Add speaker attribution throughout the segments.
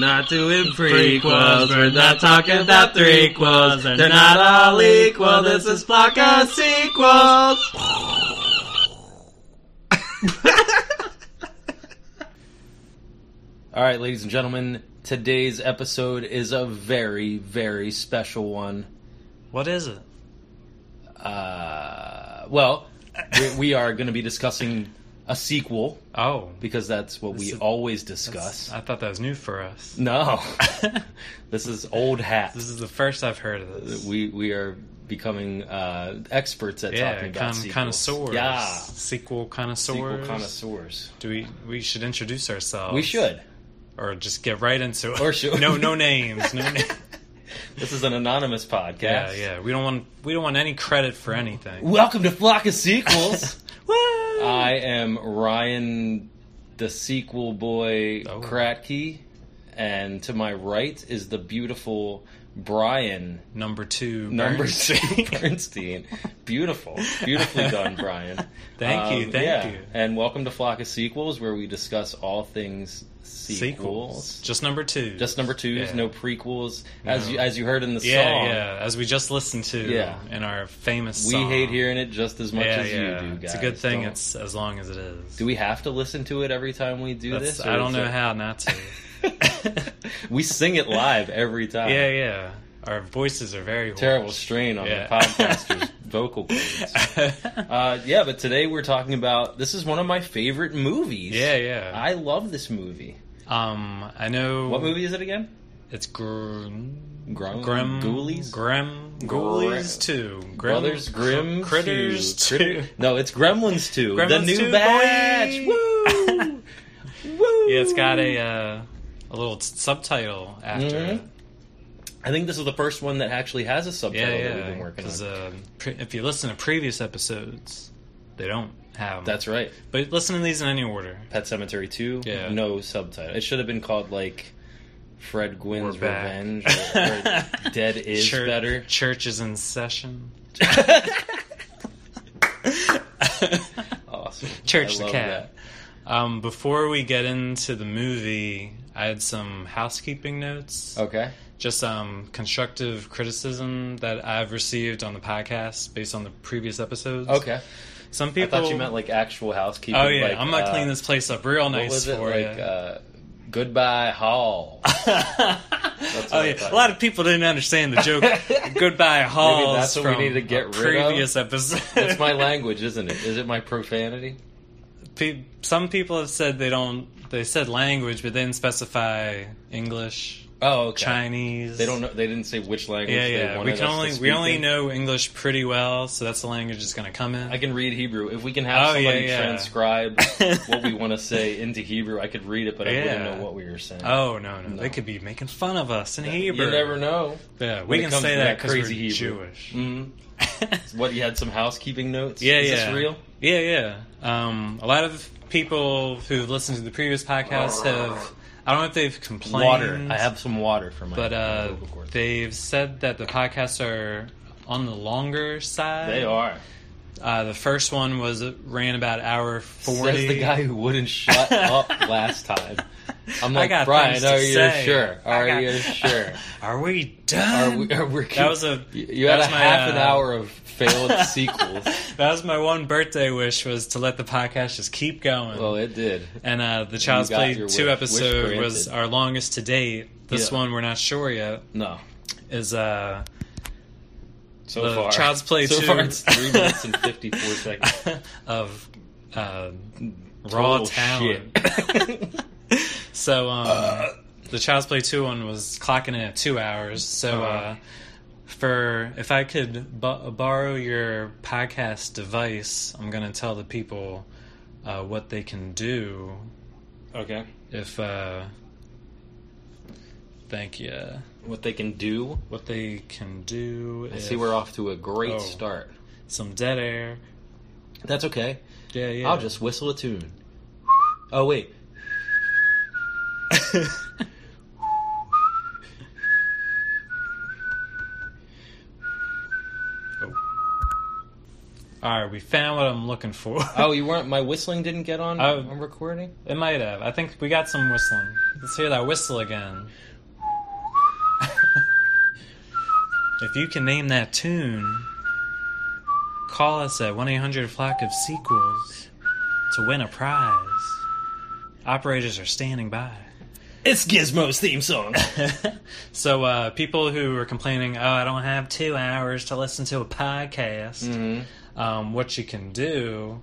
Speaker 1: got to in prequels. We're not talking about threequels. They're not all equal. This is block of sequels.
Speaker 2: All right, ladies and gentlemen, today's episode is a very, very special one.
Speaker 1: What is it?
Speaker 2: Uh, well, we, we are going to be discussing a sequel
Speaker 1: Oh,
Speaker 2: because that's what we
Speaker 1: This is-
Speaker 2: always discuss.
Speaker 1: I thought that was new for us.
Speaker 2: No, this is old hat.
Speaker 1: This is the first I've heard of this.
Speaker 2: we we are becoming uh, experts at
Speaker 1: yeah,
Speaker 2: talking about
Speaker 1: con-
Speaker 2: sequels.
Speaker 1: connoisseurs.
Speaker 2: Yeah,
Speaker 1: Sequel connoisseurs.
Speaker 2: sequel connoisseurs.
Speaker 1: Do we we should introduce ourselves?
Speaker 2: We should.
Speaker 1: Or just get right into it.
Speaker 2: Or should-
Speaker 1: no no names. No names.
Speaker 2: This is an anonymous podcast.
Speaker 1: Yeah, yeah. We don't want we don't want any credit for anything.
Speaker 2: Welcome to Flock of Sequels.
Speaker 1: Woo!
Speaker 2: I am Ryan, the sequel boy
Speaker 1: Oh.
Speaker 2: Kratky, and to my right is the beautiful Brian
Speaker 1: number two.
Speaker 2: number
Speaker 1: Burns.
Speaker 2: two Bernstein. Beautiful, beautifully done, Brian.
Speaker 1: Thank you,
Speaker 2: Um,
Speaker 1: thank
Speaker 2: yeah.
Speaker 1: you.
Speaker 2: and welcome to Flock of Sequels, where we discuss all things sequels.
Speaker 1: Sequels. Just number two.
Speaker 2: Just number twos,
Speaker 1: Yeah.
Speaker 2: no prequels. As
Speaker 1: No.
Speaker 2: you as you heard in the
Speaker 1: Yeah,
Speaker 2: song,
Speaker 1: yeah. As we just listened to
Speaker 2: Yeah.
Speaker 1: in our famous
Speaker 2: we
Speaker 1: song.
Speaker 2: hate hearing it just as much
Speaker 1: yeah,
Speaker 2: as
Speaker 1: yeah.
Speaker 2: you do, guys.
Speaker 1: It's a good thing
Speaker 2: Don't-
Speaker 1: it's as long as it is.
Speaker 2: Do we have to listen to it every time we do
Speaker 1: That's-
Speaker 2: this? or
Speaker 1: I don't
Speaker 2: is
Speaker 1: know
Speaker 2: it-
Speaker 1: how not to.
Speaker 2: we sing it live every time.
Speaker 1: yeah, yeah. Our voices are very hoarse.
Speaker 2: Terrible strain on
Speaker 1: Yeah.
Speaker 2: the podcaster's vocal cords. Uh, yeah, but today we're talking about this is one of my favorite movies.
Speaker 1: yeah, yeah.
Speaker 2: I love this movie.
Speaker 1: um, I know.
Speaker 2: What movie is it again?
Speaker 1: It's Grim.
Speaker 2: Grum-
Speaker 1: Grim.
Speaker 2: Ghoulies?
Speaker 1: Grim. Ghoulies 2. Grim,
Speaker 2: Brothers Grimm.
Speaker 1: Cr- Critters 2.
Speaker 2: two. Critter- No, it's Gremlins 2. the
Speaker 1: Gremlins
Speaker 2: new
Speaker 1: 2,
Speaker 2: batch.
Speaker 1: boy!
Speaker 2: Woo! Woo!
Speaker 1: Yeah, it's got a uh, a little t- subtitle after
Speaker 2: Mhm.
Speaker 1: it.
Speaker 2: I think this is the first one that actually has a subtitle
Speaker 1: Yeah, yeah.
Speaker 2: that we've been working on.
Speaker 1: 'cause, uh, pre- if you listen to previous episodes, they don't have 'em.
Speaker 2: That's right.
Speaker 1: But listen to these in any order.
Speaker 2: Pet Cemetery 2,
Speaker 1: Yeah.
Speaker 2: no subtitle. It should have been called like Fred Gwynn's
Speaker 1: We're back.
Speaker 2: Revenge or, or Dead Is
Speaker 1: Church-
Speaker 2: Better.
Speaker 1: Church is in session.
Speaker 2: Awesome.
Speaker 1: Church
Speaker 2: I
Speaker 1: the
Speaker 2: love
Speaker 1: cat. Um, before we get into the movie, I had some housekeeping notes.
Speaker 2: that. Okay.
Speaker 1: Just um, constructive criticism that I've received on the podcast based on the previous episodes.
Speaker 2: Okay.
Speaker 1: Some
Speaker 2: I
Speaker 1: people
Speaker 2: thought you meant like actual housekeeping.
Speaker 1: Oh yeah,
Speaker 2: like,
Speaker 1: I'm gonna
Speaker 2: uh,
Speaker 1: clean this place up real
Speaker 2: What
Speaker 1: nice
Speaker 2: was it
Speaker 1: for
Speaker 2: like?
Speaker 1: you.
Speaker 2: Uh, goodbye Hall. what
Speaker 1: oh
Speaker 2: I
Speaker 1: yeah,
Speaker 2: thought.
Speaker 1: a lot of people didn't understand the joke. Goodbye, halls.
Speaker 2: that's what we
Speaker 1: from
Speaker 2: need to get
Speaker 1: a
Speaker 2: rid of?
Speaker 1: Previous episode.
Speaker 2: That's my language, isn't it? Is it my profanity?
Speaker 1: Pe- Some people have said they don't. They said language, but they didn't specify English,
Speaker 2: Oh, okay.
Speaker 1: Chinese.
Speaker 2: They don't know. They didn't say which language.
Speaker 1: Yeah,
Speaker 2: they
Speaker 1: yeah.
Speaker 2: wanted
Speaker 1: We can
Speaker 2: us to
Speaker 1: only we
Speaker 2: speak
Speaker 1: only
Speaker 2: in.
Speaker 1: know English pretty well, so that's the language that's gonna come in.
Speaker 2: I can read Hebrew. If we can have
Speaker 1: Oh,
Speaker 2: somebody
Speaker 1: yeah, yeah.
Speaker 2: transcribe what we want to say into Hebrew, I could read it, but I wouldn't
Speaker 1: Yeah.
Speaker 2: know what we were saying.
Speaker 1: oh no, no,
Speaker 2: No.
Speaker 1: they could be making fun of us in Hebrew.
Speaker 2: You never know.
Speaker 1: Yeah,
Speaker 2: when
Speaker 1: we
Speaker 2: it
Speaker 1: can
Speaker 2: comes
Speaker 1: say
Speaker 2: to
Speaker 1: that
Speaker 2: that
Speaker 1: because we're
Speaker 2: crazy Hebrew.
Speaker 1: Jewish.
Speaker 2: Mm. What you had some housekeeping notes?
Speaker 1: Yeah,
Speaker 2: Is
Speaker 1: yeah.
Speaker 2: this real?
Speaker 1: Yeah, yeah. Um, a lot of people who've listened to the previous podcast have. I don't know if they've complained.
Speaker 2: Water. I have some water for my.
Speaker 1: But uh,
Speaker 2: vocal cords.
Speaker 1: they've said that the podcasts are on the longer side.
Speaker 2: they are.
Speaker 1: Uh, the first one was ran about hour forty.
Speaker 2: Says the guy who wouldn't shut up last time. I'm
Speaker 1: I
Speaker 2: like
Speaker 1: got
Speaker 2: Brian.
Speaker 1: things to
Speaker 2: Are you
Speaker 1: say.
Speaker 2: sure?
Speaker 1: I
Speaker 2: Are
Speaker 1: got-
Speaker 2: you sure?
Speaker 1: Are we
Speaker 2: Are
Speaker 1: done?
Speaker 2: we? Are we
Speaker 1: That was a-
Speaker 2: You, you
Speaker 1: that
Speaker 2: had a
Speaker 1: was my,
Speaker 2: half an
Speaker 1: uh,
Speaker 2: hour of failed sequels.
Speaker 1: that was my one birthday wish was to let the podcast just keep going.
Speaker 2: Well, it did.
Speaker 1: and uh, the Child's
Speaker 2: got
Speaker 1: Play
Speaker 2: your
Speaker 1: two
Speaker 2: wish-
Speaker 1: episode
Speaker 2: wish
Speaker 1: was
Speaker 2: granted.
Speaker 1: our longest to date. This
Speaker 2: Yeah.
Speaker 1: one we're not sure yet.
Speaker 2: No.
Speaker 1: Is uh.
Speaker 2: So
Speaker 1: The
Speaker 2: far,
Speaker 1: Child's Play
Speaker 2: So
Speaker 1: 2.
Speaker 2: far, it's three minutes and fifty-four seconds.
Speaker 1: of
Speaker 2: Oh,
Speaker 1: uh, raw
Speaker 2: Total
Speaker 1: talent. so um, the Child's Play two one was clocking in at two hours. So uh,
Speaker 2: Uh-huh.
Speaker 1: for if I could bo- borrow your podcast device, I'm gonna tell the people uh, what they can do
Speaker 2: okay.
Speaker 1: if. Uh, thank you.
Speaker 2: What they can do?
Speaker 1: What they can do.
Speaker 2: I
Speaker 1: if-
Speaker 2: see, we're off to a great
Speaker 1: Oh.
Speaker 2: start.
Speaker 1: some dead air.
Speaker 2: That's okay.
Speaker 1: Yeah, yeah.
Speaker 2: I'll just whistle a tune. Oh wait,
Speaker 1: Oh. All right, we found what I'm looking for.
Speaker 2: Oh, you weren't. My whistling didn't get on
Speaker 1: Oh.
Speaker 2: on recording.
Speaker 1: It might have. I think we got some whistling. Let's hear that whistle again. if you can name that tune, call us at 1 800 Flock of Sequels to win a prize. Operators are standing by.
Speaker 2: It's Gizmo's theme song.
Speaker 1: so, uh, people who are complaining, oh, I don't have two hours to listen to a podcast
Speaker 2: hmm
Speaker 1: um, what you can do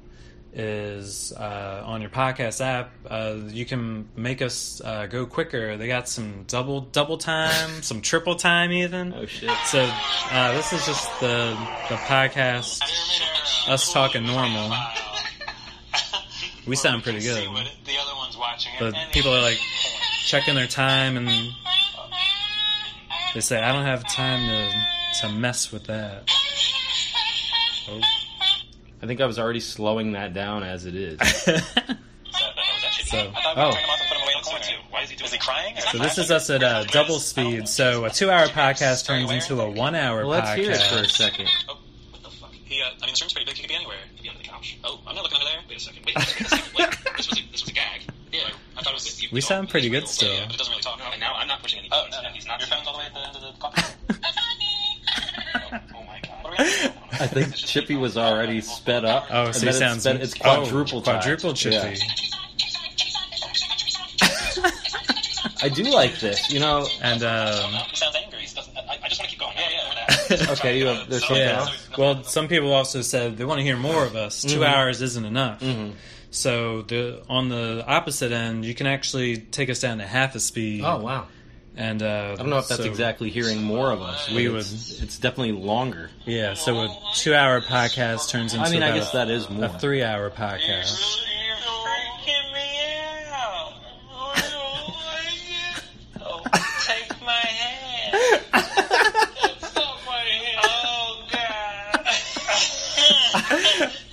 Speaker 1: is uh, on your podcast app uh, you can make us uh, go quicker they got some double double time some triple time even
Speaker 2: Oh shit.
Speaker 1: so uh, this is just the the podcast
Speaker 3: Uh,
Speaker 1: us talking normal We sound pretty good.
Speaker 3: The other one's watching.
Speaker 1: but people are like checking their time and they say i don't have time to to mess with that
Speaker 2: Oh. I think I was already slowing that down as it is.
Speaker 1: so
Speaker 2: Oh.
Speaker 3: Why is he doing? Is he crying?
Speaker 1: So this is us at uh, double speed. So a two-hour podcast turns into a one-hour
Speaker 2: Well, let's
Speaker 1: podcast.
Speaker 2: hear it for a second.
Speaker 3: Oh, what the fuck? He, uh, I mean, this room's pretty big. He could be anywhere. He could be under the couch. Oh, I'm not looking under there. Wait a second. Wait, wait a second. Wait, this was a, this was a gag. Yeah, I thought it was. You,
Speaker 1: We
Speaker 3: you
Speaker 1: sound
Speaker 3: don't-
Speaker 1: pretty
Speaker 3: it's
Speaker 1: good
Speaker 3: real,
Speaker 1: still.
Speaker 3: But, yeah, but it doesn't really talk. No, now I'm not pushing any. Oh no, no, he's not. Your phone's all the way at the end of the coffee. oh, oh my god. What are we gonna do?
Speaker 2: I think
Speaker 3: It's just-
Speaker 2: Chippy was already sped up.
Speaker 1: Oh, so
Speaker 2: and then
Speaker 1: he
Speaker 2: it's
Speaker 1: sounds
Speaker 2: sped- it's quadruple
Speaker 1: oh,
Speaker 2: time.
Speaker 1: quadruple chippy.
Speaker 2: Yeah. I do like this. You know,
Speaker 1: And um,
Speaker 3: He sounds angry. He doesn't. I, I just want to keep going. Yeah, yeah.
Speaker 2: Okay, you have- there's
Speaker 3: So-
Speaker 2: something
Speaker 3: so-
Speaker 1: yeah,
Speaker 2: else?
Speaker 1: well, some people also said they want to hear more of us.
Speaker 2: Mm-hmm.
Speaker 1: 2 hours isn't enough. So the on the opposite end, you can actually take us down to half a speed.
Speaker 2: oh wow.
Speaker 1: And uh,
Speaker 2: I don't know if that's
Speaker 1: so-
Speaker 2: exactly hearing more of us. but
Speaker 1: We
Speaker 2: it's, it's definitely longer.
Speaker 1: Yeah, so a two-hour podcast turns into
Speaker 2: I mean, I
Speaker 1: about
Speaker 2: guess that is more.
Speaker 1: a three-hour podcast.
Speaker 3: Freaking me out. Oh, take my hand. Stop my hand. Oh,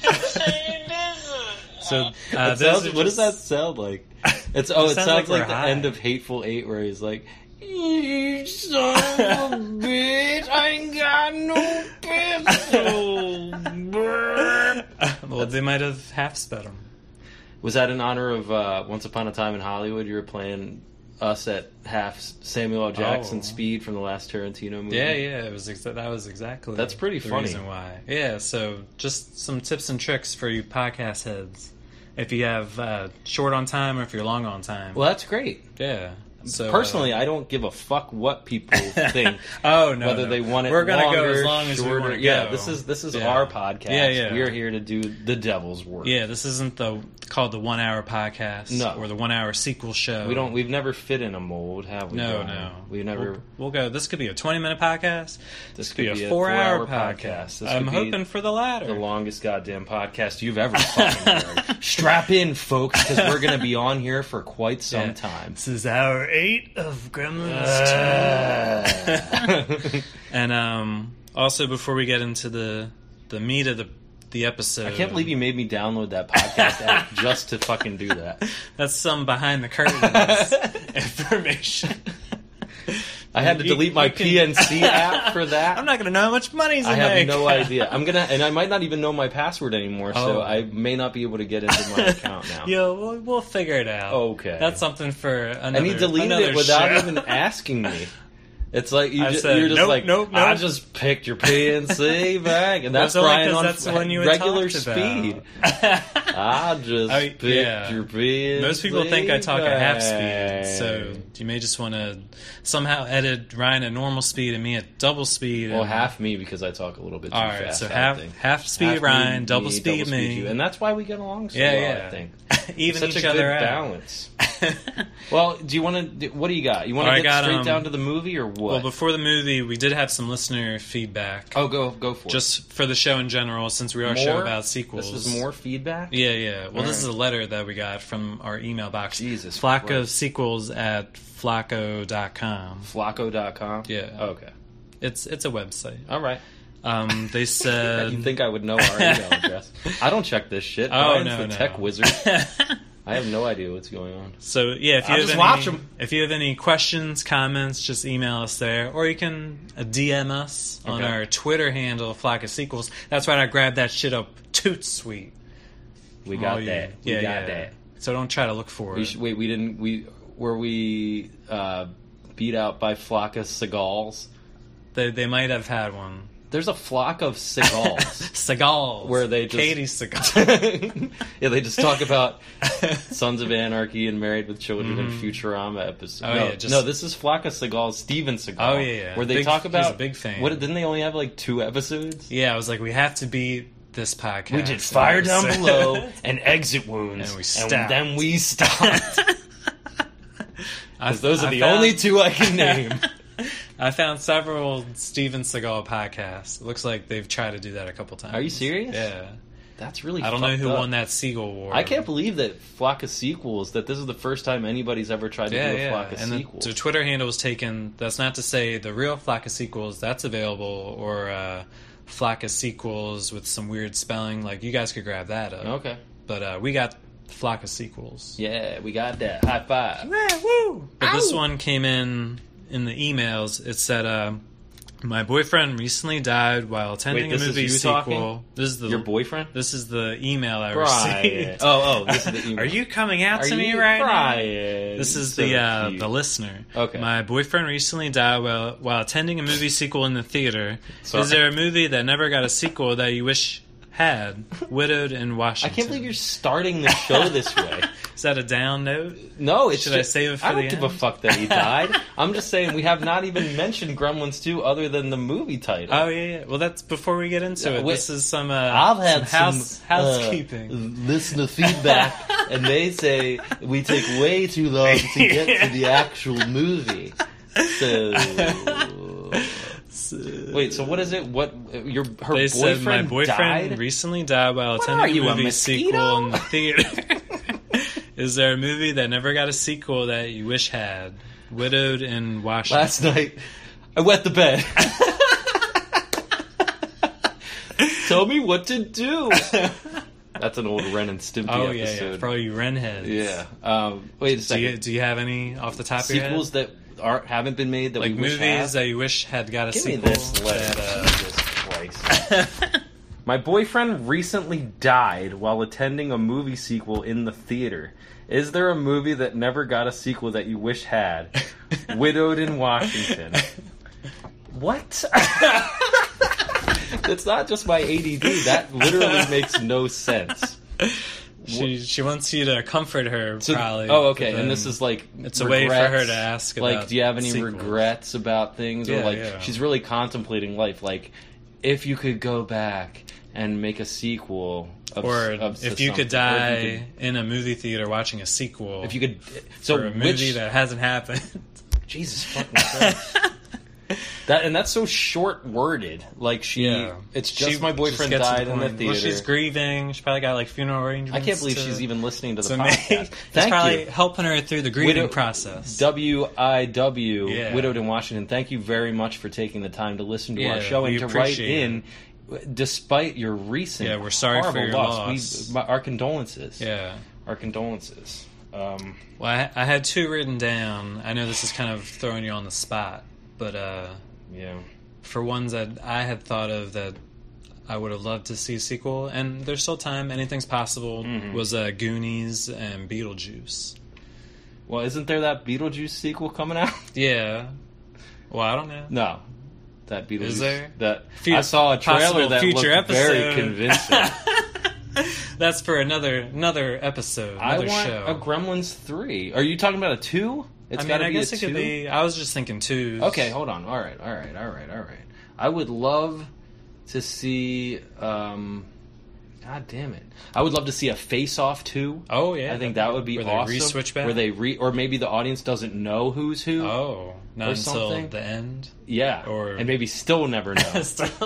Speaker 3: God. Say this.
Speaker 1: So uh,
Speaker 2: It
Speaker 1: those
Speaker 2: sounds-
Speaker 1: are
Speaker 2: what
Speaker 1: just-
Speaker 2: does that sound like? It's oh, it,
Speaker 1: It sounds
Speaker 2: sounds
Speaker 1: like
Speaker 2: like,
Speaker 1: we're
Speaker 2: the
Speaker 1: high.
Speaker 2: end of Hateful Eight, where he's like, "You son of a bitch, I ain't got no pistol." brr."
Speaker 1: well, they might have half sped them.
Speaker 2: Was that in honor of uh, Once Upon a Time in Hollywood? You were playing us at half Samuel L. Jackson
Speaker 1: Oh.
Speaker 2: speed from the last Tarantino movie.
Speaker 1: Yeah, yeah, it was exa- that was exactly
Speaker 2: That's pretty
Speaker 1: the
Speaker 2: funny.
Speaker 1: reason why. Yeah, so just some tips and tricks for you podcast heads. If you have uh, short on time or if you're long on time.
Speaker 2: Well, that's great.
Speaker 1: yeah. So uh,
Speaker 2: Personally, I don't give a fuck what people think.
Speaker 1: oh no,
Speaker 2: whether
Speaker 1: no.
Speaker 2: they want it
Speaker 1: We're gonna
Speaker 2: longer,
Speaker 1: go as long as we
Speaker 2: shorter.
Speaker 1: want to go.
Speaker 2: Yeah, this is this is
Speaker 1: Yeah.
Speaker 2: our podcast.
Speaker 1: Yeah, yeah.
Speaker 2: We are here to do the devil's work.
Speaker 1: yeah, this isn't the called the one hour podcast
Speaker 2: No.
Speaker 1: or the one hour sequel show.
Speaker 2: We don't. We've never fit in a mold, have we?
Speaker 1: no,
Speaker 2: Brian?
Speaker 1: no.
Speaker 2: We've never.
Speaker 1: We'll, we'll go. This could be a twenty-minute podcast.
Speaker 2: this
Speaker 1: Could be, a four-hour podcast.
Speaker 2: This
Speaker 1: I'm
Speaker 2: could be
Speaker 1: hoping for the latter.
Speaker 2: the longest goddamn podcast you've ever fucking heard. Strap in, folks, because we're going to be on here for quite some
Speaker 1: Yeah.
Speaker 2: time.
Speaker 1: This is hour eight of Gremlins. Uh,
Speaker 2: Uh,
Speaker 1: and um, also, before we get into the the meat of the the episode,
Speaker 2: I can't believe you made me download that podcast app just to fucking do that.
Speaker 1: That's some behind the curtains information.
Speaker 2: I had to
Speaker 1: You-
Speaker 2: delete my
Speaker 1: you can-
Speaker 2: PNC app for that.
Speaker 1: I'm not going to know how much money's.
Speaker 2: I have
Speaker 1: make.
Speaker 2: no idea. I'm gonna, and I might not even know my password anymore,
Speaker 1: Oh.
Speaker 2: so I may not be able to get into my account now.
Speaker 1: Yo, we'll, we'll figure it out.
Speaker 2: Okay.
Speaker 1: that's something for another.
Speaker 2: and he deleted
Speaker 1: another
Speaker 2: it without
Speaker 1: show.
Speaker 2: even asking me. It's like you
Speaker 1: I
Speaker 2: ju-
Speaker 1: said,
Speaker 2: you're just
Speaker 1: "Nope,
Speaker 2: like,
Speaker 1: nope,
Speaker 2: I
Speaker 1: nope."
Speaker 2: just picked your PNC back, and that's
Speaker 1: That's only
Speaker 2: Brian
Speaker 1: 'cause
Speaker 2: on
Speaker 1: that's the one you had
Speaker 2: regular
Speaker 1: talked
Speaker 2: speed.
Speaker 1: about.
Speaker 2: I just
Speaker 1: I-
Speaker 2: picked
Speaker 1: yeah.
Speaker 2: your PNC.
Speaker 1: Most people think I talk at half
Speaker 2: back.
Speaker 1: speed, so you may just want to somehow edit Ryan at normal speed and me at double speed.
Speaker 2: well,
Speaker 1: and-
Speaker 2: half me because I talk a little bit too
Speaker 1: All right,
Speaker 2: fast.
Speaker 1: so
Speaker 2: I
Speaker 1: half
Speaker 2: think.
Speaker 1: half speed
Speaker 2: Half me,
Speaker 1: Ryan,
Speaker 2: me,
Speaker 1: double speed me,
Speaker 2: you. and that's why we get along so
Speaker 1: yeah,
Speaker 2: well.
Speaker 1: yeah,
Speaker 2: I think
Speaker 1: even
Speaker 2: Such
Speaker 1: each
Speaker 2: a
Speaker 1: other
Speaker 2: good
Speaker 1: out.
Speaker 2: balance. Well, do you want to? What do you got? You want
Speaker 1: All
Speaker 2: to
Speaker 1: right,
Speaker 2: get
Speaker 1: got,
Speaker 2: straight
Speaker 1: um,
Speaker 2: down to the movie or what?
Speaker 1: well, before the movie, we did have some listener feedback.
Speaker 2: oh, go go for it.
Speaker 1: just for the show in general, since we are a show about sequels.
Speaker 2: This is more feedback.
Speaker 1: Yeah, yeah. Well,
Speaker 2: All
Speaker 1: this is
Speaker 2: right.
Speaker 1: a letter that we got from our email box.
Speaker 2: Jesus
Speaker 1: Flacco
Speaker 2: Christ.
Speaker 1: sequels at flacco.com.
Speaker 2: Flacco.com?
Speaker 1: Yeah.
Speaker 2: Okay.
Speaker 1: It's it's a website.
Speaker 2: All right.
Speaker 1: Um, they said
Speaker 2: you think I would know our email address? I don't check this shit.
Speaker 1: Oh
Speaker 2: Brian's
Speaker 1: no,
Speaker 2: the
Speaker 1: no.
Speaker 2: tech wizard. I have no idea what's going on.
Speaker 1: So yeah, if you
Speaker 4: I'll
Speaker 1: have
Speaker 4: just
Speaker 1: any,
Speaker 4: watch 'em.
Speaker 1: if you have any questions, comments, just email us there, or you can uh, DM us on
Speaker 2: Okay.
Speaker 1: our Twitter handle, Flock of Sequels. That's right, I grabbed that shit up toot sweet.
Speaker 2: We got
Speaker 1: Oh, yeah.
Speaker 2: that. We
Speaker 1: Yeah,
Speaker 2: got
Speaker 1: yeah.
Speaker 2: that.
Speaker 1: So don't try to look for
Speaker 2: We
Speaker 1: it.
Speaker 2: should, wait, we didn't. We were we uh, beat out by flock of seagulls.
Speaker 1: They, they might have had one.
Speaker 2: There's a flock of seagulls.
Speaker 1: Seagulls.
Speaker 2: Where they just-
Speaker 1: Katie Seagal.
Speaker 2: yeah, they just talk about Sons of Anarchy and Married with Children and Futurama episode.
Speaker 1: Mm-hmm. Oh,
Speaker 2: no,
Speaker 1: yeah, just-
Speaker 2: no, this is Flock of Seagal, Steven Seagal.
Speaker 1: Oh, yeah, yeah.
Speaker 2: where they
Speaker 1: Big-
Speaker 2: talk
Speaker 1: he's
Speaker 2: about
Speaker 1: a big fan.
Speaker 2: What didn't they only have like two episodes?
Speaker 1: yeah, I was like, we have to beat this podcast.
Speaker 4: We did fire
Speaker 1: And
Speaker 4: down
Speaker 1: so-
Speaker 4: below and exit wounds,
Speaker 1: And we stopped.
Speaker 4: then we stopped.
Speaker 1: I-
Speaker 2: 'Cause those are
Speaker 1: I
Speaker 2: the
Speaker 1: found-
Speaker 2: only two I can name.
Speaker 1: I found several Steven Seagal podcasts. It looks like they've tried to do that a couple times.
Speaker 2: Are you serious?
Speaker 1: Yeah.
Speaker 2: That's really.
Speaker 1: I don't know
Speaker 2: fucked
Speaker 1: who
Speaker 2: up.
Speaker 1: won that Seagull Award.
Speaker 2: I can't believe that Flock of Sequels. That this is the first time anybody's ever tried to
Speaker 1: Yeah,
Speaker 2: do a
Speaker 1: yeah.
Speaker 2: Flock of
Speaker 1: And the,
Speaker 2: Sequels.
Speaker 1: the Twitter handle was taken. That's not to say the real Flock of Sequels, that's available, or uh, Flock of Sequels with some weird spelling. Like, you guys could grab that up.
Speaker 2: okay.
Speaker 1: But uh, we got Flock of Sequels.
Speaker 2: Yeah, we got that. High five.
Speaker 1: woo! But this one came in in the emails. It said, uh, My boyfriend recently died while attending
Speaker 2: Wait, this
Speaker 1: a
Speaker 2: is
Speaker 1: movie
Speaker 2: you
Speaker 1: sequel.
Speaker 2: talking?
Speaker 1: This is the
Speaker 2: Your boyfriend.
Speaker 1: This is the email I
Speaker 2: Brian.
Speaker 1: received.
Speaker 2: Oh, oh, this is the email.
Speaker 1: Are you coming out
Speaker 2: Are
Speaker 1: to me
Speaker 2: you
Speaker 1: right now?
Speaker 2: Brian?
Speaker 1: This is
Speaker 2: So
Speaker 1: the uh,
Speaker 2: cute.
Speaker 1: the listener.
Speaker 2: Okay.
Speaker 1: My boyfriend recently died while while attending a movie sequel in the theater.
Speaker 2: Sorry.
Speaker 1: Is there a movie that never got a sequel that you wish had? Widowed in
Speaker 2: I
Speaker 1: Washington.
Speaker 2: can't believe you're starting the show this way.
Speaker 1: Is that a down note?
Speaker 2: No, it's
Speaker 1: Should I
Speaker 2: just-
Speaker 1: save it for
Speaker 2: I don't
Speaker 1: the
Speaker 2: give a
Speaker 1: end?
Speaker 2: fuck that he died. I'm just saying we have not even mentioned Gremlins 2 other than the movie title.
Speaker 1: Oh yeah, yeah. Well, that's before we get into
Speaker 2: Yeah,
Speaker 1: it.
Speaker 2: wait.
Speaker 1: This is some. Uh,
Speaker 2: I've had
Speaker 1: some house
Speaker 2: some, uh,
Speaker 1: housekeeping.
Speaker 2: listener feedback, and they say we take way too long to get to the actual movie. So wait, so what is it? What your her
Speaker 1: they
Speaker 2: boyfriend,
Speaker 1: said my boyfriend
Speaker 2: died?
Speaker 1: recently died while
Speaker 2: are
Speaker 1: attending
Speaker 2: you,
Speaker 1: a
Speaker 2: a
Speaker 1: movie sequel
Speaker 2: mosquito?
Speaker 1: in the theater. Is there a movie that never got a sequel that you wish had? Widowed in Washington.
Speaker 2: last night. I wet the bed. Tell me what to do. That's an old Ren and Stimpy
Speaker 1: oh yeah, yeah,
Speaker 2: episode.
Speaker 1: probably you Renheads.
Speaker 2: Yeah. Um, wait a
Speaker 1: Do
Speaker 2: second.
Speaker 1: you, do you have any off the top of your head?
Speaker 2: sequels that aren't haven't been made that
Speaker 1: like
Speaker 2: we wish had?
Speaker 1: movies uh, that you wish had got a
Speaker 2: Give me
Speaker 1: sequel. uh,
Speaker 2: this letter. uh, Jesus Christ. My boyfriend recently died while attending a movie sequel in the theater. Is there a movie that never got a sequel that you wish had? Widowed in Washington. What? it's not just my ADD. That literally makes no sense.
Speaker 1: she she wants you to comfort her
Speaker 2: So-
Speaker 1: probably.
Speaker 2: oh, okay.
Speaker 1: but
Speaker 2: And
Speaker 1: then
Speaker 2: this is like
Speaker 1: it's a way for her
Speaker 2: regrets.
Speaker 1: to ask
Speaker 2: Like,
Speaker 1: about
Speaker 2: do you have any
Speaker 1: sequels.
Speaker 2: regrets about things, or
Speaker 1: Yeah,
Speaker 2: like
Speaker 1: yeah.
Speaker 2: she's really contemplating life? Like, if you could go back and make a sequel, of,
Speaker 1: or
Speaker 2: of
Speaker 1: if
Speaker 2: to
Speaker 1: you could
Speaker 2: something,
Speaker 1: die
Speaker 2: or if you could-
Speaker 1: in a movie theater watching a sequel,
Speaker 2: if you could, so
Speaker 1: for a movie
Speaker 2: which
Speaker 1: that hasn't happened.
Speaker 2: Jesus fucking Christ. That, and that's so short worded. Like she, it's just
Speaker 1: She
Speaker 2: my boyfriend
Speaker 1: gets to
Speaker 2: died in the
Speaker 1: point.
Speaker 2: theater.
Speaker 1: Well, she's grieving. She probably got like funeral arrangements.
Speaker 2: I can't believe
Speaker 1: to-
Speaker 2: she's even listening to the
Speaker 1: So maybe
Speaker 2: podcast.
Speaker 1: it's
Speaker 2: Thank
Speaker 1: probably
Speaker 2: you.
Speaker 1: helping her through the grieving
Speaker 2: Widow-
Speaker 1: process.
Speaker 2: W I W
Speaker 1: Yeah.
Speaker 2: widowed in Washington. Thank you very much for taking the time to listen to
Speaker 1: Yeah,
Speaker 2: our show and
Speaker 1: we
Speaker 2: to write
Speaker 1: appreciate
Speaker 2: in. Despite your recent,
Speaker 1: Yeah, we're sorry for
Speaker 2: horrible
Speaker 1: your
Speaker 2: loss.
Speaker 1: loss.
Speaker 2: We, my, our condolences.
Speaker 1: yeah.
Speaker 2: our condolences. Um,
Speaker 1: Well, I, I had two written down. I know this is kind of throwing you on the spot, but uh,
Speaker 2: yeah,
Speaker 1: for ones that I had thought of that I would have loved to see a sequel, and there's still time. Anything's possible.
Speaker 2: Mm-hmm.
Speaker 1: Was uh, Goonies and Beetlejuice.
Speaker 2: well, isn't there that Beetlejuice sequel coming out?
Speaker 1: Yeah. Well, I don't know.
Speaker 2: no, that Beetlejuice.
Speaker 1: there?
Speaker 2: That
Speaker 1: Fu-
Speaker 2: I saw a trailer
Speaker 1: possible
Speaker 2: that
Speaker 1: future
Speaker 2: looked very
Speaker 1: episode.
Speaker 2: convincing.
Speaker 1: That's for another another episode,
Speaker 2: I
Speaker 1: another
Speaker 2: want
Speaker 1: show.
Speaker 2: a Gremlins three. Are you talking about a two? It's
Speaker 1: I mean,
Speaker 2: gotta
Speaker 1: I
Speaker 2: be a
Speaker 1: guess it could
Speaker 2: two?
Speaker 1: be. I was just thinking two.
Speaker 2: Okay, hold on. All right, all right, all right, all right. I would love to see. Um, God damn it! I would love to see a face-off too.
Speaker 1: Oh yeah,
Speaker 2: I think that would be
Speaker 1: where
Speaker 2: awesome.
Speaker 1: They re-switch back?
Speaker 2: Where they re, or maybe the audience doesn't know who's who.
Speaker 1: Oh, not
Speaker 2: Or
Speaker 1: until
Speaker 2: something?
Speaker 1: the end.
Speaker 2: yeah,
Speaker 1: or-
Speaker 2: and maybe still never know.
Speaker 1: that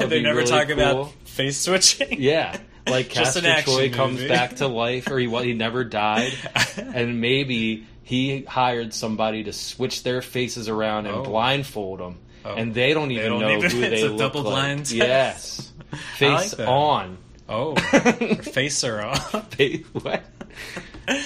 Speaker 2: would
Speaker 1: they
Speaker 2: be
Speaker 1: never
Speaker 2: really
Speaker 1: talk
Speaker 2: cool.
Speaker 1: about face switching.
Speaker 2: yeah, like
Speaker 1: Just
Speaker 2: Castor
Speaker 1: an action
Speaker 2: Troy comes
Speaker 1: movie.
Speaker 2: back to life, or he wa- he never died, and maybe he hired somebody to switch their faces around and
Speaker 1: Oh.
Speaker 2: blindfold them,
Speaker 1: Oh.
Speaker 2: and they don't even
Speaker 1: don't
Speaker 2: know
Speaker 1: even-
Speaker 2: who they
Speaker 1: it's a
Speaker 2: look
Speaker 1: double
Speaker 2: like.
Speaker 1: blind test.
Speaker 2: Yes,
Speaker 1: I like
Speaker 2: face
Speaker 1: that.
Speaker 2: on.
Speaker 1: Oh, your face are off.
Speaker 2: Face- what?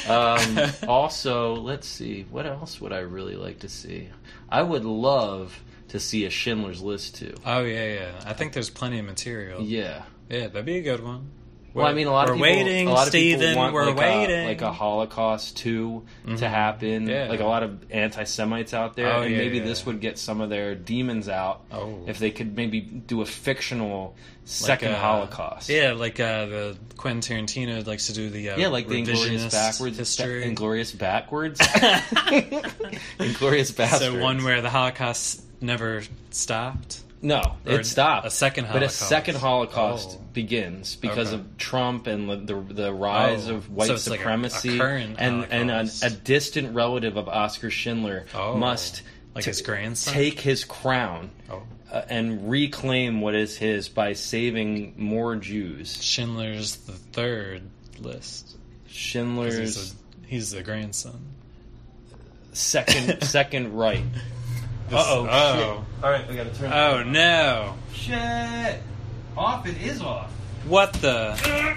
Speaker 2: Um, also, let's see. What else would I really like to see? I would love to see a Schindler's List too.
Speaker 1: Oh yeah, yeah. I think there's plenty of material. Yeah,
Speaker 2: Yeah.
Speaker 1: that'd be a good one.
Speaker 2: Well, I mean, a lot
Speaker 1: we're
Speaker 2: of people.
Speaker 1: waiting,
Speaker 2: a lot of
Speaker 1: Steven.
Speaker 2: people want
Speaker 1: we're
Speaker 2: like
Speaker 1: waiting.
Speaker 2: a, like a Holocaust two
Speaker 1: Mhm.
Speaker 2: to happen.
Speaker 1: Yeah.
Speaker 2: Like a lot of anti-Semites out there,
Speaker 1: Oh,
Speaker 2: and
Speaker 1: yeah,
Speaker 2: maybe
Speaker 1: yeah.
Speaker 2: this would get some of their demons out
Speaker 1: oh,
Speaker 2: if they could maybe do a fictional second
Speaker 1: uh,
Speaker 2: Holocaust.
Speaker 1: yeah, like uh, the Quentin Tarantino likes to do the uh,
Speaker 2: Yeah, like the
Speaker 1: revisionist
Speaker 2: Inglorious Backwards
Speaker 1: history.
Speaker 2: Inglorious Backwards. Inglorious Bastards.
Speaker 1: so one where the Holocaust never stopped.
Speaker 2: No,
Speaker 1: Or
Speaker 2: it stopped.
Speaker 1: a second
Speaker 2: But a second
Speaker 1: Holocaust.
Speaker 2: Holocaust
Speaker 1: Oh.
Speaker 2: begins because
Speaker 1: Okay.
Speaker 2: of Trump and the the, the rise
Speaker 1: Oh,
Speaker 2: of white
Speaker 1: so it's like a- a
Speaker 2: supremacy
Speaker 1: current
Speaker 2: and and a,
Speaker 1: Holocaust.
Speaker 2: a distant relative of Oscar Schindler
Speaker 1: Oh.
Speaker 2: must
Speaker 1: Like
Speaker 2: ta-
Speaker 1: his grandson?
Speaker 2: take his crown
Speaker 1: Oh,
Speaker 2: uh, and reclaim what is his by saving more Jews.
Speaker 1: Schindler's the third list. 'cause He's, a,
Speaker 2: Schindler's
Speaker 1: he's the grandson.
Speaker 2: second second right. Uh-oh,
Speaker 1: Oh.
Speaker 2: All right, I got to turn.
Speaker 1: Oh no.
Speaker 2: Shit! Off. It is off.
Speaker 1: What the?
Speaker 2: Sorry,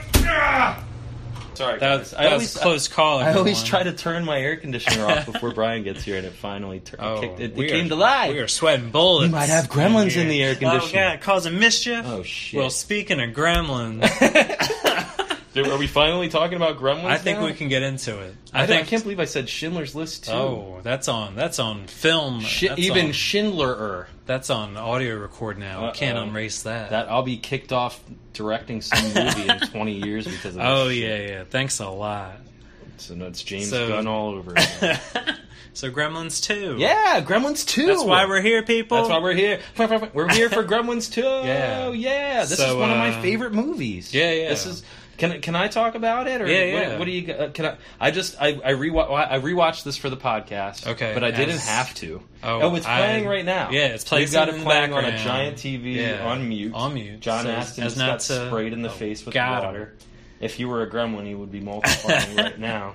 Speaker 1: That
Speaker 2: guys.
Speaker 1: was,
Speaker 2: I
Speaker 1: that
Speaker 2: always-
Speaker 1: was close call.
Speaker 2: I always
Speaker 1: everyone.
Speaker 2: try to turn my air conditioner off before Brian gets here, and it finally turned.
Speaker 1: Oh,
Speaker 2: kicked, it, it
Speaker 1: we
Speaker 2: came
Speaker 1: are-
Speaker 2: to life.
Speaker 1: We are sweating bullets.
Speaker 2: You might have gremlins in the air
Speaker 1: Oh,
Speaker 2: conditioner.
Speaker 1: God, causing mischief.
Speaker 2: Oh, shit.
Speaker 1: Well, speaking of gremlins,
Speaker 2: Dude, are we finally talking about Gremlins?
Speaker 1: I think
Speaker 2: now?
Speaker 1: we can get into it.
Speaker 2: I,
Speaker 1: I,
Speaker 2: don't-
Speaker 1: think.
Speaker 2: I can't believe I said Schindler's List too.
Speaker 1: oh, that's on. That's on film.
Speaker 2: Shi-
Speaker 1: that's
Speaker 2: even
Speaker 1: on,
Speaker 2: Schindler.
Speaker 1: that's on audio record now.
Speaker 2: Uh-oh.
Speaker 1: We can't unrace that.
Speaker 2: That I'll be kicked off directing some movie in twenty years because of.
Speaker 1: oh
Speaker 2: this
Speaker 1: yeah,
Speaker 2: shit.
Speaker 1: yeah. Thanks a lot.
Speaker 2: So no, it's James
Speaker 1: So-
Speaker 2: Gunn all over. Again.
Speaker 1: so Gremlins two.
Speaker 2: yeah, Gremlins two.
Speaker 1: That's why we're here, people.
Speaker 2: That's why we're here. We're here for Gremlins too.
Speaker 1: Yeah.
Speaker 2: yeah. This is
Speaker 1: So,
Speaker 2: one of my
Speaker 1: uh,
Speaker 2: favorite movies.
Speaker 1: yeah, yeah.
Speaker 2: This is. Can can I talk about it? Or
Speaker 1: Yeah,
Speaker 2: what,
Speaker 1: yeah.
Speaker 2: What do you? uh, Can I? I just I I rewatch I rewatched this for the podcast.
Speaker 1: Okay,
Speaker 2: but I didn't
Speaker 1: as-
Speaker 2: have to.
Speaker 1: Oh,
Speaker 2: Oh, it's
Speaker 1: I-
Speaker 2: playing right now.
Speaker 1: Yeah, it's
Speaker 2: We've
Speaker 1: placed
Speaker 2: got
Speaker 1: in
Speaker 2: it
Speaker 1: the
Speaker 2: playing on a
Speaker 1: background.
Speaker 2: giant TV
Speaker 1: Yeah.
Speaker 2: on mute.
Speaker 1: On mute.
Speaker 2: John
Speaker 1: So as-
Speaker 2: Aston
Speaker 1: as
Speaker 2: just
Speaker 1: not
Speaker 2: got
Speaker 1: to-
Speaker 2: sprayed in the
Speaker 1: oh,
Speaker 2: face with
Speaker 1: got him.
Speaker 2: water. If he were a gremlin, he would be multiplying right now.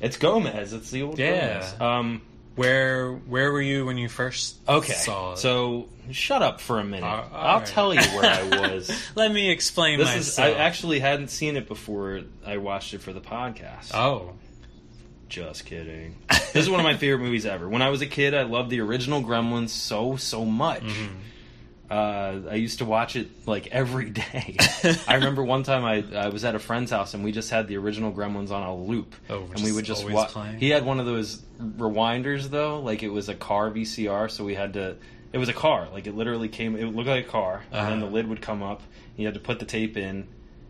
Speaker 2: It's Gomez. It's the old
Speaker 1: Yeah.
Speaker 2: Gomez. Um.
Speaker 1: Where Where were you when you first
Speaker 2: Okay.
Speaker 1: saw it? Uh,
Speaker 2: So shut up for a minute.
Speaker 1: All- all
Speaker 2: I'll
Speaker 1: right.
Speaker 2: tell you where I was.
Speaker 1: Let me explain
Speaker 2: this
Speaker 1: myself.
Speaker 2: is I actually hadn't seen it before I watched it for the podcast.
Speaker 1: Oh,
Speaker 2: Just kidding. This is one of my favorite movies ever. When I was a kid, I loved the original Gremlins so so much.
Speaker 1: Mm-hmm.
Speaker 2: Uh, I used to watch it like every day. I remember one time I, I was at a friend's house and we just had the original Gremlins on a loop,
Speaker 1: Oh,
Speaker 2: and we
Speaker 1: just
Speaker 2: would just
Speaker 1: always
Speaker 2: watch.
Speaker 1: playing?
Speaker 2: He had one of those rewinders though, like it was a car VCR, so we had to. It was a car, like it literally came. It looked like a car, and then
Speaker 1: Uh-huh.
Speaker 2: the lid would come up. And you had to put the tape in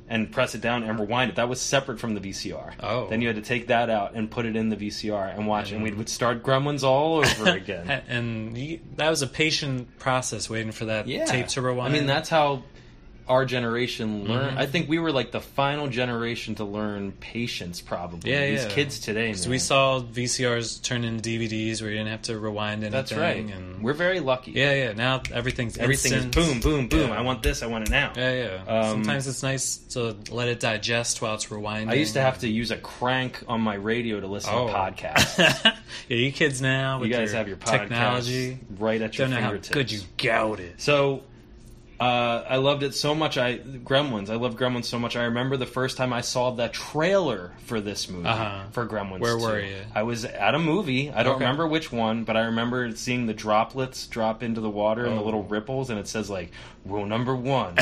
Speaker 2: and press it down and rewind it. That was separate from the VCR.
Speaker 1: Oh.
Speaker 2: Then you had to take that out and put it in the VCR and watch, and we would start Gremlins all over again.
Speaker 1: and you, that was a patient process waiting for that
Speaker 2: yeah,
Speaker 1: tape to rewind. Mm-hmm.
Speaker 2: I mean, that's how our generation learned. I think we were like the final generation to learn patience, probably.
Speaker 1: Yeah,
Speaker 2: These
Speaker 1: yeah.
Speaker 2: kids today,
Speaker 1: So
Speaker 2: man.
Speaker 1: we saw VCRs turn into DVDs where you didn't have to rewind anything.
Speaker 2: That's right.
Speaker 1: And
Speaker 2: We're very lucky.
Speaker 1: yeah, yeah. Now everything's
Speaker 2: Everything
Speaker 1: instant.
Speaker 2: is boom, boom, boom.
Speaker 1: Yeah.
Speaker 2: I want this. I want it now.
Speaker 1: Yeah, yeah.
Speaker 2: Um,
Speaker 1: Sometimes it's nice to let it digest while it's rewinding.
Speaker 2: I used to have to use a crank on my radio to listen
Speaker 1: Oh.
Speaker 2: to podcasts.
Speaker 1: yeah, you kids now
Speaker 2: You
Speaker 1: with
Speaker 2: guys
Speaker 1: your
Speaker 2: have your podcast
Speaker 1: technology.
Speaker 2: right at your
Speaker 1: Don't know how
Speaker 2: fingertips.
Speaker 1: good you gout it.
Speaker 2: So uh, I loved it so much. I Gremlins. I love Gremlins so much. I remember the first time I saw the trailer for this movie
Speaker 1: Uh-huh.
Speaker 2: for Gremlins.
Speaker 1: Where
Speaker 2: 2.
Speaker 1: were you?
Speaker 2: I was at a movie. I don't
Speaker 1: Okay.
Speaker 2: remember which one, but I remember seeing the droplets drop into the water and the
Speaker 1: Oh.
Speaker 2: little ripples, and it says like rule number one.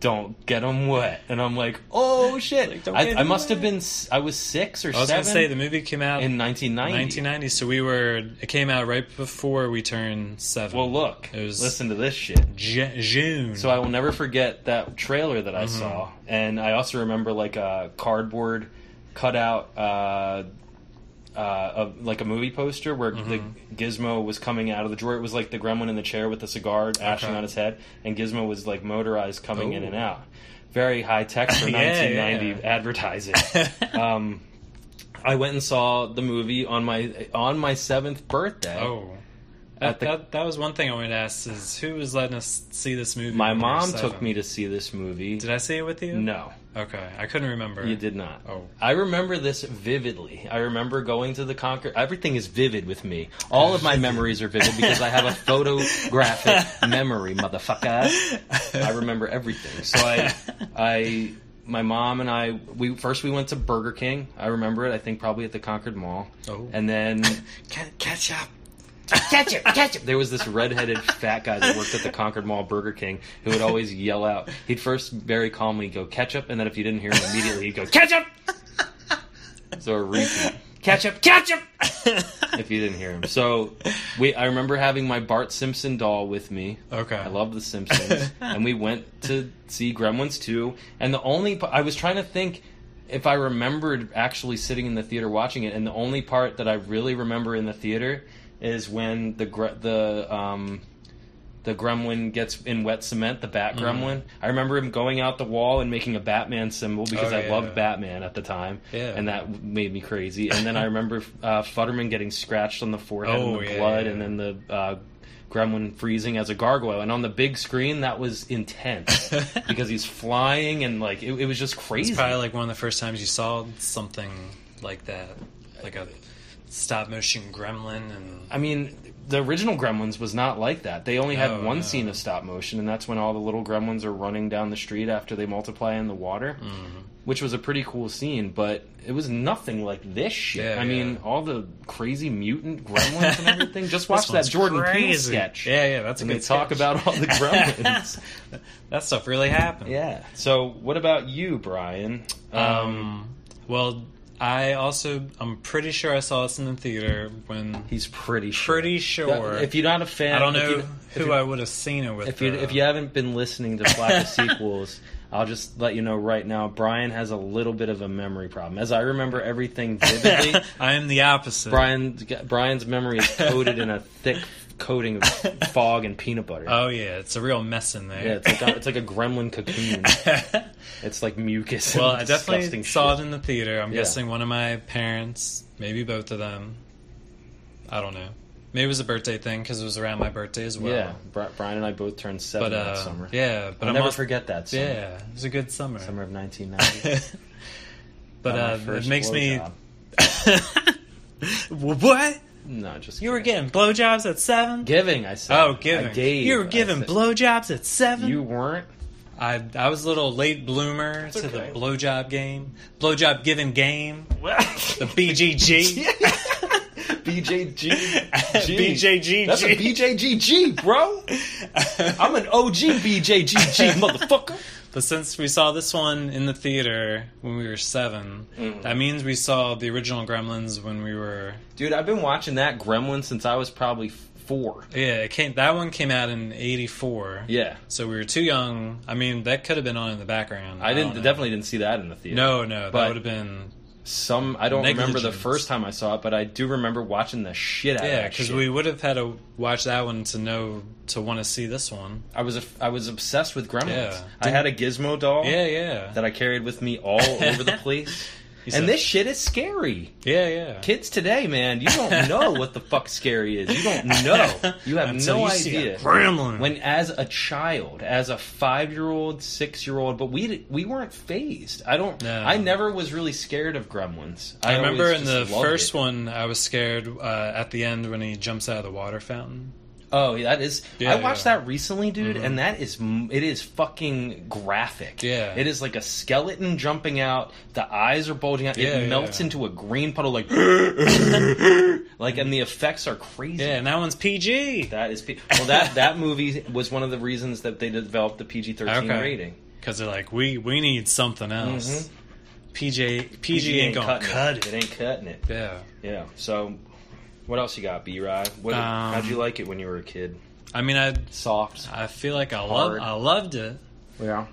Speaker 2: Don't get them wet, and I'm like, oh shit!
Speaker 1: Like, don't
Speaker 2: I,
Speaker 1: get
Speaker 2: I
Speaker 1: 'em
Speaker 2: must have
Speaker 1: wet.
Speaker 2: been s- I was six or
Speaker 1: I was
Speaker 2: seven
Speaker 1: gonna say the movie came out
Speaker 2: in 1990.
Speaker 1: 1990, so we were. It came out right before we turned seven.
Speaker 2: Well, look,
Speaker 1: It was-
Speaker 2: listen to this shit.
Speaker 1: Ju- June.
Speaker 2: So I will never forget that trailer that
Speaker 1: Mm-hmm.
Speaker 2: I saw, and I also remember like a cardboard cutout, uh, uh, of, like a movie poster where
Speaker 1: Mm-hmm.
Speaker 2: the Gizmo was coming out of the drawer. It was like the Gremlin in the chair with the cigar ashing
Speaker 1: Okay.
Speaker 2: on his head, and Gizmo was like motorized coming in
Speaker 1: Ooh.
Speaker 2: and out. Very high tech for
Speaker 1: Yeah,
Speaker 2: 1990
Speaker 1: yeah.
Speaker 2: advertising. um, I went and saw the movie on my on my seventh birthday.
Speaker 1: oh, that,
Speaker 2: At the-
Speaker 1: that, that was one thing I wanted to ask: is who was letting us see this movie?
Speaker 2: My
Speaker 1: when we were
Speaker 2: mom
Speaker 1: seven?
Speaker 2: took me to see this movie.
Speaker 1: Did I see it with you?
Speaker 2: No.
Speaker 1: Okay, I couldn't remember.
Speaker 2: You did not.
Speaker 1: Oh.
Speaker 2: I remember this vividly. I remember going to the Concord. Everything is vivid with me. All of my memories are vivid because I have a photographic memory, motherfucker. I remember everything. So I, I my mom and I we first we went to Burger King. I remember it. I think probably at the Concord Mall.
Speaker 1: Oh.
Speaker 2: And then
Speaker 4: catch up. Catch up, catch up.
Speaker 2: there was this redheaded fat guy that worked at the Concord Mall Burger King who would always yell out. He'd first very calmly go ketchup, and then if you didn't hear him immediately, he'd go ketchup.
Speaker 4: Catch up,
Speaker 2: So a repeat
Speaker 4: catch up, catch up.
Speaker 2: if you didn't hear him. So we I remember having my Bart Simpson doll with me.
Speaker 1: Okay.
Speaker 2: I love The Simpsons, and we went to see Gremlins 2. And the only p- I was trying to think if I remembered actually sitting in the theater watching it, and the only part that I really remember in the theater is when the gre- the um, the Gremlin gets in wet cement, the Bat
Speaker 1: Mm-hmm.
Speaker 2: Gremlin. I remember him going out the wall and making a Batman symbol because
Speaker 1: Oh,
Speaker 2: I
Speaker 1: yeah.
Speaker 2: loved Batman at the time,
Speaker 1: Yeah.
Speaker 2: and that made me crazy. And then I remember uh, Futterman getting scratched on the forehead
Speaker 1: Oh,
Speaker 2: and the
Speaker 1: yeah,
Speaker 2: blood,
Speaker 1: yeah.
Speaker 2: and then the uh, Gremlin freezing as a gargoyle. And on the big screen, that was intense because he's flying and like it, it was just crazy.
Speaker 1: It's probably like one of the first times you saw something like that, like a stop motion gremlin, and
Speaker 2: I mean, the original Gremlins was not like that. They only had
Speaker 1: No,
Speaker 2: one
Speaker 1: Oh, no.
Speaker 2: scene of stop motion, and that's when all the little gremlins are running down the street after they multiply in the water,
Speaker 1: Mm-hmm.
Speaker 2: which was a pretty cool scene, but it was nothing like this shit.
Speaker 1: Yeah,
Speaker 2: I mean,
Speaker 1: yeah.
Speaker 2: all the crazy mutant gremlins and everything.
Speaker 1: This
Speaker 2: Just watch that
Speaker 1: one's
Speaker 2: Jordan Peele
Speaker 1: crazy.
Speaker 2: sketch.
Speaker 1: Yeah, yeah, that's a
Speaker 2: And
Speaker 1: good
Speaker 2: they talk
Speaker 1: sketch.
Speaker 2: about all the gremlins.
Speaker 1: that stuff really happened.
Speaker 2: yeah. So, what about you, Brian?
Speaker 1: Um. Well, I also I'm pretty sure I saw this in the theater when.
Speaker 2: he's pretty sure.
Speaker 1: Pretty sure.
Speaker 2: If you're not a fan,
Speaker 1: I don't
Speaker 2: if
Speaker 1: know
Speaker 2: you- if
Speaker 1: who
Speaker 2: you-
Speaker 1: I would have seen it with.
Speaker 2: If you
Speaker 1: though.
Speaker 2: if you haven't been listening to Flock of Sequels, I'll just let you know right now. Brian has a little bit of a memory problem, as I remember everything vividly.
Speaker 1: I am the opposite.
Speaker 2: Brian Brian's memory is coated in a thick coating of fog and peanut butter.
Speaker 1: Oh yeah, it's a real mess in there.
Speaker 2: yeah, it's like a, it's like a gremlin cocoon. It's like mucus.
Speaker 1: well,
Speaker 2: and
Speaker 1: I definitely
Speaker 2: disgusting
Speaker 1: saw
Speaker 2: shit.
Speaker 1: it in the theater. I'm
Speaker 2: Yeah.
Speaker 1: guessing one of my parents, maybe both of them. I don't know. Maybe it was a birthday thing because it was around my birthday as well.
Speaker 2: yeah, Bri- Brian and I both turned seven
Speaker 1: but uh,
Speaker 2: that summer.
Speaker 1: yeah, but
Speaker 2: I'll
Speaker 1: I'm
Speaker 2: never
Speaker 1: also-
Speaker 2: forget that summer.
Speaker 1: Yeah, it was a good summer.
Speaker 2: Summer of 1990.
Speaker 1: but
Speaker 2: Got my
Speaker 1: uh, it
Speaker 2: first
Speaker 1: makes me.
Speaker 2: blowjob.
Speaker 1: what?
Speaker 2: No, just
Speaker 1: You were
Speaker 2: kidding.
Speaker 1: getting blowjobs at seven?
Speaker 2: giving. I said.
Speaker 1: oh,
Speaker 2: I
Speaker 1: giving.
Speaker 2: gave.
Speaker 1: you were
Speaker 2: I
Speaker 1: giving
Speaker 2: said-
Speaker 1: blowjobs at seven.
Speaker 2: You weren't.
Speaker 1: I I was a little late bloomer to
Speaker 2: okay.
Speaker 1: the blowjob game, blowjob giving game, the
Speaker 2: the
Speaker 1: BGG.
Speaker 2: BJG.
Speaker 1: BJGG.
Speaker 2: That's a BJGG, bro. I'm an OG BJGG motherfucker.
Speaker 1: But since we saw this one in the theater when we were 7
Speaker 2: Mm.
Speaker 1: that means we saw the original Gremlins when we were
Speaker 2: Dude, I've been watching that Gremlin since I was probably f- four.
Speaker 1: yeah. It came that one came out in '84.
Speaker 2: Yeah,
Speaker 1: So we were too young. I mean, that could have been on in the background.
Speaker 2: I didn't
Speaker 1: don't know.
Speaker 2: definitely didn't see that in the theater.
Speaker 1: Oh, No, no,
Speaker 2: But-
Speaker 1: that would have been
Speaker 2: some I don't remember the
Speaker 1: Negligence.
Speaker 2: first time I saw it, but I do remember watching the shit out of
Speaker 1: yeah.
Speaker 2: that
Speaker 1: Because
Speaker 2: shit.
Speaker 1: we would have had to watch that one to know to want to see this one.
Speaker 2: I was a, I was obsessed with Gremlins.
Speaker 1: Yeah.
Speaker 2: I had a Gizmo doll
Speaker 1: Yeah, yeah,
Speaker 2: that I carried with me all over the place.
Speaker 1: You
Speaker 2: and
Speaker 1: said-
Speaker 2: this shit is scary.
Speaker 1: yeah, yeah.
Speaker 2: Kids today, man, you don't know what the fuck scary is. You don't know. You have
Speaker 1: Until
Speaker 2: no
Speaker 1: you see
Speaker 2: idea.
Speaker 1: a gremlin.
Speaker 2: When as a child, as a five-year-old, six-year-old, but we di- we weren't phased. I don't.
Speaker 1: No.
Speaker 2: I never was really scared of gremlins.
Speaker 1: I remember
Speaker 2: always
Speaker 1: in the
Speaker 2: just loved
Speaker 1: first
Speaker 2: it.
Speaker 1: one, I was scared uh, at the end when he jumps out of the water fountain.
Speaker 2: Oh, yeah, that is.
Speaker 1: Yeah,
Speaker 2: I watched
Speaker 1: yeah. Mm-hmm.
Speaker 2: that recently, dude, and that is m- it is fucking graphic.
Speaker 1: Yeah.
Speaker 2: it is like a skeleton jumping out. The eyes are bulging out.
Speaker 1: Yeah,
Speaker 2: it melts
Speaker 1: yeah.
Speaker 2: into a green puddle, like like, and the effects are crazy.
Speaker 1: Yeah, and that one's PG
Speaker 2: That is P- well. That that movie was one of the reasons that they developed the PG thirteen
Speaker 1: Okay.
Speaker 2: rating.
Speaker 1: because they're like, we we need something else. PJ PG, ain't gonna
Speaker 2: cutting
Speaker 1: cut
Speaker 2: it.
Speaker 1: it.
Speaker 2: It Mm-hmm. ain't cutting it.
Speaker 1: Yeah,
Speaker 2: Yeah. So, what else you got, B Rod? What
Speaker 1: Um,
Speaker 2: how'd you like it when you were a kid?
Speaker 1: I mean, I
Speaker 2: Soft.
Speaker 1: I feel like I love
Speaker 2: Hard.
Speaker 1: I loved it.
Speaker 2: Yeah.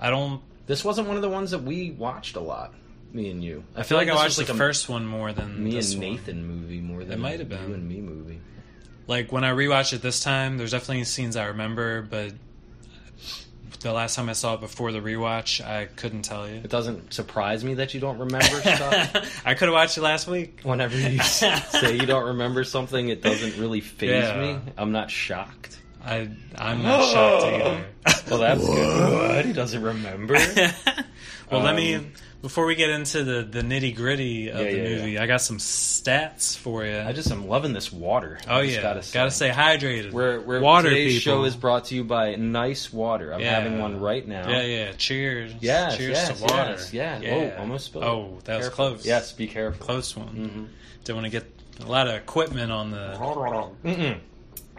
Speaker 1: I don't.
Speaker 2: This wasn't one of the ones that we watched a lot. Me and you.
Speaker 1: I feel like I
Speaker 2: this
Speaker 1: watched
Speaker 2: was
Speaker 1: the
Speaker 2: a
Speaker 1: first one more than
Speaker 2: me
Speaker 1: this
Speaker 2: and
Speaker 1: one.
Speaker 2: Nathan movie more than
Speaker 1: might
Speaker 2: a
Speaker 1: have been.
Speaker 2: you and me movie.
Speaker 1: Like when I rewatched it this time, there's definitely scenes I remember, but the last time I saw it before the rewatch, I couldn't tell you.
Speaker 2: It doesn't surprise me that you don't remember stuff.
Speaker 1: I could have watched it last week.
Speaker 2: Whenever you s- say you don't remember something, it doesn't really phase
Speaker 1: Yeah.
Speaker 2: me. I'm not shocked.
Speaker 1: I I'm not shocked
Speaker 2: Well, that's good. What? He doesn't remember.
Speaker 1: either. Well, let me
Speaker 2: Um,
Speaker 1: before we get into the the nitty gritty of
Speaker 2: Yeah,
Speaker 1: the
Speaker 2: yeah,
Speaker 1: movie. I got some stats for you.
Speaker 2: I just am loving this water.
Speaker 1: oh
Speaker 2: I just
Speaker 1: yeah,
Speaker 2: gotta say.
Speaker 1: stay hydrated.
Speaker 2: We're, we're,
Speaker 1: water
Speaker 2: today's
Speaker 1: people.
Speaker 2: show is brought to you by Nice Water. I'm
Speaker 1: Yeah.
Speaker 2: having one right now.
Speaker 1: yeah, yeah. Cheers.
Speaker 2: Yes,
Speaker 1: Cheers
Speaker 2: yes,
Speaker 1: to water.
Speaker 2: yes, yeah. Oh, almost spilled.
Speaker 1: Oh, that was
Speaker 2: Careful.
Speaker 1: close.
Speaker 2: Yes, be careful.
Speaker 1: close one.
Speaker 2: Mm-hmm.
Speaker 1: Didn't want to get a lot of equipment on the.
Speaker 2: Mm-mm.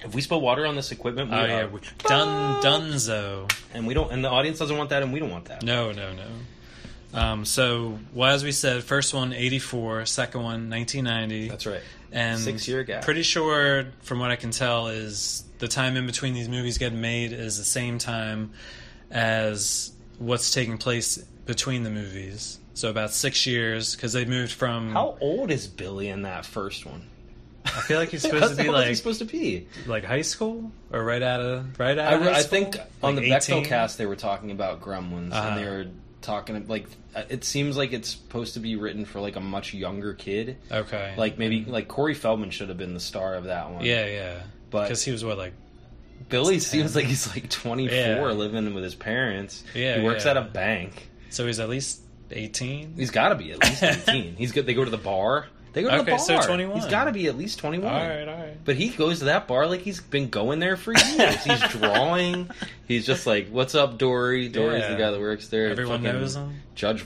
Speaker 2: If we spill water on this equipment, we
Speaker 1: Oh
Speaker 2: are-
Speaker 1: yeah, we, done Dunzo.
Speaker 2: and we don't, and the audience doesn't want that, and we don't want that.
Speaker 1: No, no, no. Um, so, well, as we said, first one 84, second one 1990.
Speaker 2: That's right.
Speaker 1: and
Speaker 2: six-year gap.
Speaker 1: Pretty sure, from what I can tell, is the time in between these movies getting made is the same time as what's taking place between the movies. So about six years, because they moved from.
Speaker 2: How old is Billy in that first one?
Speaker 1: I feel like he's
Speaker 2: How
Speaker 1: supposed to be
Speaker 2: old is he
Speaker 1: like
Speaker 2: supposed to be?
Speaker 1: like high school or right out of right out.
Speaker 2: I,
Speaker 1: of
Speaker 2: re-
Speaker 1: high
Speaker 2: I
Speaker 1: school?
Speaker 2: think on the
Speaker 1: Like
Speaker 2: Bechdel
Speaker 1: 18?
Speaker 2: cast they were talking about Gremlins,
Speaker 1: Uh-huh.
Speaker 2: and they were talking like uh, it seems like it's supposed to be written for like a much younger kid.
Speaker 1: Okay.
Speaker 2: Like maybe like Corey Feldman should have been the star of that one.
Speaker 1: Yeah, yeah.
Speaker 2: But-
Speaker 1: Because he was what like
Speaker 2: Billy seems like he's like 24,
Speaker 1: Yeah.
Speaker 2: living with his parents.
Speaker 1: Yeah,
Speaker 2: he works
Speaker 1: yeah.
Speaker 2: at a bank.
Speaker 1: so he's at least eighteen.
Speaker 2: He's got to be at least 18. he's good. They go to the bar. They go to the
Speaker 1: Okay, so
Speaker 2: bar.
Speaker 1: 21.
Speaker 2: He's got to be at least 21.
Speaker 1: all right, all right.
Speaker 2: But he goes to that bar like he's been going there for years. he's drawing. He's just like, "What's up, Dory?" Dory's
Speaker 1: Yeah.
Speaker 2: the guy that works there.
Speaker 1: Everyone
Speaker 2: Fucking
Speaker 1: knows him.
Speaker 2: Judge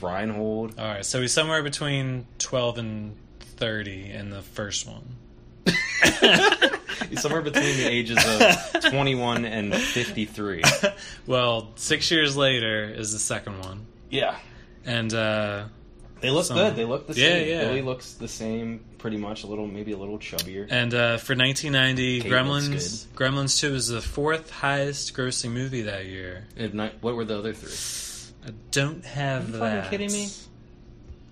Speaker 2: Reinhold.
Speaker 1: All right, so he's somewhere between twelve and thirty in the first one.
Speaker 2: He's somewhere between the ages of 21 and 53.
Speaker 1: well, six years later is the second one,
Speaker 2: Yeah,
Speaker 1: and uh,
Speaker 2: they look
Speaker 1: Some-
Speaker 2: good. They look the
Speaker 1: Yeah,
Speaker 2: same.
Speaker 1: yeah.
Speaker 2: Billy looks the same, pretty much. A little, maybe a little chubbier.
Speaker 1: and uh, for 1990,
Speaker 2: Kate looks
Speaker 1: Gremlins Gremlins Two is the fourth highest grossing movie that year.
Speaker 2: If not- what were the other three?
Speaker 1: I don't have
Speaker 2: You fucking
Speaker 1: that.
Speaker 2: kidding me?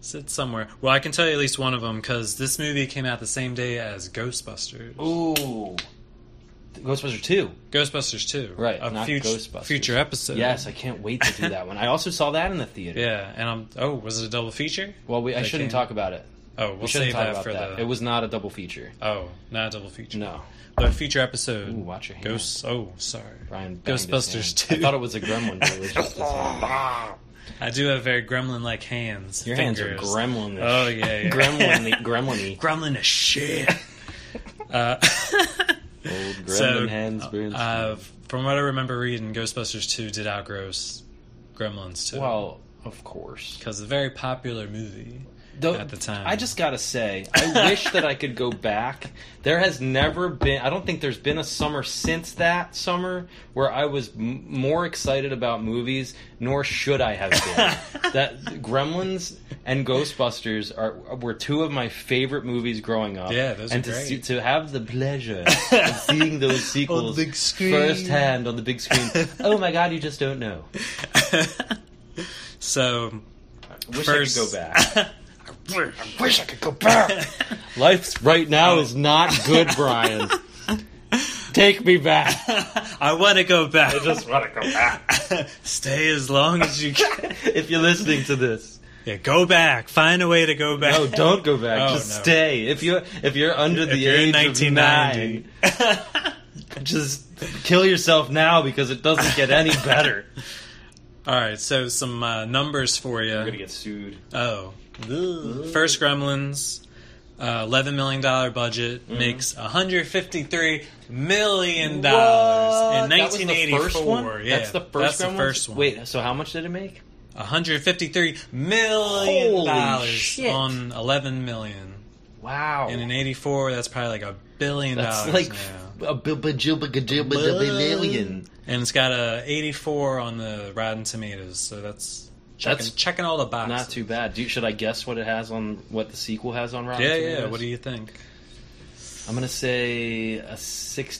Speaker 1: It's it's somewhere. Well, I can tell you at least one of them because this movie came out the same day as Ghostbusters.
Speaker 2: Ooh, Ghostbusters Two.
Speaker 1: Ghostbusters Two,
Speaker 2: Right,
Speaker 1: A
Speaker 2: not
Speaker 1: fut-
Speaker 2: Ghostbusters.
Speaker 1: future episode.
Speaker 2: Yes, I can't wait to do that one. I also saw that in the theater.
Speaker 1: Yeah, and I'm. Oh, was it a double feature?
Speaker 2: Well, we, I
Speaker 1: They
Speaker 2: shouldn't
Speaker 1: came-
Speaker 2: talk about it.
Speaker 1: Oh, we'll
Speaker 2: we shouldn't
Speaker 1: save
Speaker 2: talk
Speaker 1: that
Speaker 2: about
Speaker 1: for
Speaker 2: that.
Speaker 1: the.
Speaker 2: It was not a double feature.
Speaker 1: oh, not a double feature.
Speaker 2: No.
Speaker 1: But future episode.
Speaker 2: Ooh, watch your hand.
Speaker 1: Ghosts. Oh, sorry.
Speaker 2: Brian banged his
Speaker 1: Ghostbusters
Speaker 2: hand.
Speaker 1: two.
Speaker 2: I thought it was a gremlin. But it was just his hand.
Speaker 1: I do have very gremlin-like hands.
Speaker 2: Your hands are
Speaker 1: fingers.
Speaker 2: gremlin.
Speaker 1: Oh yeah, yeah.
Speaker 2: gremlin, gremlin-y.
Speaker 1: gremlin is shit. uh,
Speaker 2: Old gremlin
Speaker 1: so,
Speaker 2: hands. burns.
Speaker 1: uh, from what I remember reading, Ghostbusters two did outgross Gremlins two.
Speaker 2: well, of course.
Speaker 1: because a very popular movie.
Speaker 2: Though-
Speaker 1: At the time.
Speaker 2: I just gotta say, I wish that I could go back. There has never been. I don't think there's been a summer since that summer where I was m- more excited about movies, nor should I have been. that Gremlins and Ghostbusters are were two of my favorite movies growing up.
Speaker 1: Yeah, those are
Speaker 2: and to
Speaker 1: great.
Speaker 2: see- to have the pleasure of seeing those sequels
Speaker 1: On the big screen.
Speaker 2: firsthand on the big screen. oh my god, you just don't know.
Speaker 1: So
Speaker 2: Wish
Speaker 1: First-
Speaker 2: I could go back.
Speaker 4: I wish I could go back.
Speaker 2: Life right now is not good, Brian. Take me back.
Speaker 1: I want to go back.
Speaker 4: Just want to go back.
Speaker 1: Stay as long as you can.
Speaker 2: if you're listening to this.
Speaker 1: yeah, go back. Find a way to go back.
Speaker 2: No, don't go back.
Speaker 1: Oh,
Speaker 2: just
Speaker 1: no.
Speaker 2: stay. If you're if you're under
Speaker 1: If
Speaker 2: the
Speaker 1: you're in
Speaker 2: age of
Speaker 1: 1990.
Speaker 2: nine, just kill yourself now because it doesn't get any better.
Speaker 1: All right, so some uh, numbers for you.
Speaker 2: get sued.
Speaker 1: Oh, first Gremlins, uh, eleven million dollar budget
Speaker 2: Mm-hmm.
Speaker 1: makes one hundred fifty three million dollars in nineteen eighty four. Yeah,
Speaker 2: that's the first.
Speaker 1: That's
Speaker 2: Gremlins?
Speaker 1: the first one.
Speaker 2: Wait, so how much did it make?
Speaker 1: one hundred fifty three million
Speaker 2: Holy
Speaker 1: dollars
Speaker 2: shit.
Speaker 1: on eleven million.
Speaker 2: Wow,
Speaker 1: And in eighty four, that's probably like a billion
Speaker 2: that's
Speaker 1: dollars
Speaker 2: like
Speaker 1: now.
Speaker 2: a billion.
Speaker 1: And it's got a eighty four on the Rotten Tomatoes, so that's checking,
Speaker 2: That's
Speaker 1: checking all the boxes.
Speaker 2: Not too bad. Do, should I guess what it has on what the sequel has on Rotten
Speaker 1: Yeah,
Speaker 2: Tomatoes?
Speaker 1: yeah. What do you think?
Speaker 2: I'm gonna say a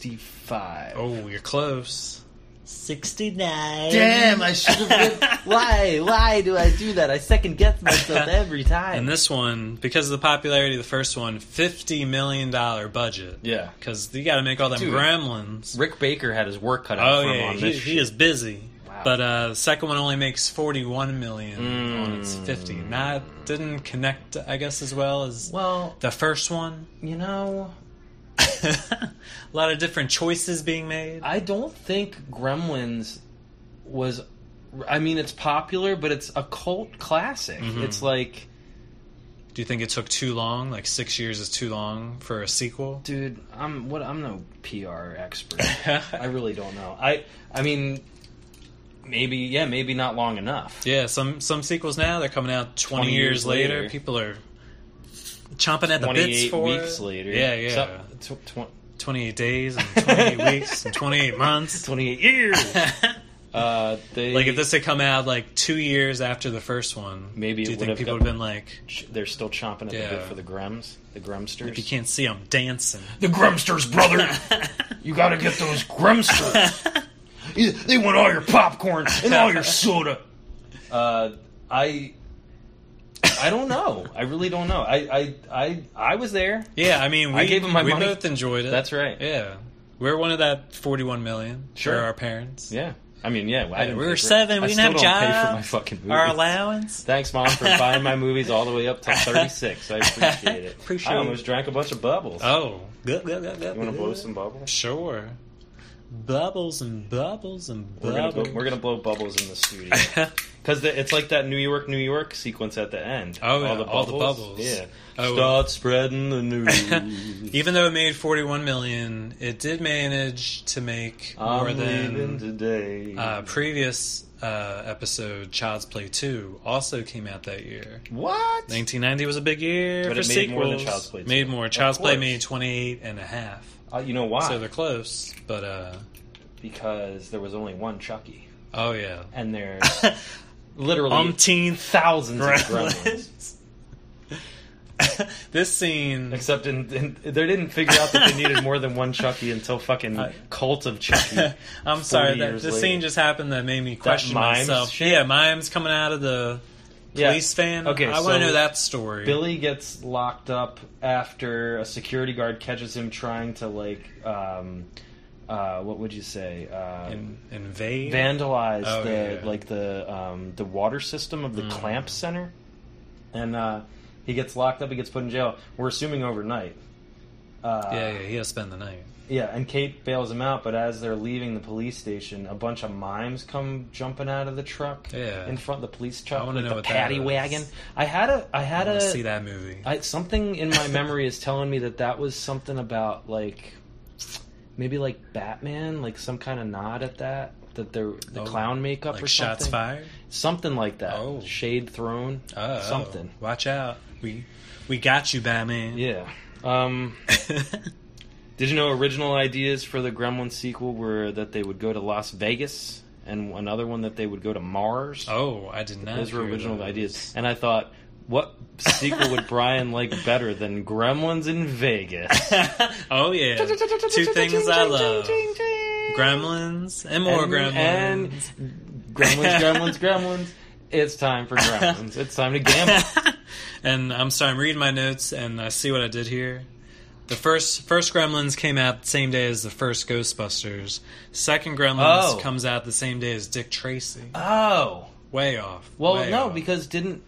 Speaker 2: 65.
Speaker 1: Oh, you're close. Sixty nine.
Speaker 2: Damn, I should have. been- why? Why do I do that? I second guess myself every time.
Speaker 1: And this one, because of the popularity of the first one, fifty million dollar budget.
Speaker 2: yeah,
Speaker 1: Because you got to make all them
Speaker 2: Dude.
Speaker 1: gremlins.
Speaker 2: Rick Baker had his work cut out
Speaker 1: Oh
Speaker 2: for him
Speaker 1: yeah,
Speaker 2: on
Speaker 1: he,
Speaker 2: this.
Speaker 1: he
Speaker 2: shit.
Speaker 1: is busy.
Speaker 2: Wow.
Speaker 1: But uh, the second one only makes forty one million on its
Speaker 2: Mm.
Speaker 1: fifty. Not didn't connect, I guess, as well as
Speaker 2: Well,
Speaker 1: the first one.
Speaker 2: you know,
Speaker 1: a lot of different choices being made.
Speaker 2: I don't think Gremlins was I mean, it's popular, but it's a cult classic. It's like,
Speaker 1: Do you think it took too long? Like six years is too long for a sequel?
Speaker 2: dude, I'm what? I'm no PR expert. I really don't know. I I mean, maybe yeah, maybe not long enough.
Speaker 1: Yeah, some some sequels now they're coming out twenty,
Speaker 2: 20
Speaker 1: years,
Speaker 2: years
Speaker 1: later.
Speaker 2: later.
Speaker 1: People are chomping at the bits
Speaker 2: 28
Speaker 1: for
Speaker 2: weeks
Speaker 1: it.
Speaker 2: later.
Speaker 1: Yeah, yeah.
Speaker 2: So- tw- tw-
Speaker 1: twenty eight days and twenty eight weeks and twenty eight months.
Speaker 2: 28 years. uh, they,
Speaker 1: like if this had come out like two years after the first one, do
Speaker 2: Maybe it
Speaker 1: you
Speaker 2: would
Speaker 1: think
Speaker 2: have
Speaker 1: people would
Speaker 2: got-
Speaker 1: have been like,
Speaker 2: ch- they're still chomping at the
Speaker 1: Yeah.
Speaker 2: bit for the Grems, the Gremsters.
Speaker 1: "You can't see I'm dancing."
Speaker 4: The Grumsters, brother. You gotta get those Grumsters. You- They want all your popcorn and all your soda.
Speaker 2: uh, I I don't know. I really don't know. I I I, I was there.
Speaker 1: Yeah, I mean, we,
Speaker 2: I gave 'em my
Speaker 1: we
Speaker 2: money.
Speaker 1: both enjoyed it.
Speaker 2: That's right.
Speaker 1: Yeah, we're one of that forty-one million
Speaker 2: Sure.
Speaker 1: for our parents.
Speaker 2: Yeah. I mean, yeah. I didn't
Speaker 1: we
Speaker 2: pay
Speaker 1: were
Speaker 2: for-
Speaker 1: seven.
Speaker 2: I
Speaker 1: We didn't
Speaker 2: still
Speaker 1: have jobs.
Speaker 2: don't Pay for my fucking movies.
Speaker 1: Our allowance.
Speaker 2: Thanks, mom, for buying my movies all the way up to thirty six. I appreciate it.
Speaker 1: Appreciate
Speaker 2: I
Speaker 1: it.
Speaker 2: almost drank a bunch of bubbles.
Speaker 1: Oh, good, good, good, good.
Speaker 2: you want to blow some bubbles?
Speaker 1: Sure. Bubbles and bubbles and
Speaker 2: We're
Speaker 1: bubbles.
Speaker 2: gonna, go, we're gonna blow bubbles in the studio because it's like that New York, New York sequence at the end.
Speaker 1: Oh, yeah, all the bubbles.
Speaker 2: Yeah,
Speaker 1: Oh.
Speaker 2: start spreading the news.
Speaker 1: Even though it made 41 million, it did manage to make more
Speaker 2: I'm
Speaker 1: than
Speaker 2: leaving today.
Speaker 1: uh, previous uh, episode. Child's Play 2 also came out that year.
Speaker 2: what?
Speaker 1: 1990 was a big year
Speaker 2: But
Speaker 1: for
Speaker 2: it made more
Speaker 1: sequels.
Speaker 2: than Child's Play 2.
Speaker 1: Made more. Child's Play
Speaker 2: course.
Speaker 1: made 28 and a half.
Speaker 2: Uh, you know why?
Speaker 1: So they're close, but uh,
Speaker 2: because there was only one Chucky,
Speaker 1: oh yeah,
Speaker 2: and there's literally
Speaker 1: Um, umpteenth
Speaker 2: thousands of gremlins.
Speaker 1: gremlins. this scene.
Speaker 2: Except in, in, they didn't figure out that they needed more than one Chucky until fucking
Speaker 1: Uh,
Speaker 2: Cult of Chucky.
Speaker 1: I'm sorry. That,
Speaker 2: years
Speaker 1: the
Speaker 2: later.
Speaker 1: scene just happened that made me question
Speaker 2: mimes
Speaker 1: myself.
Speaker 2: shit?
Speaker 1: Yeah, mimes coming out of the
Speaker 2: Yeah.
Speaker 1: police van.
Speaker 2: Okay,
Speaker 1: I want
Speaker 2: so
Speaker 1: to know that story.
Speaker 2: Billy gets locked up after a security guard catches him trying to like, um, uh, what would you say? Uh,
Speaker 1: In, invade.
Speaker 2: vandalize
Speaker 1: Oh,
Speaker 2: the
Speaker 1: yeah. Mm.
Speaker 2: like the um, the water system of the clamp center, and uh, he gets locked up. He gets put in jail. We're assuming overnight. Uh,
Speaker 1: yeah, yeah, he has to spend the night.
Speaker 2: yeah, and Kate bails him out, but as they're leaving the police station, a bunch of mimes come jumping out of the truck
Speaker 1: Yeah.
Speaker 2: in front of the police truck.
Speaker 1: I wanna
Speaker 2: with
Speaker 1: know
Speaker 2: the
Speaker 1: what that
Speaker 2: paddy
Speaker 1: is.
Speaker 2: wagon. I had a, I had
Speaker 1: I
Speaker 2: a
Speaker 1: want to see that movie.
Speaker 2: I, something in my memory is telling me that that was something about like maybe like Batman, like some kind of nod at that. That the the
Speaker 1: Oh,
Speaker 2: clown makeup
Speaker 1: like
Speaker 2: or
Speaker 1: shots
Speaker 2: something,
Speaker 1: fired.
Speaker 2: something like that.
Speaker 1: Oh.
Speaker 2: Shade thrown,
Speaker 1: Oh,
Speaker 2: something.
Speaker 1: Watch out. We we got you, Batman.
Speaker 2: Yeah. Um, Did you know original ideas for the Gremlin sequel were that they would go to Las Vegas and another one that they would go to Mars?
Speaker 1: oh, I did not.
Speaker 2: Those were
Speaker 1: hear
Speaker 2: original
Speaker 1: those.
Speaker 2: ideas. And I thought, what sequel would Brian like better than Gremlins in Vegas?
Speaker 1: oh yeah, two things I love: Gremlins and more Gremlins.
Speaker 2: And Gremlins, Gremlins, Gremlins. It's time for Gremlins. It's time to gamble.
Speaker 1: and I'm sorry, I'm reading my notes and I see what I did here. The first first Gremlins came out the same day as the first Ghostbusters. Second Gremlins
Speaker 2: Oh.
Speaker 1: comes out the same day as Dick Tracy.
Speaker 2: Oh.
Speaker 1: Way off.
Speaker 2: Well,
Speaker 1: way
Speaker 2: no,
Speaker 1: off.
Speaker 2: because didn't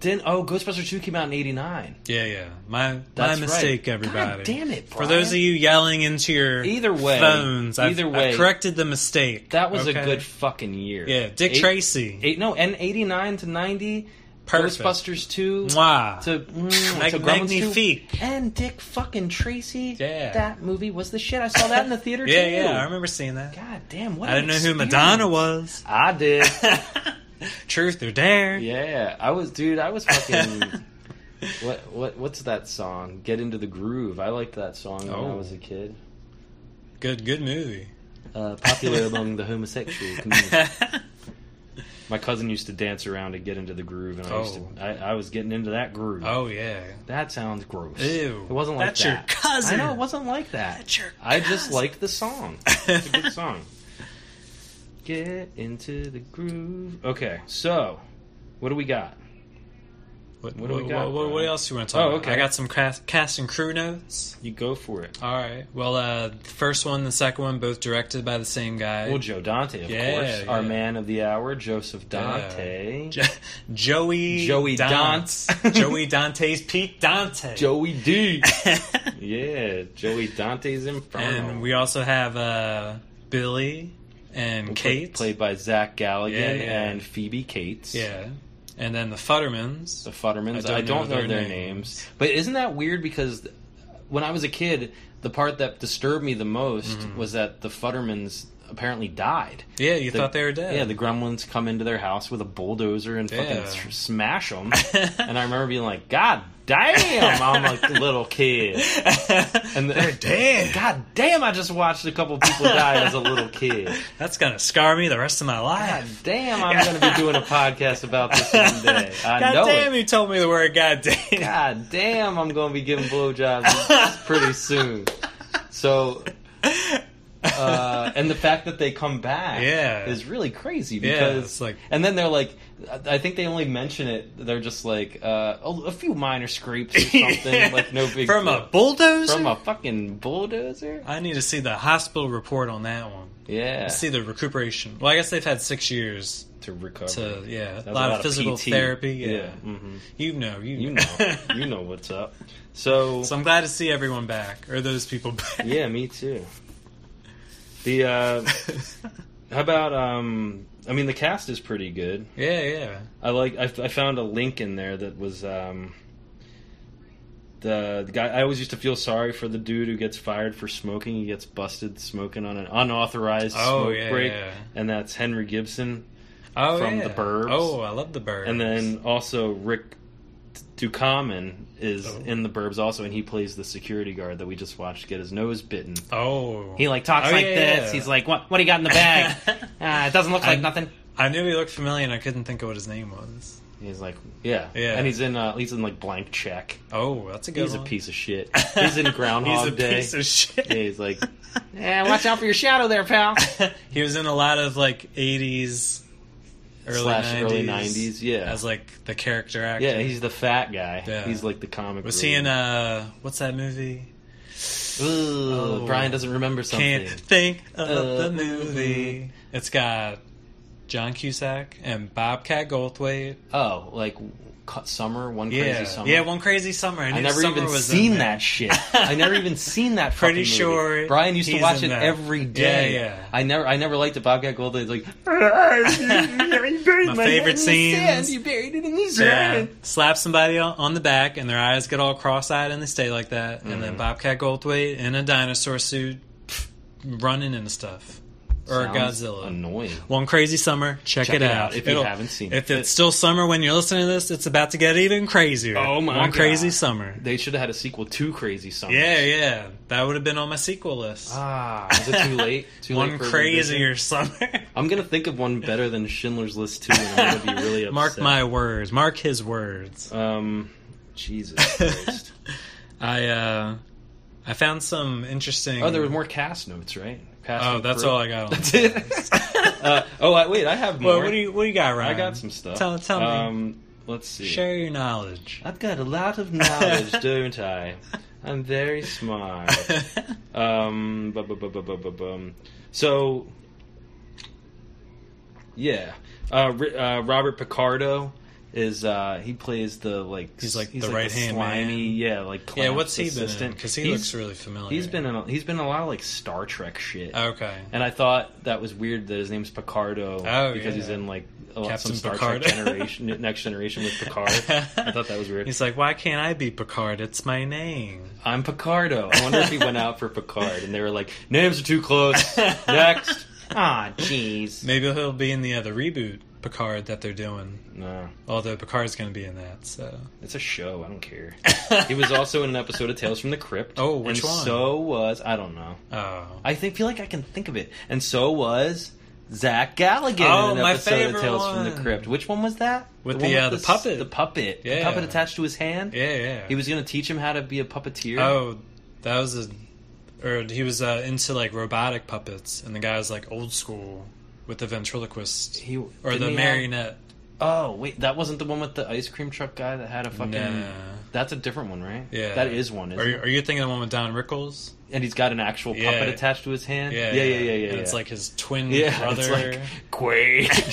Speaker 2: didn't oh Ghostbusters 2 came out in 89.
Speaker 1: yeah, yeah, my
Speaker 2: That's
Speaker 1: my
Speaker 2: right.
Speaker 1: mistake,
Speaker 2: God
Speaker 1: everybody.
Speaker 2: damn it,
Speaker 1: For those of
Speaker 2: Brian.
Speaker 1: you yelling into your
Speaker 2: Either way,
Speaker 1: phones, I've-
Speaker 2: either
Speaker 1: I've
Speaker 2: way,
Speaker 1: corrected the mistake.
Speaker 2: That was
Speaker 1: okay?
Speaker 2: a good fucking year.
Speaker 1: yeah. Dick
Speaker 2: Eight-
Speaker 1: Tracy,
Speaker 2: Eight, no, and 89 to 90,
Speaker 1: Perfect.
Speaker 2: Ghostbusters 2
Speaker 1: Mwah.
Speaker 2: to, mm,
Speaker 1: Mag-
Speaker 2: to Gremlins 2,
Speaker 1: magnifique.
Speaker 2: and Dick fucking Tracy.
Speaker 1: Yeah.
Speaker 2: That movie was the shit. I saw that in the theater
Speaker 1: yeah,
Speaker 2: too.
Speaker 1: yeah, I remember seeing that.
Speaker 2: God damn, what
Speaker 1: I didn't
Speaker 2: an
Speaker 1: know who
Speaker 2: experience.
Speaker 1: Madonna was.
Speaker 2: I did.
Speaker 1: Truth or dare?
Speaker 2: yeah, I was, dude, I was fucking. What what what's that song? Get into the groove. I liked that song when I
Speaker 1: Oh.
Speaker 2: was a kid.
Speaker 1: Good, good movie.
Speaker 2: Uh, popular among the homosexual community. My cousin used to dance around and get into the groove, and I used
Speaker 1: Oh.
Speaker 2: to. I, I was getting into that groove.
Speaker 1: oh yeah.
Speaker 2: That sounds gross.
Speaker 1: Ew.
Speaker 2: It wasn't like
Speaker 1: That's
Speaker 2: that.
Speaker 1: your cousin.
Speaker 2: I know it wasn't like that.
Speaker 1: That's your
Speaker 2: I just
Speaker 1: cousin.
Speaker 2: liked the song. It's a good song. Get into the groove. Okay, so what do we got?
Speaker 1: What,
Speaker 2: What do we
Speaker 1: what-
Speaker 2: got,
Speaker 1: what- what
Speaker 2: Brian?
Speaker 1: else you want to
Speaker 2: Oh,
Speaker 1: talk about?
Speaker 2: okay.
Speaker 1: I got some cast, cast and crew notes.
Speaker 2: You go for it.
Speaker 1: All right. Well, uh, the first one, the second one, both directed by the same guy,
Speaker 2: Well, Joe Dante, of
Speaker 1: Yeah,
Speaker 2: course, our
Speaker 1: yeah.
Speaker 2: man of the hour, Joseph Dante.
Speaker 1: Jo- Joey
Speaker 2: Joey
Speaker 1: Dante.
Speaker 2: Dante.
Speaker 1: Joey Dante's Pete Dante.
Speaker 2: Joey D. yeah, Joey Dante's Inferno.
Speaker 1: and we also have uh, Billy and
Speaker 2: Pl-
Speaker 1: Kate.
Speaker 2: played by Zach Galligan
Speaker 1: Yeah, yeah.
Speaker 2: and Phoebe Cates.
Speaker 1: Yeah. And then the Futtermans.
Speaker 2: the Futtermans. I don't, know, their, names. but isn't that weird? Because when I was a kid, the part that disturbed me the most was that the Futtermans apparently died.
Speaker 1: yeah, you
Speaker 2: The-
Speaker 1: thought they were dead.
Speaker 2: Yeah, the gremlins come into their house with a bulldozer and fucking
Speaker 1: Yeah.
Speaker 2: s- smash them. and I remember being like, God damn, I'm a little kid. And the, They're
Speaker 1: dead.
Speaker 2: God damn, I just watched a couple people die as a little kid.
Speaker 1: That's gonna scar me the rest of my
Speaker 2: God
Speaker 1: life.
Speaker 2: damn, I'm going to be doing a podcast about this one day. I
Speaker 1: God
Speaker 2: know it.
Speaker 1: damn, you told me the word goddamn.
Speaker 2: God damn, I'm gonna be giving blowjobs pretty soon. So, uh, and the fact that they come back
Speaker 1: Yeah.
Speaker 2: is really crazy
Speaker 1: Yeah,
Speaker 2: because
Speaker 1: it's like-
Speaker 2: and then they're like, I think they only mention it. They're just like uh, a, a few minor scrapes or something, like no big
Speaker 1: From a
Speaker 2: deal.
Speaker 1: bulldozer?
Speaker 2: from a fucking bulldozer.
Speaker 1: I need to see the hospital report on that one.
Speaker 2: Yeah,
Speaker 1: See the recuperation. Well, I guess they've had six years
Speaker 2: to recover.
Speaker 1: to, yeah,
Speaker 2: That's
Speaker 1: a lot, of physical
Speaker 2: PT.
Speaker 1: therapy. Yeah.
Speaker 2: hmm
Speaker 1: You know, you,
Speaker 2: you know, you know what's up. So
Speaker 1: so I'm glad to see everyone back, or those people back.
Speaker 2: yeah, me too. The uh, How about um? I mean, the cast is pretty good.
Speaker 1: yeah, yeah.
Speaker 2: I like. I, I found a link in there that was um. The, the guy. I always used to feel sorry for the dude who gets fired for smoking. He gets busted smoking on an unauthorized
Speaker 1: Oh,
Speaker 2: smoke
Speaker 1: yeah,
Speaker 2: break,
Speaker 1: yeah.
Speaker 2: and that's Henry Gibson.
Speaker 1: Oh,
Speaker 2: From
Speaker 1: yeah.
Speaker 2: The Burbs.
Speaker 1: Oh, I love the birds.
Speaker 2: And then also Rick Ducommun is
Speaker 1: Oh.
Speaker 2: in the Burbs also, and he plays the security guard that we just watched get his nose bitten.
Speaker 1: oh,
Speaker 2: He like talks
Speaker 1: Oh,
Speaker 2: like
Speaker 1: yeah,
Speaker 2: this.
Speaker 1: yeah.
Speaker 2: He's like, "What? What do you got in the bag? uh, it doesn't look like
Speaker 1: I-
Speaker 2: nothing."
Speaker 1: I knew he looked familiar, and I couldn't think of what his name was.
Speaker 2: He's like, yeah,
Speaker 1: Yeah.
Speaker 2: and he's in uh, he's in like blank check.
Speaker 1: Oh, that's a good.
Speaker 2: He's a
Speaker 1: one.
Speaker 2: piece of shit. He's in Groundhog
Speaker 1: He's a
Speaker 2: Day.
Speaker 1: piece of shit.
Speaker 2: yeah, he's like, yeah, watch out for your shadow there, pal.
Speaker 1: he was in a lot of like '80s, early
Speaker 2: Slash
Speaker 1: 90s,
Speaker 2: early nineties, yeah,
Speaker 1: as like the character actor.
Speaker 2: yeah. He's the fat guy.
Speaker 1: Yeah.
Speaker 2: He's like the comic.
Speaker 1: was he in uh what's that movie?
Speaker 2: Ooh,
Speaker 1: Oh.
Speaker 2: Brian doesn't remember something.
Speaker 1: Can't think of
Speaker 2: Uh,
Speaker 1: the movie. It's got John Cusack and Bobcat Goldthwait.
Speaker 2: Oh, like cu- summer, one
Speaker 1: Yeah,
Speaker 2: crazy summer.
Speaker 1: yeah, one crazy summer. I,
Speaker 2: I
Speaker 1: knew
Speaker 2: never
Speaker 1: summer
Speaker 2: even
Speaker 1: was in
Speaker 2: seen
Speaker 1: there.
Speaker 2: that shit. I never even seen that.
Speaker 1: Pretty
Speaker 2: fucking movie.
Speaker 1: sure
Speaker 2: Brian used to
Speaker 1: he's
Speaker 2: watch
Speaker 1: in
Speaker 2: it
Speaker 1: that.
Speaker 2: every day.
Speaker 1: Yeah, yeah.
Speaker 2: I never, I never liked the Bobcat Goldthwait. It's like
Speaker 1: My
Speaker 2: my
Speaker 1: favorite scenes.
Speaker 2: You buried it in the
Speaker 1: Yeah.
Speaker 2: sand.
Speaker 1: Slap somebody on- on the back and their eyes get all cross-eyed and they stay like that. And
Speaker 2: Mm-hmm.
Speaker 1: then Bobcat Goldthwait in a dinosaur suit pff, running into stuff. Or
Speaker 2: Sounds
Speaker 1: Godzilla.
Speaker 2: Annoying.
Speaker 1: One Crazy Summer. Check,
Speaker 2: Check
Speaker 1: it, out.
Speaker 2: if you haven't seen it.
Speaker 1: If it's still summer when you're listening to this, it's about to get even crazier.
Speaker 2: Oh my
Speaker 1: One
Speaker 2: God.
Speaker 1: Crazy Summer.
Speaker 2: They should have had a sequel to Crazy Summers.
Speaker 1: Yeah, yeah. That would have been on my sequel list.
Speaker 2: Ah, is it too late? Too
Speaker 1: One
Speaker 2: late for revision?
Speaker 1: Crazier Summer.
Speaker 2: I'm gonna think of one better than Schindler's List too, and I'm gonna be really upset.
Speaker 1: Mark my words. Mark his words.
Speaker 2: Um, Jesus Christ.
Speaker 1: I uh I found some interesting
Speaker 2: oh, there were more cast notes, right? Cast
Speaker 1: Oh,
Speaker 2: note
Speaker 1: that's
Speaker 2: for-
Speaker 1: all I got on
Speaker 2: That's it. uh, oh, I, wait, I have more.
Speaker 1: Well, what do you what do you got, Ryan?
Speaker 2: I got some stuff.
Speaker 1: Tell tell me.
Speaker 2: Um, let's see.
Speaker 1: Share your knowledge.
Speaker 2: I've got a lot of knowledge, don't I? I'm very smart. Um, bu- bu- bu- bu- bu- bu- bum. so yeah, uh, Ri- uh, Robert Picardo is uh, he plays the like
Speaker 1: He's like the
Speaker 2: slimy,
Speaker 1: right-hand man.
Speaker 2: yeah, like
Speaker 1: yeah,
Speaker 2: clown
Speaker 1: what's he been in?
Speaker 2: assistant.
Speaker 1: Because he
Speaker 2: He's-
Speaker 1: looks really familiar.
Speaker 2: he's been in a, he's been in a lot of like Star Trek shit.
Speaker 1: okay.
Speaker 2: And I thought that was weird that his name's Picardo
Speaker 1: Oh,
Speaker 2: because
Speaker 1: yeah.
Speaker 2: he's in like a lot, some
Speaker 1: Captain
Speaker 2: Star
Speaker 1: Picard.
Speaker 2: Trek generation, next generation with Picard. I thought that was weird.
Speaker 1: He's like, why can't I be Picard? It's my name.
Speaker 2: I'm Picardo. I wonder if he went out for Picard and they were like, names are too close. Next. Ah, jeez.
Speaker 1: Maybe he'll be in the other reboot Picard that they're doing.
Speaker 2: No,
Speaker 1: Although Picard's going to be in that, so
Speaker 2: it's a show. I don't care. He was also in an episode of Tales from the Crypt.
Speaker 1: Oh, which
Speaker 2: and
Speaker 1: one?
Speaker 2: So was I don't know.
Speaker 1: oh,
Speaker 2: I think feel like I can think of it. And so was Zach Galligan
Speaker 1: Oh,
Speaker 2: in an
Speaker 1: my
Speaker 2: episode of
Speaker 1: favorite
Speaker 2: Tales from the
Speaker 1: one.
Speaker 2: Crypt. Which one was that?
Speaker 1: With
Speaker 2: one
Speaker 1: the, uh,
Speaker 2: s-
Speaker 1: the puppet.
Speaker 2: the puppet, the
Speaker 1: Yeah.
Speaker 2: puppet attached to his hand.
Speaker 1: yeah, yeah.
Speaker 2: He was going to teach him how to be a puppeteer.
Speaker 1: oh, that was a, or he was uh, into like robotic puppets, and the guy was like old school with the ventriloquist
Speaker 2: He-
Speaker 1: or
Speaker 2: didn't
Speaker 1: the
Speaker 2: he have-
Speaker 1: marionette.
Speaker 2: Oh wait, that wasn't the one with the ice cream truck guy that had a fucking.
Speaker 1: Nah.
Speaker 2: That's a different one, right?
Speaker 1: Yeah,
Speaker 2: that is one. Isn't
Speaker 1: Are you,
Speaker 2: it?
Speaker 1: are you thinking of the one with Don Rickles?
Speaker 2: And he's got an actual
Speaker 1: Yeah.
Speaker 2: puppet attached to his hand. yeah, yeah, yeah. yeah,
Speaker 1: And it's
Speaker 2: yeah.
Speaker 1: like his twin
Speaker 2: yeah,
Speaker 1: brother.
Speaker 2: it's like Quake.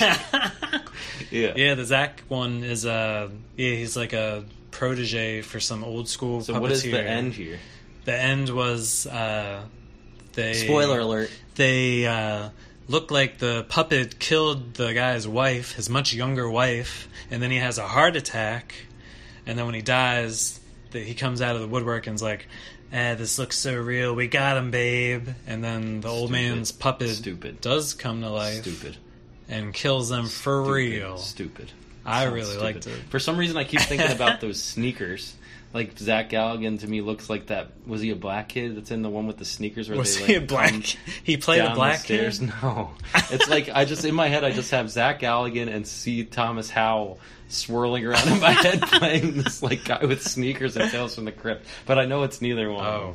Speaker 2: yeah.
Speaker 1: yeah, the Zach one is uh yeah, he's like a protege for some old school.
Speaker 2: So what is
Speaker 1: puppeteer.
Speaker 2: the end here?
Speaker 1: The end was uh they
Speaker 2: Spoiler alert.
Speaker 1: They uh looked like the puppet killed the guy's wife, his much younger wife, and then he has a heart attack. And then when he dies, that he comes out of the woodwork and's like, "Eh, this looks so real. We got him, babe." And then the old
Speaker 2: Stupid.
Speaker 1: man's puppet
Speaker 2: Stupid.
Speaker 1: does come to life
Speaker 2: Stupid.
Speaker 1: and kills them for
Speaker 2: Stupid.
Speaker 1: real.
Speaker 2: Stupid.
Speaker 1: I
Speaker 2: Sounds
Speaker 1: really
Speaker 2: stupid.
Speaker 1: liked it.
Speaker 2: For some reason, I keep thinking about those sneakers. Like Zach Galligan to me looks like that. Was he a black kid? That's in the one with the sneakers. Where
Speaker 1: Was
Speaker 2: they,
Speaker 1: he a
Speaker 2: like, come
Speaker 1: black? He played
Speaker 2: down
Speaker 1: a
Speaker 2: the
Speaker 1: black
Speaker 2: stairs?
Speaker 1: kid.
Speaker 2: No, it's like I just in my head I just have Zach Galligan and C. Thomas Howell swirling around in my head playing this like guy with sneakers and Tales from the Crypt. But I know it's neither one.
Speaker 1: Oh,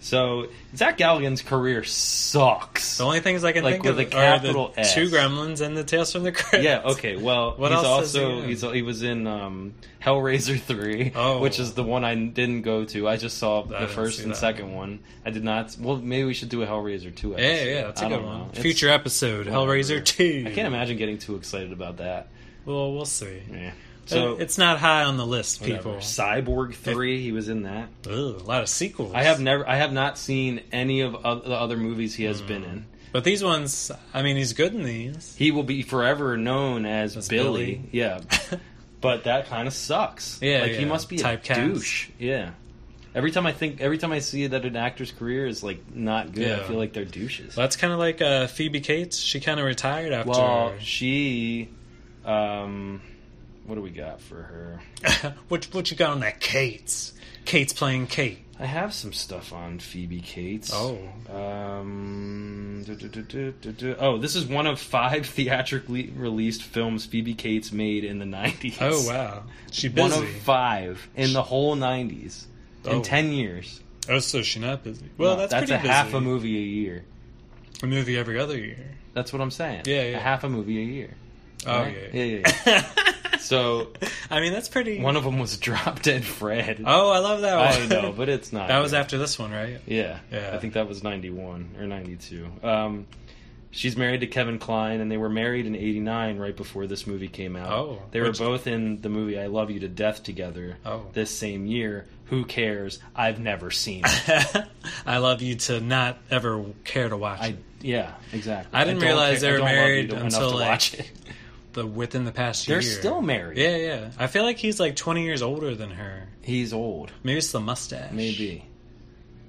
Speaker 2: So Zach Galligan's career sucks.
Speaker 1: the only things I can
Speaker 2: Like,
Speaker 1: think
Speaker 2: with
Speaker 1: of
Speaker 2: a
Speaker 1: are
Speaker 2: capital
Speaker 1: the
Speaker 2: S.
Speaker 1: two Gremlins and the Tales from the Crypt.
Speaker 2: Yeah. Okay. Well,
Speaker 1: What
Speaker 2: he's
Speaker 1: else is he
Speaker 2: also
Speaker 1: in?
Speaker 2: he's he was in um, Hellraiser three,
Speaker 1: Oh.
Speaker 2: which is the one I didn't go to. I just saw the
Speaker 1: didn't
Speaker 2: first
Speaker 1: see
Speaker 2: and
Speaker 1: that.
Speaker 2: second one. I did not. Well, maybe we should do a Hellraiser two. Episode.
Speaker 1: Yeah, yeah, that's a
Speaker 2: I
Speaker 1: good
Speaker 2: don't know.
Speaker 1: one.
Speaker 2: It's-
Speaker 1: Future episode,
Speaker 2: whatever.
Speaker 1: Hellraiser two.
Speaker 2: I can't imagine getting too excited about that.
Speaker 1: Well, we'll see.
Speaker 2: Yeah. So
Speaker 1: So it's not high on the list,
Speaker 2: whatever.
Speaker 1: people.
Speaker 2: Cyborg three, he was in that.
Speaker 1: Ugh, a lot of sequels.
Speaker 2: I have never, I have not seen any of oth- the other movies he has been in.
Speaker 1: but these ones. I mean, he's good in these.
Speaker 2: He will be forever known as,
Speaker 1: As
Speaker 2: Billy.
Speaker 1: Billy.
Speaker 2: Yeah, but that kind of sucks.
Speaker 1: Yeah,
Speaker 2: like he
Speaker 1: yeah.
Speaker 2: must be a
Speaker 1: Typecast.
Speaker 2: douche. Yeah. Every time I think, every time I see that an actor's career is like not good, I
Speaker 1: Yeah.
Speaker 2: feel like they're douches.
Speaker 1: Well, that's kind of like uh, Phoebe Cates. She kind of retired after.
Speaker 2: Well, she, um, what do we got for her?
Speaker 1: what what you got on that Cates? Cates playing Kate.
Speaker 2: I have some stuff on Phoebe Cates.
Speaker 1: Oh.
Speaker 2: Um, duh, duh, duh, duh, duh, duh. Oh, this is one of five theatrically released films Phoebe Cates made in the 90s.
Speaker 1: Oh wow, she
Speaker 2: One
Speaker 1: busy.
Speaker 2: of five in the whole 90s. In
Speaker 1: Oh.
Speaker 2: 10 years.
Speaker 1: oh, so she not busy. Well,
Speaker 2: No,
Speaker 1: that's,
Speaker 2: that's
Speaker 1: pretty
Speaker 2: a
Speaker 1: busy.
Speaker 2: half a movie a year.
Speaker 1: A movie every other year.
Speaker 2: That's what I'm saying.
Speaker 1: Yeah, yeah.
Speaker 2: A half a movie a year.
Speaker 1: Oh
Speaker 2: Right?
Speaker 1: yeah.
Speaker 2: yeah, yeah. yeah. so
Speaker 1: I mean, that's pretty.
Speaker 2: one of them was Drop Dead Fred.
Speaker 1: Oh, I love that
Speaker 2: I
Speaker 1: one.
Speaker 2: know, but it's not.
Speaker 1: that was
Speaker 2: good.
Speaker 1: after this one, right?
Speaker 2: Yeah,
Speaker 1: Yeah.
Speaker 2: I think that was ninety one or ninety two. Um, she's married to Kevin Klein, and they were married in eighty nine, right before this movie came out.
Speaker 1: Oh,
Speaker 2: they were
Speaker 1: which-
Speaker 2: both in the movie "I Love You to Death" together.
Speaker 1: Oh.
Speaker 2: this same year. Who cares? I've never seen. It.
Speaker 1: I love you to not ever care to watch
Speaker 2: I
Speaker 1: it.
Speaker 2: yeah, exactly.
Speaker 1: I didn't
Speaker 2: don't
Speaker 1: realize
Speaker 2: care-
Speaker 1: they were
Speaker 2: I don't love you
Speaker 1: married
Speaker 2: to- enough
Speaker 1: until,
Speaker 2: to
Speaker 1: like,
Speaker 2: watch it.
Speaker 1: The within the past
Speaker 2: They're
Speaker 1: year,
Speaker 2: still married.
Speaker 1: Yeah, yeah. I feel like he's like twenty years older than her.
Speaker 2: He's old,
Speaker 1: Maybe it's the mustache.
Speaker 2: maybe.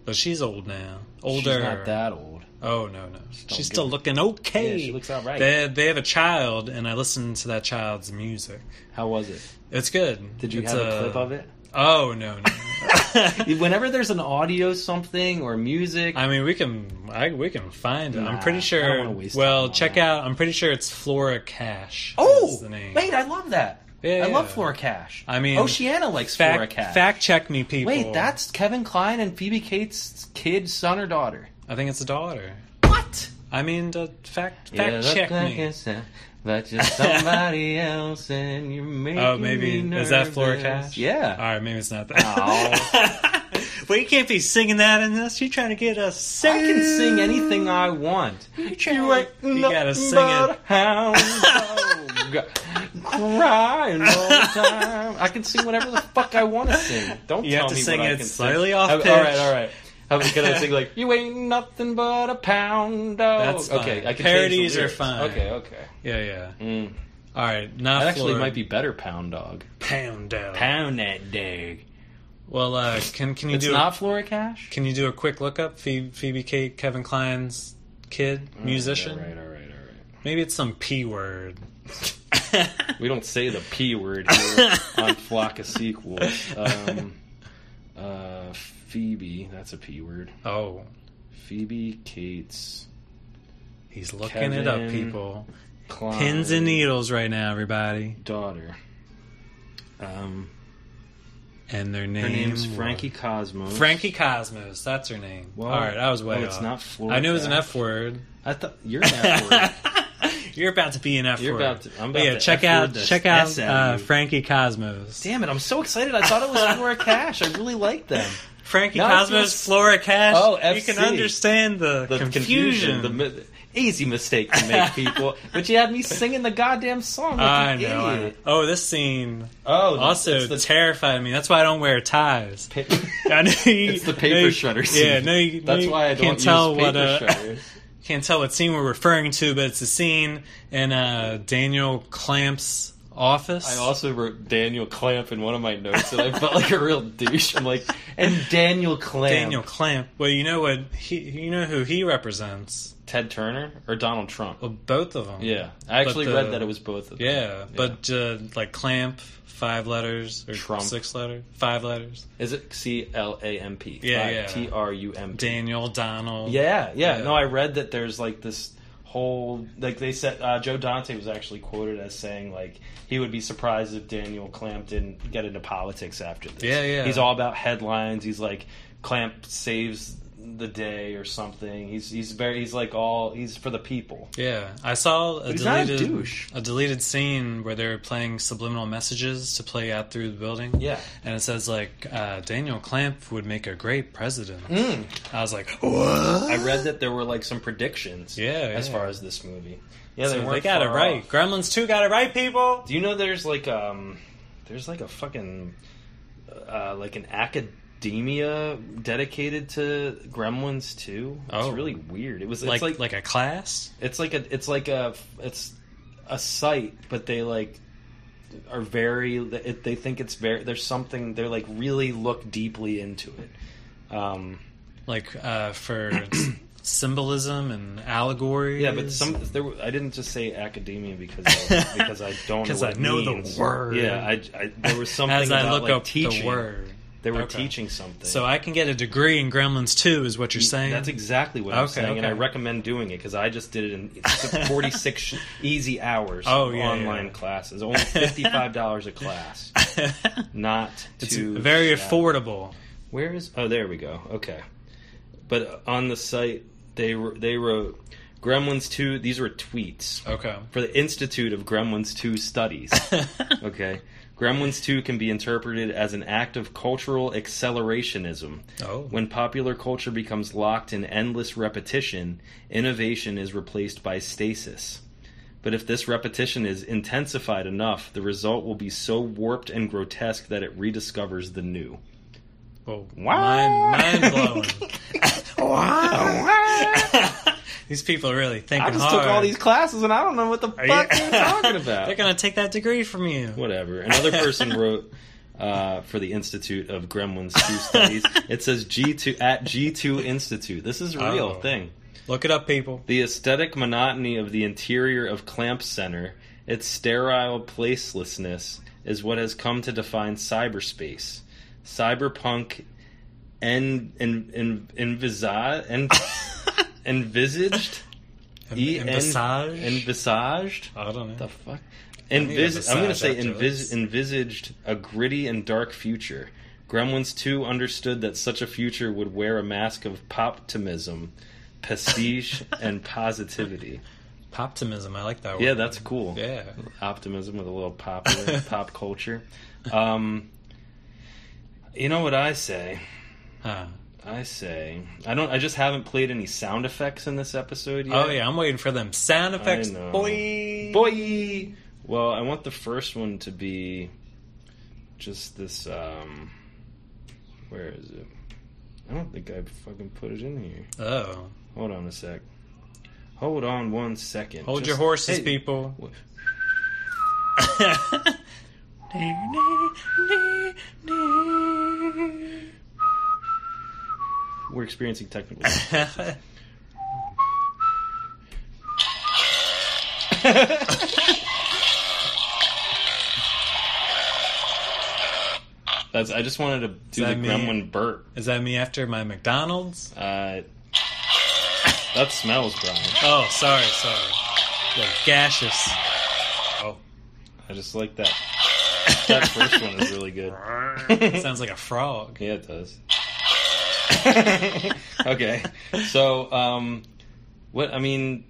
Speaker 1: but she's old now.
Speaker 2: She's
Speaker 1: Older.
Speaker 2: not that old.
Speaker 1: Oh no, no.
Speaker 2: don't
Speaker 1: she's
Speaker 2: get
Speaker 1: still
Speaker 2: it.
Speaker 1: looking okay.
Speaker 2: Yeah, she looks all right.
Speaker 1: They they have a child, and I listened to that child's music.
Speaker 2: How was it?
Speaker 1: It's good.
Speaker 2: Did you
Speaker 1: It's
Speaker 2: have a clip of it?
Speaker 1: Oh no, no.
Speaker 2: Whenever there's an audio something or music,
Speaker 1: I mean, we can I, we can find it.
Speaker 2: Nah,
Speaker 1: I'm pretty
Speaker 2: I don't
Speaker 1: sure.
Speaker 2: wanna waste time
Speaker 1: Well,
Speaker 2: on
Speaker 1: check
Speaker 2: that.
Speaker 1: out. I'm pretty sure it's Flora Cash.
Speaker 2: Oh,
Speaker 1: is the name.
Speaker 2: wait, I love that.
Speaker 1: Yeah, yeah.
Speaker 2: I love Flora Cash.
Speaker 1: I mean,
Speaker 2: Oceana likes Flora
Speaker 1: fact
Speaker 2: Cash.
Speaker 1: fact check me, people.
Speaker 2: wait, that's Kevin Klein and Phoebe Cates' kid, son or daughter.
Speaker 1: I think it's a daughter.
Speaker 2: What?
Speaker 1: I mean, uh, fact fact
Speaker 2: look
Speaker 1: check
Speaker 2: like
Speaker 1: me.
Speaker 2: it's a- but you're somebody else, and you're making
Speaker 1: Oh, maybe
Speaker 2: me
Speaker 1: is that Flora
Speaker 2: nervous.
Speaker 1: Cash? All
Speaker 2: Yeah.
Speaker 1: right, maybe it's not that. well, you can't be singing that in this. You're trying to get us.
Speaker 2: I can sing anything I want. You ain't
Speaker 1: You gotta
Speaker 2: nothing
Speaker 1: sing
Speaker 2: but
Speaker 1: it.
Speaker 2: a hound dog. Crying all the time. I can sing whatever the fuck I want to sing. Don't
Speaker 1: You
Speaker 2: tell
Speaker 1: have to
Speaker 2: me
Speaker 1: sing
Speaker 2: what I
Speaker 1: it
Speaker 2: can
Speaker 1: slightly
Speaker 2: sing.
Speaker 1: off
Speaker 2: All
Speaker 1: pitch.
Speaker 2: right, all right. How can I sing like "You ain't nothing but a pound dog"?
Speaker 1: That's fine.
Speaker 2: Okay, I can change the
Speaker 1: Parodies are
Speaker 2: lyrics.
Speaker 1: fine.
Speaker 2: Okay, okay.
Speaker 1: Yeah, yeah.
Speaker 2: Mm.
Speaker 1: All right, not
Speaker 2: That actually
Speaker 1: Flora.
Speaker 2: might be better. Pound dog.
Speaker 1: pound down.
Speaker 2: Pound that dog.
Speaker 1: Well, uh, can can you
Speaker 2: It's
Speaker 1: do
Speaker 2: not Flora Cash.
Speaker 1: can you do a quick lookup? Phoebe, Phoebe Kate, Kevin Klein's kid, musician.
Speaker 2: All Mm, right, all right, all right.
Speaker 1: Maybe it's some p word.
Speaker 2: We don't say the p word here on Flock of Sequels. Um, uh, Phoebe, that's a p word.
Speaker 1: oh,
Speaker 2: Phoebe Cates.
Speaker 1: he's looking it up,
Speaker 2: Kevin
Speaker 1: people.
Speaker 2: Klein.
Speaker 1: Pins and needles right now, everybody.
Speaker 2: daughter. Um,
Speaker 1: And their name.
Speaker 2: her name's
Speaker 1: was-
Speaker 2: Frankie Cosmos.
Speaker 1: Frankie Cosmos. That's her name.
Speaker 2: Well,
Speaker 1: All right, I was way
Speaker 2: oh, it's
Speaker 1: off.
Speaker 2: not Flora
Speaker 1: I knew it was an
Speaker 2: Cash.
Speaker 1: F word.
Speaker 2: I thought you're an F word.
Speaker 1: You're about to be an F
Speaker 2: You're
Speaker 1: word.
Speaker 2: about to- I'm
Speaker 1: But
Speaker 2: about
Speaker 1: yeah,
Speaker 2: to
Speaker 1: check
Speaker 2: F
Speaker 1: out
Speaker 2: word the
Speaker 1: check out
Speaker 2: S out
Speaker 1: uh,
Speaker 2: of you.
Speaker 1: Frankie Cosmos.
Speaker 2: Damn it! I'm so excited. I thought it was Flora Cash. I really like them.
Speaker 1: Frankie
Speaker 2: Now it
Speaker 1: Cosmos,
Speaker 2: feels-
Speaker 1: Flora Cash.
Speaker 2: Oh,
Speaker 1: You
Speaker 2: FC.
Speaker 1: can understand the,
Speaker 2: The
Speaker 1: confusion.
Speaker 2: the mi- easy mistake to make, people. but you had me singing the goddamn song. Like
Speaker 1: I
Speaker 2: an
Speaker 1: know. I know.
Speaker 2: idiot.
Speaker 1: Oh, this scene
Speaker 2: Oh, the-
Speaker 1: also
Speaker 2: it's the
Speaker 1: terrified me. That's why I don't wear ties.
Speaker 2: pa-
Speaker 1: I know you,
Speaker 2: it's the
Speaker 1: know
Speaker 2: paper
Speaker 1: you-
Speaker 2: shredder.
Speaker 1: Yeah,
Speaker 2: scene.
Speaker 1: no, you, no,
Speaker 2: that's
Speaker 1: you
Speaker 2: why I don't
Speaker 1: can't
Speaker 2: use
Speaker 1: tell
Speaker 2: paper
Speaker 1: what. uh,
Speaker 2: shredders.
Speaker 1: can't tell what scene we're referring to, but it's a scene in uh, Daniel Clamp's office.
Speaker 2: I also wrote Daniel Clamp in one of my notes, and I felt like a real douche. I'm like, and Daniel Clamp,
Speaker 1: Daniel Clamp. Well, you know what he, you know who he represents.
Speaker 2: Ted Turner, or Donald Trump.
Speaker 1: Well, both of them.
Speaker 2: Yeah, I actually
Speaker 1: Oh. the-
Speaker 2: read that it was both of them.
Speaker 1: Yeah, but uh, like Clamp, five letters or
Speaker 2: Trump.
Speaker 1: six letters, five letters.
Speaker 2: is it C L A M P?
Speaker 1: Yeah, yeah.
Speaker 2: T R U M P.
Speaker 1: Daniel Donald.
Speaker 2: Yeah, yeah.
Speaker 1: Yeah.
Speaker 2: No, I read that there's like this whole like they said uh, Joe Dante was actually quoted as saying like he would be surprised if Daniel Clamp didn't get into politics after this.
Speaker 1: Yeah, yeah.
Speaker 2: He's all about headlines. He's like Clamp saves the day or something. He's he's very he's like all he's for the people.
Speaker 1: Yeah, I saw a
Speaker 2: he's not a
Speaker 1: deleted
Speaker 2: douche.
Speaker 1: a deleted scene where they were playing subliminal messages to play out through the building.
Speaker 2: Yeah.
Speaker 1: and it says like uh, Daniel Clamp would make a great president.
Speaker 2: Mm.
Speaker 1: I was like,
Speaker 2: Oh, I read that there were like some predictions.
Speaker 1: Yeah,
Speaker 2: as
Speaker 1: yeah.
Speaker 2: far as this movie. Yeah,
Speaker 1: So
Speaker 2: weren't
Speaker 1: they got it
Speaker 2: far
Speaker 1: right.
Speaker 2: off.
Speaker 1: Gremlins two got it right, people.
Speaker 2: Do you know there's like um there's like a fucking uh like an academia dedicated to Gremlins too? It's
Speaker 1: Oh.
Speaker 2: really weird. It was it's
Speaker 1: Like,
Speaker 2: like,
Speaker 1: like a class.
Speaker 2: it's like a it's like a it's a site but they like are very it, they think it's very there's something they're like really look deeply into it. Um
Speaker 1: like uh, for symbolism and allegory.
Speaker 2: yeah, but some there were, I didn't just say academia because I, because I don't know
Speaker 1: 'Cause
Speaker 2: what
Speaker 1: I know
Speaker 2: it
Speaker 1: the
Speaker 2: means.
Speaker 1: word.
Speaker 2: Yeah, I, I there was something
Speaker 1: as I
Speaker 2: about,
Speaker 1: look
Speaker 2: like,
Speaker 1: up
Speaker 2: teaching.
Speaker 1: the word.
Speaker 2: They were
Speaker 1: Okay.
Speaker 2: teaching something.
Speaker 1: So I can get a degree in Gremlins 2 is what you're saying.
Speaker 2: That's exactly what I'm
Speaker 1: Okay,
Speaker 2: saying, and
Speaker 1: okay.
Speaker 2: I recommend doing it because I just did it in 46 sh- easy hours
Speaker 1: Oh,
Speaker 2: of
Speaker 1: yeah,
Speaker 2: online
Speaker 1: yeah.
Speaker 2: classes. Only $55 a class. Not
Speaker 1: it's
Speaker 2: too
Speaker 1: very
Speaker 2: shabby.
Speaker 1: affordable.
Speaker 2: Where is? Oh, there we go. Okay, but on the site they wr- they wrote Gremlins two. These were tweets
Speaker 1: Okay.
Speaker 2: for the Institute of Gremlins 2 Studies. okay. Gremlins 2 can be interpreted as an act of cultural accelerationism.
Speaker 1: Oh.
Speaker 2: When popular culture becomes locked in endless repetition, innovation is replaced by stasis. But if this repetition is intensified enough, the result will be so warped and grotesque that it rediscovers the new.
Speaker 1: Well,
Speaker 2: Wow.
Speaker 1: mind, mind blowing. these people are really thinking
Speaker 2: I just
Speaker 1: hard.
Speaker 2: took all these classes and I don't know what the
Speaker 1: Are you-
Speaker 2: fuck you're talking about.
Speaker 1: They're gonna take that degree from you.
Speaker 2: whatever. Another person wrote uh, for the Institute of Gremlins Two Studies. It says G two at G two Institute. This is a real
Speaker 1: Oh.
Speaker 2: thing.
Speaker 1: Look it up, people.
Speaker 2: The aesthetic monotony of the interior of Clamp Center, its sterile placelessness, is what has come to define cyberspace. Cyberpunk and and and envisage and envisaged E N-
Speaker 1: Envisage?
Speaker 2: envisaged
Speaker 1: I don't know.
Speaker 2: the fuck?
Speaker 1: need a
Speaker 2: Envis-
Speaker 1: massage
Speaker 2: I'm going to say
Speaker 1: after
Speaker 2: envis-
Speaker 1: this.
Speaker 2: envisaged a gritty and dark future. Gremlins 2 understood that such a future would wear a mask of optimism, prestige, and positivity.
Speaker 1: Optimism. I like that word.
Speaker 2: Yeah, that's cool.
Speaker 1: Yeah.
Speaker 2: Optimism with a little pop pop culture. Um, you know what I say?
Speaker 1: Huh.
Speaker 2: I say I don't. I just haven't played any sound effects in this episode yet.
Speaker 1: Oh yeah, I'm waiting for them sound effects,
Speaker 2: know.
Speaker 1: boy.
Speaker 2: Boy. Well, I want the first one to be just this. Um, where is it? I don't think I fucking put it in here.
Speaker 1: Oh,
Speaker 2: Hold on a sec. Hold on one second.
Speaker 1: hold
Speaker 2: Just-
Speaker 1: your horses,
Speaker 2: Hey,
Speaker 1: people.
Speaker 2: wh- We're experiencing technical. That's. I just wanted to do the
Speaker 1: that mean-
Speaker 2: gremlin burp.
Speaker 1: Is that me after my McDonald's?
Speaker 2: Uh, that smells, Brian.
Speaker 1: Oh, sorry, sorry. The gaseous. Oh,
Speaker 2: I just like that. That first one is really good.
Speaker 1: sounds like a frog.
Speaker 2: Yeah, it does. okay, so um, what I mean,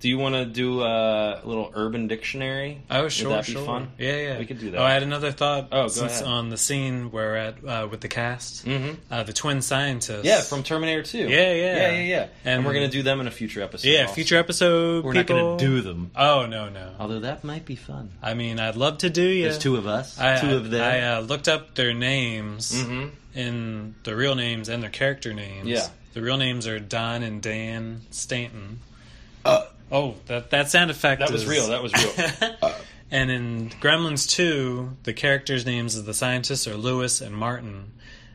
Speaker 2: do you want to do uh, a little Urban Dictionary?
Speaker 1: Oh,
Speaker 2: Would
Speaker 1: sure,
Speaker 2: that be
Speaker 1: sure.
Speaker 2: fun?
Speaker 1: Yeah, yeah.
Speaker 2: We could do that.
Speaker 1: Oh, I had another thought.
Speaker 2: Oh, go
Speaker 1: since
Speaker 2: ahead.
Speaker 1: on the scene we're at uh, with the cast,
Speaker 2: hmm
Speaker 1: uh, the twin scientists.
Speaker 2: Yeah, from Terminator Two.
Speaker 1: Yeah, yeah.
Speaker 2: yeah, yeah, yeah. And,
Speaker 1: And-
Speaker 2: we're gonna do them in a future episode.
Speaker 1: yeah,
Speaker 2: also.
Speaker 1: future episode.
Speaker 2: We're
Speaker 1: people.
Speaker 2: not gonna do them,
Speaker 1: Oh no, no.
Speaker 2: although that might be fun.
Speaker 1: I mean, I'd love to do you.
Speaker 2: There's two of us,
Speaker 1: I,
Speaker 2: two of them.
Speaker 1: I uh, looked up their names
Speaker 2: Mhm.
Speaker 1: in the real names and their character names.
Speaker 2: Yeah.
Speaker 1: The real names are Don and Dan Stanton.
Speaker 4: Uh,
Speaker 1: Oh, that that sound effect
Speaker 2: That was
Speaker 1: is-
Speaker 2: real. That was real.
Speaker 1: and in Gremlins 2, the characters' names of the scientists are Lewis and Martin.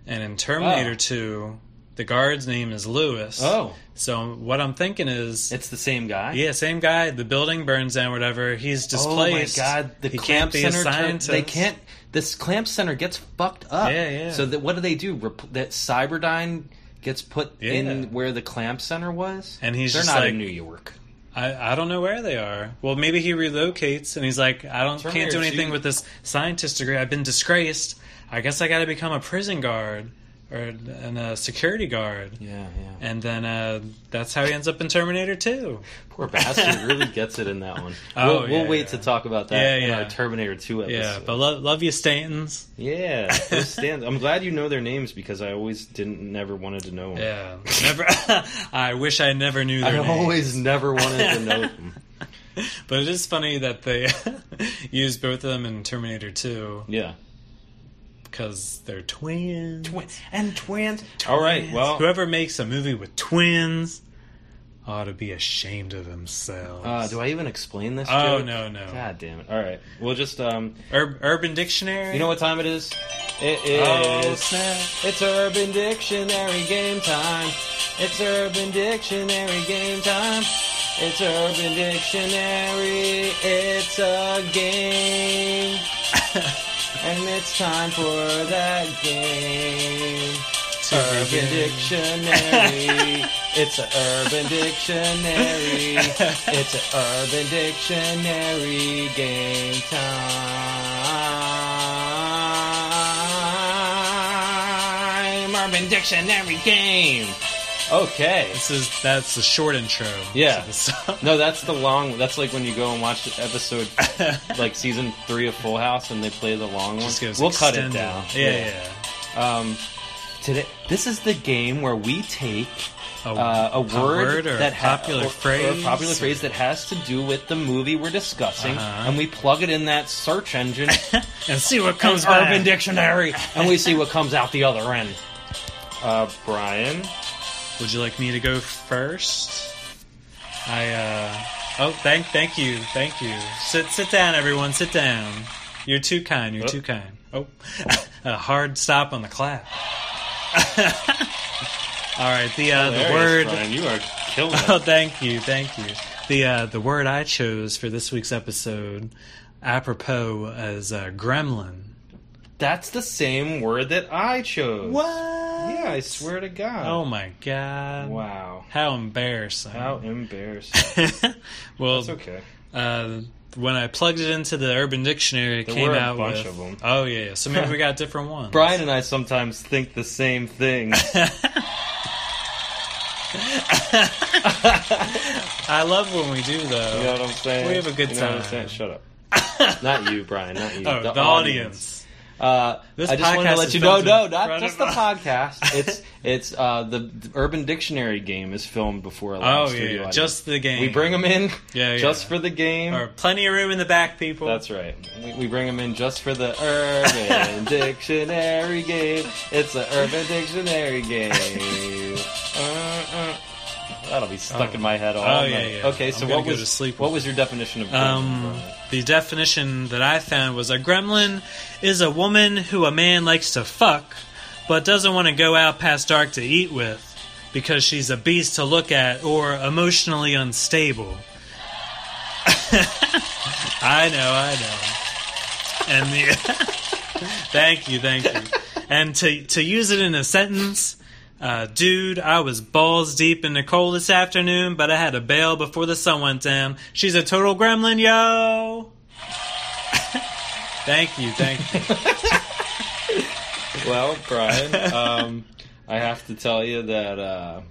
Speaker 1: And in Terminator
Speaker 2: Oh.
Speaker 1: 2, the guard's name is Lewis.
Speaker 2: oh,
Speaker 1: So what I'm thinking is,
Speaker 2: it's the same guy.
Speaker 1: yeah, same guy. The building burns down, whatever. He's displaced.
Speaker 2: Oh my god, the
Speaker 1: he can't
Speaker 2: clamp
Speaker 1: be a
Speaker 2: center. turn-
Speaker 1: scientist.
Speaker 2: they can't. This clamp center gets fucked up.
Speaker 1: Yeah, yeah.
Speaker 2: So that what do they do? Rep- that Cyberdyne gets put
Speaker 1: Yeah.
Speaker 2: in where the clamp center was,
Speaker 1: And he's
Speaker 2: they're
Speaker 1: just
Speaker 2: not
Speaker 1: like-
Speaker 2: in New York.
Speaker 1: I, I don't know where they are. Well, maybe he relocates and he's like, I don't can't
Speaker 2: Terminator
Speaker 1: do anything
Speaker 2: two.
Speaker 1: with this scientist degree. I've been disgraced. I guess I got to become a prison guard or an, a security guard.
Speaker 2: Yeah, yeah.
Speaker 1: And then uh, that's how he ends up in Terminator 2.
Speaker 2: Poor bastard really gets it in that one.
Speaker 1: Oh,
Speaker 2: we'll,
Speaker 1: yeah,
Speaker 2: we'll wait
Speaker 1: yeah.
Speaker 2: to talk about that
Speaker 1: Yeah,
Speaker 2: in
Speaker 1: yeah.
Speaker 2: our Terminator Two episode.
Speaker 1: Yeah, but lo- love you, Stantons.
Speaker 2: yeah, those stand- I'm glad you know their names because I always didn't, never wanted to know them.
Speaker 1: Yeah, never. I wish I never knew
Speaker 2: I
Speaker 1: their names.
Speaker 2: always never wanted to know them.
Speaker 1: But it is funny that they used both of them in Terminator 2
Speaker 2: Yeah.
Speaker 1: because they're twins.
Speaker 2: and twins. All right. Well,
Speaker 1: whoever makes a movie with twins ought to be ashamed of themselves.
Speaker 2: Uh, do I even explain this?
Speaker 1: Oh,
Speaker 2: joke?
Speaker 1: no, no.
Speaker 2: God damn it! All right, we'll just um.
Speaker 1: Ur- Urban Dictionary.
Speaker 2: You know what time it is? It is.
Speaker 1: Oh snap!
Speaker 2: It's Urban Dictionary game time. It's Urban Dictionary game time. It's Urban Dictionary. It's a game, and it's time for that game.
Speaker 1: To
Speaker 2: Urban
Speaker 1: begin.
Speaker 2: Dictionary. It's an Urban Dictionary. It's an Urban Dictionary game time. Urban Dictionary game. Okay.
Speaker 1: This is that's the short intro.
Speaker 2: Yeah.
Speaker 1: To the song.
Speaker 2: No, that's the long. That's like when you go and watch episode, like season three of Full House, and they play the long one.
Speaker 1: Just goes
Speaker 2: We'll cut it
Speaker 1: extended.
Speaker 2: down.
Speaker 1: Yeah, yeah.
Speaker 2: Um, today, this is the game where we take
Speaker 1: A,
Speaker 2: uh, a word,
Speaker 1: or
Speaker 2: that
Speaker 1: a
Speaker 2: ha-
Speaker 1: popular
Speaker 2: or- or
Speaker 1: phrase.
Speaker 2: a popular phrase that has to do with the movie we're discussing,
Speaker 1: Uh-huh.
Speaker 2: and we plug it in that search engine,
Speaker 1: and see what comes back.
Speaker 2: Urban Dictionary, and we see what comes out the other end. Uh, Brian,
Speaker 1: Would you like me to go first? I uh oh thank thank you thank you sit sit down everyone sit down you're too kind you're
Speaker 2: Oh.
Speaker 1: too kind oh a hard stop on the clap all right the uh, the
Speaker 2: Hilarious,
Speaker 1: word
Speaker 2: Brian, you are killing
Speaker 1: oh
Speaker 2: it.
Speaker 1: thank you thank you the uh, the word I chose for this week's episode apropos as uh, gremlin
Speaker 2: That's the same word that I chose.
Speaker 1: what
Speaker 2: Yeah, I swear to
Speaker 1: oh
Speaker 2: God.
Speaker 1: my god
Speaker 2: wow.
Speaker 1: how embarrassing
Speaker 2: How embarrassing.
Speaker 1: well
Speaker 2: It's okay.
Speaker 1: uh, when I plugged it into the Urban Dictionary, it
Speaker 2: There
Speaker 1: came
Speaker 2: were a
Speaker 1: out
Speaker 2: bunch
Speaker 1: with.
Speaker 2: of 'em.
Speaker 1: Oh yeah, yeah. so maybe we got different ones.
Speaker 2: Brian and I sometimes think the same thing.
Speaker 1: I love when we do though.
Speaker 2: You know what I'm saying?
Speaker 1: We have a good
Speaker 2: You know what I'm
Speaker 1: time.
Speaker 2: saying? Shut up. not you, Brian. Not you.
Speaker 1: Oh, the, audience.
Speaker 2: Uh,
Speaker 1: This
Speaker 2: I just wanted
Speaker 1: podcast
Speaker 2: to let
Speaker 1: is
Speaker 2: you know.
Speaker 1: filmed
Speaker 2: No,
Speaker 1: in
Speaker 2: not
Speaker 1: front of
Speaker 2: just the
Speaker 1: us.
Speaker 2: podcast. It's it's uh, the, the Urban Dictionary game is filmed before a live
Speaker 1: Oh yeah,
Speaker 2: studio.
Speaker 1: yeah,
Speaker 2: audience.
Speaker 1: just the game.
Speaker 2: we bring them in.
Speaker 1: Yeah, yeah.
Speaker 2: Just for the game.
Speaker 1: Or plenty of room in the back, people.
Speaker 2: That's right. We, we bring them in just for the Urban Dictionary game. It's an Urban Dictionary game. Uh, uh. That'll be stuck
Speaker 1: Oh.
Speaker 2: in my head all
Speaker 1: Oh,
Speaker 2: night.
Speaker 1: yeah, yeah.
Speaker 2: Okay,
Speaker 1: I'm
Speaker 2: so
Speaker 1: gonna
Speaker 2: what
Speaker 1: go
Speaker 2: was
Speaker 1: to sleep
Speaker 2: what
Speaker 1: with
Speaker 2: was your definition of
Speaker 1: Um,
Speaker 2: gremlin?
Speaker 1: the definition that I found was a gremlin is a woman who a man likes to fuck, but doesn't want to go out past dark to eat with because she's a beast to look at or emotionally unstable. I know, I know. And the thank you, thank you. And to to use it in a sentence. Uh, dude, I was balls deep in Nicole this afternoon, but I had to bail before the sun went down. She's a total gremlin, yo! thank you, thank you.
Speaker 2: Well, Brian, um, I have to tell you that uh,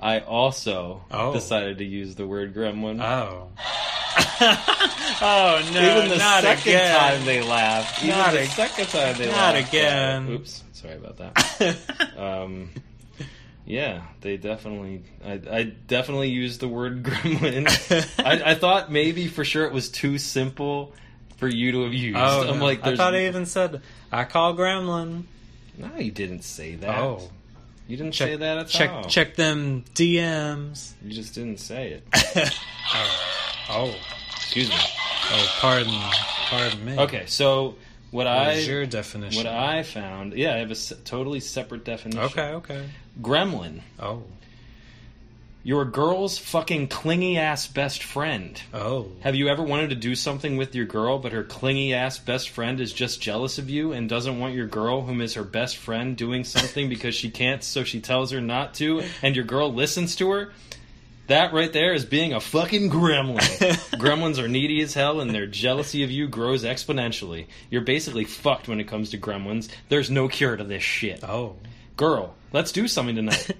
Speaker 2: I also
Speaker 1: Oh.
Speaker 2: decided to use the word gremlin.
Speaker 1: Oh. oh, no.
Speaker 2: Even the
Speaker 1: not
Speaker 2: second
Speaker 1: again.
Speaker 2: time they laughed. Even
Speaker 1: Not
Speaker 2: the
Speaker 1: ag-
Speaker 2: second time they
Speaker 1: not
Speaker 2: laughed.
Speaker 1: again.
Speaker 2: Uh, oops, sorry about that. um, yeah, they definitely. I, I definitely used the word gremlin. I, I thought maybe for sure it was too simple for you to have used.
Speaker 1: oh,
Speaker 2: I'm
Speaker 1: no.
Speaker 2: like,
Speaker 1: I
Speaker 2: there's-
Speaker 1: thought I even said, I call gremlin.
Speaker 2: No, you didn't say that.
Speaker 1: Oh.
Speaker 2: You didn't
Speaker 1: Check
Speaker 2: say that at
Speaker 1: check
Speaker 2: all.
Speaker 1: check them DMs.
Speaker 2: You just didn't say it.
Speaker 1: Oh,
Speaker 2: Excuse me.
Speaker 1: oh, pardon, pardon me.
Speaker 2: Okay, so what
Speaker 1: what
Speaker 2: I
Speaker 1: is your definition?
Speaker 2: what I found, yeah, I have a s- totally separate definition.
Speaker 1: okay, okay.
Speaker 2: Gremlin,
Speaker 1: Oh,
Speaker 2: your girl's fucking clingy ass best friend.
Speaker 1: oh.
Speaker 2: Have you ever wanted to do something with your girl, but her clingy ass best friend is just jealous of you and doesn't want your girl, whom is her best friend, doing something because she can't, so she tells her not to, and your girl listens to her? That right there is being a fucking gremlin. Gremlins are needy as hell, and their jealousy of you grows exponentially. You're basically fucked when it comes to gremlins. There's no cure to this shit.
Speaker 1: Oh,
Speaker 2: Girl, let's do something tonight.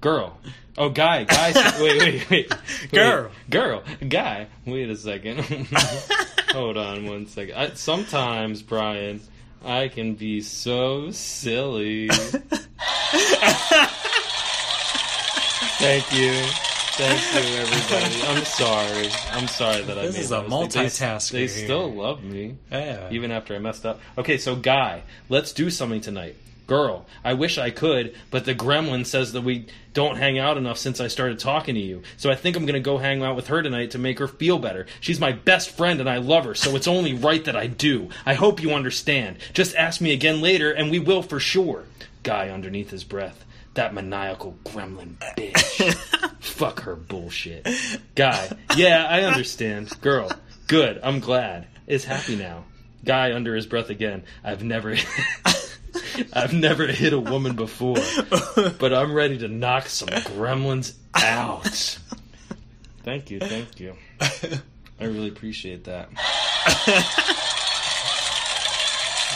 Speaker 2: Girl. Oh, guy, guy. Wait, wait, wait.
Speaker 1: Girl.
Speaker 2: Wait, girl, guy. Wait a second. Hold on one second. I, sometimes, Brian, I can be so silly. Thank you. Thank you, everybody. I'm sorry. I'm sorry that I
Speaker 1: This
Speaker 2: made
Speaker 1: is a
Speaker 2: those. They-
Speaker 1: multitasker
Speaker 2: They,
Speaker 1: here.
Speaker 2: still love me
Speaker 1: yeah.
Speaker 2: even after I messed up. Okay, so guy, let's do something tonight. Girl, I wish I could, but the gremlin says that we don't hang out enough since I started talking to you. So I think I'm going to go hang out with her tonight to make her feel better. She's my best friend and I love her, so it's only right that I do. I hope you understand. Just ask me again later and we will for sure. Guy underneath his breath. That maniacal gremlin bitch. Fuck her bullshit. Guy, yeah, I understand. Girl, good, I'm glad. Is happy now. Guy under his breath again. I've never I've never hit a woman before. But I'm ready to knock some gremlins out. Thank you, thank you. I really appreciate that.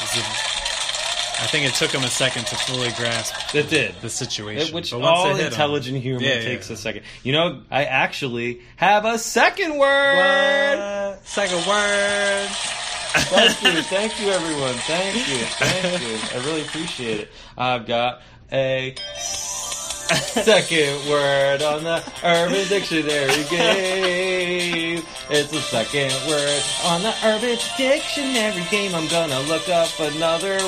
Speaker 1: This is- I think it took him a second to fully grasp
Speaker 2: It did.
Speaker 1: the situation.
Speaker 2: It- which
Speaker 1: but once
Speaker 2: all
Speaker 1: it hit him-
Speaker 2: intelligent humor
Speaker 1: Yeah, yeah.
Speaker 2: takes a second. You know, I actually have a second word.
Speaker 1: What? Second word.
Speaker 2: thank you, thank you, everyone. Thank you, thank you. I really appreciate it. I've got a second word on the Urban Dictionary game. It's a second word on the Urban Dictionary game. I'm gonna look up another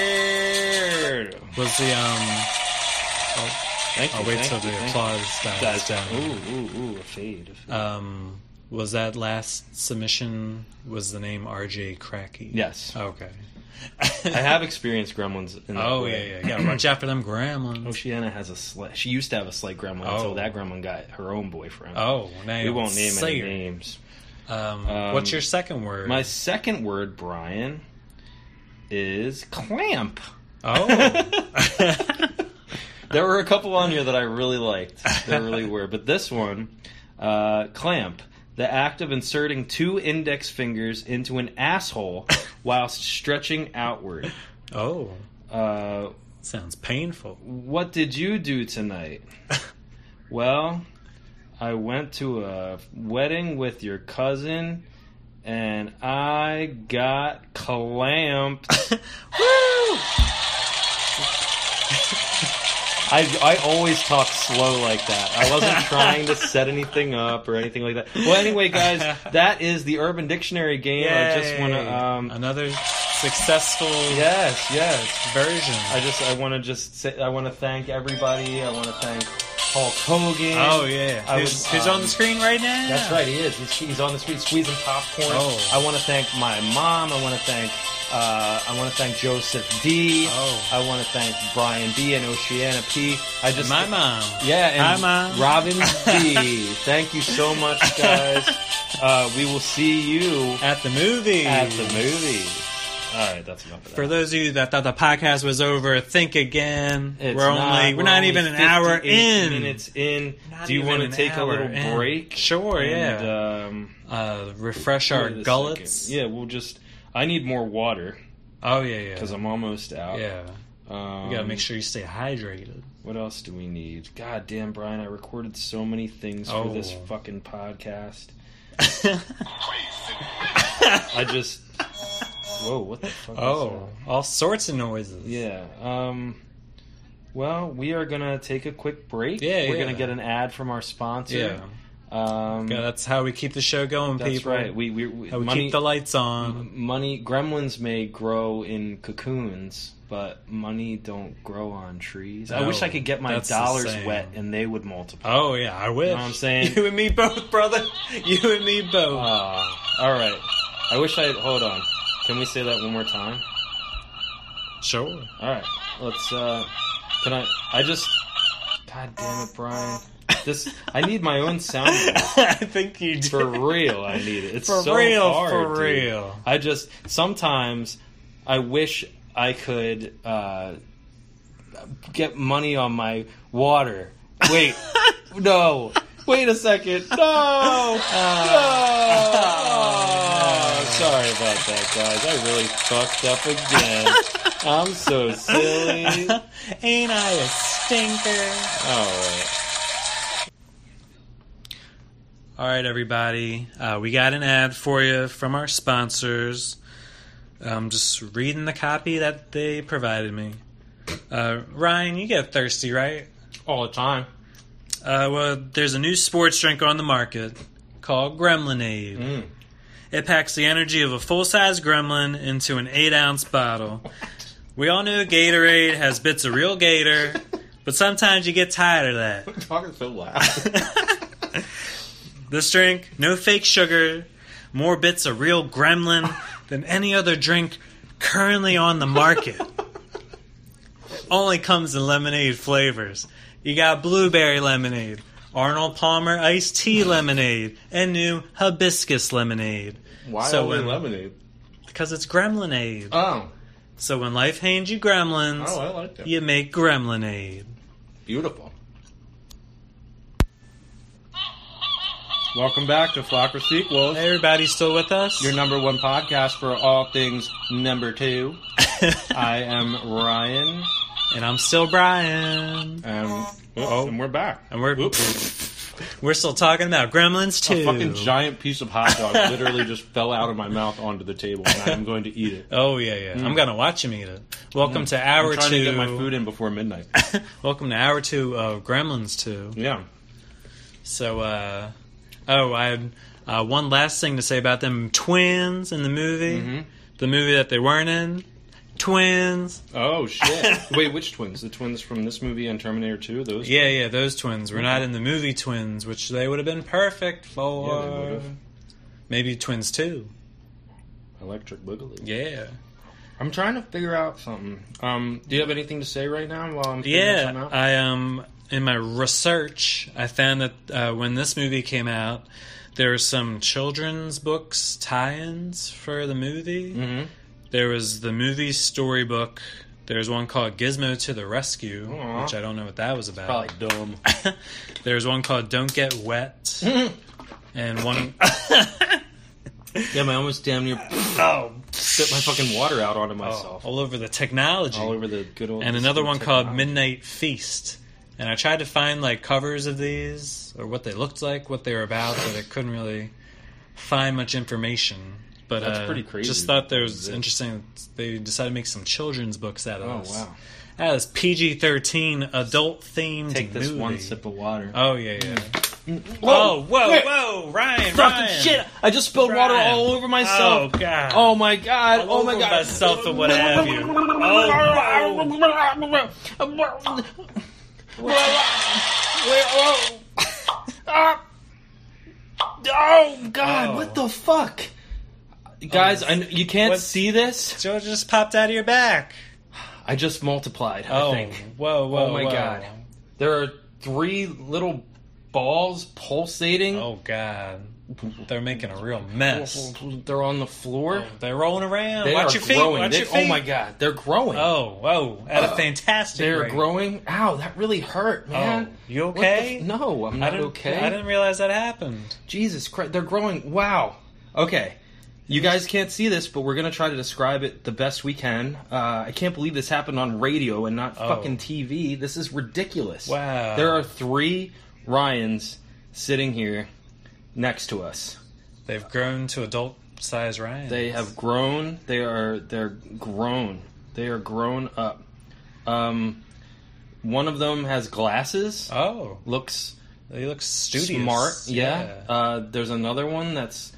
Speaker 2: word.
Speaker 1: Was the um?
Speaker 2: Thank
Speaker 1: I'll wait till
Speaker 2: thank you,
Speaker 1: the
Speaker 2: thank
Speaker 1: applause dies
Speaker 2: Guys,
Speaker 1: down.
Speaker 2: Ooh, ooh, ooh, a fade. A fade.
Speaker 1: Um, was that last submission? Was the name R.J. Cracky?
Speaker 2: yes,
Speaker 1: Okay.
Speaker 2: I have experienced gremlins. In that
Speaker 1: uh, Oh yeah,
Speaker 2: way.
Speaker 1: yeah. You gotta watch out for them gremlins.
Speaker 2: Oh, Shiana has a slight. She used to have a slight gremlin until
Speaker 1: Oh.
Speaker 2: that gremlin got her own boyfriend.
Speaker 1: Oh, now
Speaker 2: we
Speaker 1: you
Speaker 2: won't name
Speaker 1: say
Speaker 2: any
Speaker 1: it.
Speaker 2: names.
Speaker 1: Um,
Speaker 2: Um,
Speaker 1: what's your second word?
Speaker 2: My second word, Brian, is clamp.
Speaker 1: oh,
Speaker 2: There were a couple on here that I really liked. There really were, but this one, uh, clamp. The act of inserting two index fingers into an asshole whilst stretching outward.
Speaker 1: oh,
Speaker 2: Uh,
Speaker 1: sounds painful.
Speaker 2: what did you do tonight? well, I went to a wedding with your cousin and I got clamped. I, I always talk slow like that. I wasn't trying to set anything up or anything like that. Well, anyway, guys, that is the Urban Dictionary game. I just want
Speaker 1: Yay.
Speaker 2: to. Um,
Speaker 1: another successful
Speaker 2: yes, yes.
Speaker 1: version.
Speaker 2: I just I want to just say I want to thank everybody. I want to thank Hulk Hogan.
Speaker 1: oh yeah,
Speaker 2: I
Speaker 1: who's,
Speaker 2: was,
Speaker 1: who's
Speaker 2: um,
Speaker 1: on the screen right now?
Speaker 2: That's right, he is. He's, he's on the street squeezing popcorn.
Speaker 1: Oh.
Speaker 2: I want to thank my mom. I want to thank uh, I want to thank Joseph D.
Speaker 1: Oh.
Speaker 2: I want to thank Brian B. and Oceana P. I just
Speaker 1: My mom.
Speaker 2: Yeah,
Speaker 1: Hi,
Speaker 2: and
Speaker 1: Mom.
Speaker 2: Robin B. Thank you so much, guys. uh, we will see you
Speaker 1: At the movie.
Speaker 2: at the movie. All right, that's enough of that.
Speaker 1: For those of you that thought the podcast was over, think again.
Speaker 2: It's
Speaker 1: we're only we're, not
Speaker 2: only
Speaker 1: even an hour
Speaker 2: 58
Speaker 1: in.
Speaker 2: Minutes in.
Speaker 1: Not
Speaker 2: Do you
Speaker 1: even
Speaker 2: want to
Speaker 1: an
Speaker 2: take a little
Speaker 1: hour in.
Speaker 2: break?
Speaker 1: Sure,
Speaker 2: And,
Speaker 1: yeah.
Speaker 2: Um,
Speaker 1: Uh, refresh our
Speaker 2: wait a
Speaker 1: gullets.
Speaker 2: second. Yeah, we'll just. I need more water
Speaker 1: Oh yeah, yeah.
Speaker 2: because I'm almost out.
Speaker 1: yeah.
Speaker 2: Um,
Speaker 1: You gotta make sure you stay hydrated.
Speaker 2: What else do we need? God damn, Brian! I recorded so many things for
Speaker 1: Oh.
Speaker 2: this fucking podcast. I just. Whoa! What the fuck? is
Speaker 1: oh,
Speaker 2: that?
Speaker 1: all sorts of noises.
Speaker 2: Yeah. Um. Well, we are gonna take a quick break.
Speaker 1: Yeah,
Speaker 2: we're
Speaker 1: yeah.
Speaker 2: gonna get an ad from our sponsor.
Speaker 1: Yeah.
Speaker 2: Um,
Speaker 1: Yeah, that's how we keep the show going,
Speaker 2: that's
Speaker 1: people.
Speaker 2: right. We we, we
Speaker 1: How we
Speaker 2: money Mm-hmm.
Speaker 1: keep the lights on.
Speaker 2: money gremlins may grow in cocoons, but money don't grow on trees. I
Speaker 1: No,
Speaker 2: wish I could get my
Speaker 1: that's the
Speaker 2: dollars
Speaker 1: saying.
Speaker 2: wet and they would multiply.
Speaker 1: Oh yeah, I wish.
Speaker 2: You know what I'm saying?
Speaker 1: You and me both, brother. You and me both.
Speaker 2: Uh, all right. I wish I hold on. Can we say that one more time?
Speaker 1: sure.
Speaker 2: All right. Let's. uh Can I? I just. God damn it, Brian. This. I need my own sound.
Speaker 1: I think you do.
Speaker 2: For real, I need it. It's
Speaker 1: For
Speaker 2: so
Speaker 1: real,
Speaker 2: hard,
Speaker 1: for
Speaker 2: dude.
Speaker 1: real.
Speaker 2: I just sometimes I wish I could uh, get money on my water. Wait, no. Wait a second. No. no.
Speaker 1: Oh.
Speaker 2: Ah. Sorry about that, guys. I really fucked up again. I'm so silly. All
Speaker 1: Ain't I a stinker?
Speaker 2: right.
Speaker 1: All right, everybody. Uh, we got an ad for you from our sponsors. I'm just reading the copy that they provided me. Uh, Ryan, you get thirsty, right?
Speaker 2: All the time.
Speaker 1: Uh, well, there's a new sports drink on the market called Gremlinade.
Speaker 2: Mm.
Speaker 1: It packs the energy of a full size gremlin into an 8 ounce bottle. We all know Gatorade has bits of real gator, but sometimes you get tired of
Speaker 2: Talking so loud.
Speaker 1: that. this drink, no fake sugar, more bits of real gremlin than any other drink currently on the market. Only comes in lemonade flavors. You got blueberry lemonade, Arnold Palmer iced tea lemonade, and new hibiscus lemonade.
Speaker 2: Why
Speaker 1: So
Speaker 2: only
Speaker 1: when-
Speaker 2: lemonade?
Speaker 1: Because it's gremlinade.
Speaker 2: Oh,
Speaker 1: so when life hands you gremlins,
Speaker 2: oh, I like that.
Speaker 1: you make gremlinade.
Speaker 2: Beautiful. Welcome back to Flocker Sequels,
Speaker 1: Hey, everybody still with us?
Speaker 2: your number one podcast for all things number two.
Speaker 1: not.
Speaker 2: I am Ryan,
Speaker 1: and I'm still Brian.
Speaker 2: and, Um, oh, and we're back.
Speaker 1: And we're
Speaker 2: Oops.
Speaker 1: we're still talking about gremlins
Speaker 2: A
Speaker 1: too.
Speaker 2: fucking giant piece of hot dog literally just fell out of my mouth onto the table, and I am going to eat it.
Speaker 1: Oh yeah, yeah. I'm gonna watch him eat it. Welcome to hour
Speaker 2: Mm. I'm trying
Speaker 1: two.
Speaker 2: to get my food in before midnight.
Speaker 1: Welcome to hour two of Gremlins two.
Speaker 2: Yeah.
Speaker 1: So, uh, oh, I had uh, one last thing to say about them twins in the movie.
Speaker 2: Mhm.
Speaker 1: The movie that they weren't in. Twins.
Speaker 2: Oh shit! Wait, which twins? The twins from this movie and Terminator Two? Those?
Speaker 1: Yeah, yeah, those twins were not in the movie Twins, which they would have been perfect for.
Speaker 2: Mm-hmm. Yeah, they would've.
Speaker 1: Maybe Twins 2.
Speaker 2: Electric Boogaloo.
Speaker 1: Yeah.
Speaker 2: I'm trying to figure out something. Um, do you have anything to say right now while I'm figuring something
Speaker 1: Yeah,
Speaker 2: out?
Speaker 1: I um in my research I found that uh, when this movie came out, there were some children's books tie-ins for the movie.
Speaker 2: Mm-hmm.
Speaker 1: There was the movie storybook. There's one called Gizmo to the Rescue,
Speaker 2: Aw.
Speaker 1: which I don't know what that was about.
Speaker 2: Probably dumb.
Speaker 1: There's one called Don't Get Wet,
Speaker 2: Mm.
Speaker 1: and one
Speaker 2: Damn, I almost damn near
Speaker 1: oh,
Speaker 2: spit my fucking water out onto myself.
Speaker 1: all over the technology.
Speaker 2: Oh. All over the good old.
Speaker 1: and another one called
Speaker 2: technology.
Speaker 1: Midnight Feast. And I tried to find like covers of these or what they looked like, what they were about, but I couldn't really find much information. But
Speaker 2: That's
Speaker 1: uh,
Speaker 2: pretty crazy
Speaker 1: Just thought
Speaker 2: that
Speaker 1: there
Speaker 2: that
Speaker 1: was
Speaker 2: exists.
Speaker 1: interesting. that They decided to make some children's books out of
Speaker 2: Oh
Speaker 1: this.
Speaker 2: wow!
Speaker 1: That is PG thirteen adult themed.
Speaker 2: Take this one sip of water.
Speaker 1: Oh yeah, yeah. Whoa,
Speaker 2: Whoa,
Speaker 1: whoa,
Speaker 2: Oh, wait.
Speaker 1: whoa, Ryan,
Speaker 2: Fucking
Speaker 1: Ryan.
Speaker 2: shit! I just spilled water
Speaker 1: Brian.
Speaker 2: all over myself.
Speaker 1: Oh god.
Speaker 2: Oh my god!
Speaker 1: All
Speaker 2: oh my
Speaker 1: over
Speaker 2: god!
Speaker 1: myself and what have you. Oh,
Speaker 2: Oh god!
Speaker 1: Oh.
Speaker 2: What the fuck? Guys, I, you can't
Speaker 1: What's-
Speaker 2: see this.
Speaker 1: Joe just popped out of your back.
Speaker 2: I just multiplied.
Speaker 1: Oh,
Speaker 2: I think
Speaker 1: whoa, whoa,
Speaker 2: Oh my
Speaker 1: whoa.
Speaker 2: God. there are three little balls pulsating.
Speaker 1: Oh god, they're making a real mess.
Speaker 2: They're on the floor.
Speaker 1: They're rolling around.
Speaker 2: They
Speaker 1: Oh. Watch
Speaker 2: are
Speaker 1: your feet.
Speaker 2: growing.
Speaker 1: Watch
Speaker 2: They-
Speaker 1: your feet.
Speaker 2: Oh my god! They're growing.
Speaker 1: Oh, whoa! At a fantastic
Speaker 2: They're
Speaker 1: rate.
Speaker 2: growing. Ow! That really hurt,
Speaker 1: Oh,
Speaker 2: man.
Speaker 1: you
Speaker 2: What the f-
Speaker 1: okay?
Speaker 2: no, I'm
Speaker 1: I
Speaker 2: not
Speaker 1: didn't.
Speaker 2: okay.
Speaker 1: I didn't realize that happened.
Speaker 2: Jesus Christ, they're growing. Wow. Okay. You guys can't see this, but we're going to try to describe it the best we can. Uh, I can't believe this happened on radio and not
Speaker 1: Oh.
Speaker 2: fucking TV. This is ridiculous.
Speaker 1: Wow.
Speaker 2: There are three Ryans sitting here next to us.
Speaker 1: They've grown to adult size Ryan.
Speaker 2: They have grown. They are they're grown. They are grown up. Um, one of them has glasses.
Speaker 1: Oh,
Speaker 2: Looks
Speaker 1: they look studious.
Speaker 2: smart. Yeah. Uh, there's another Uh, one that's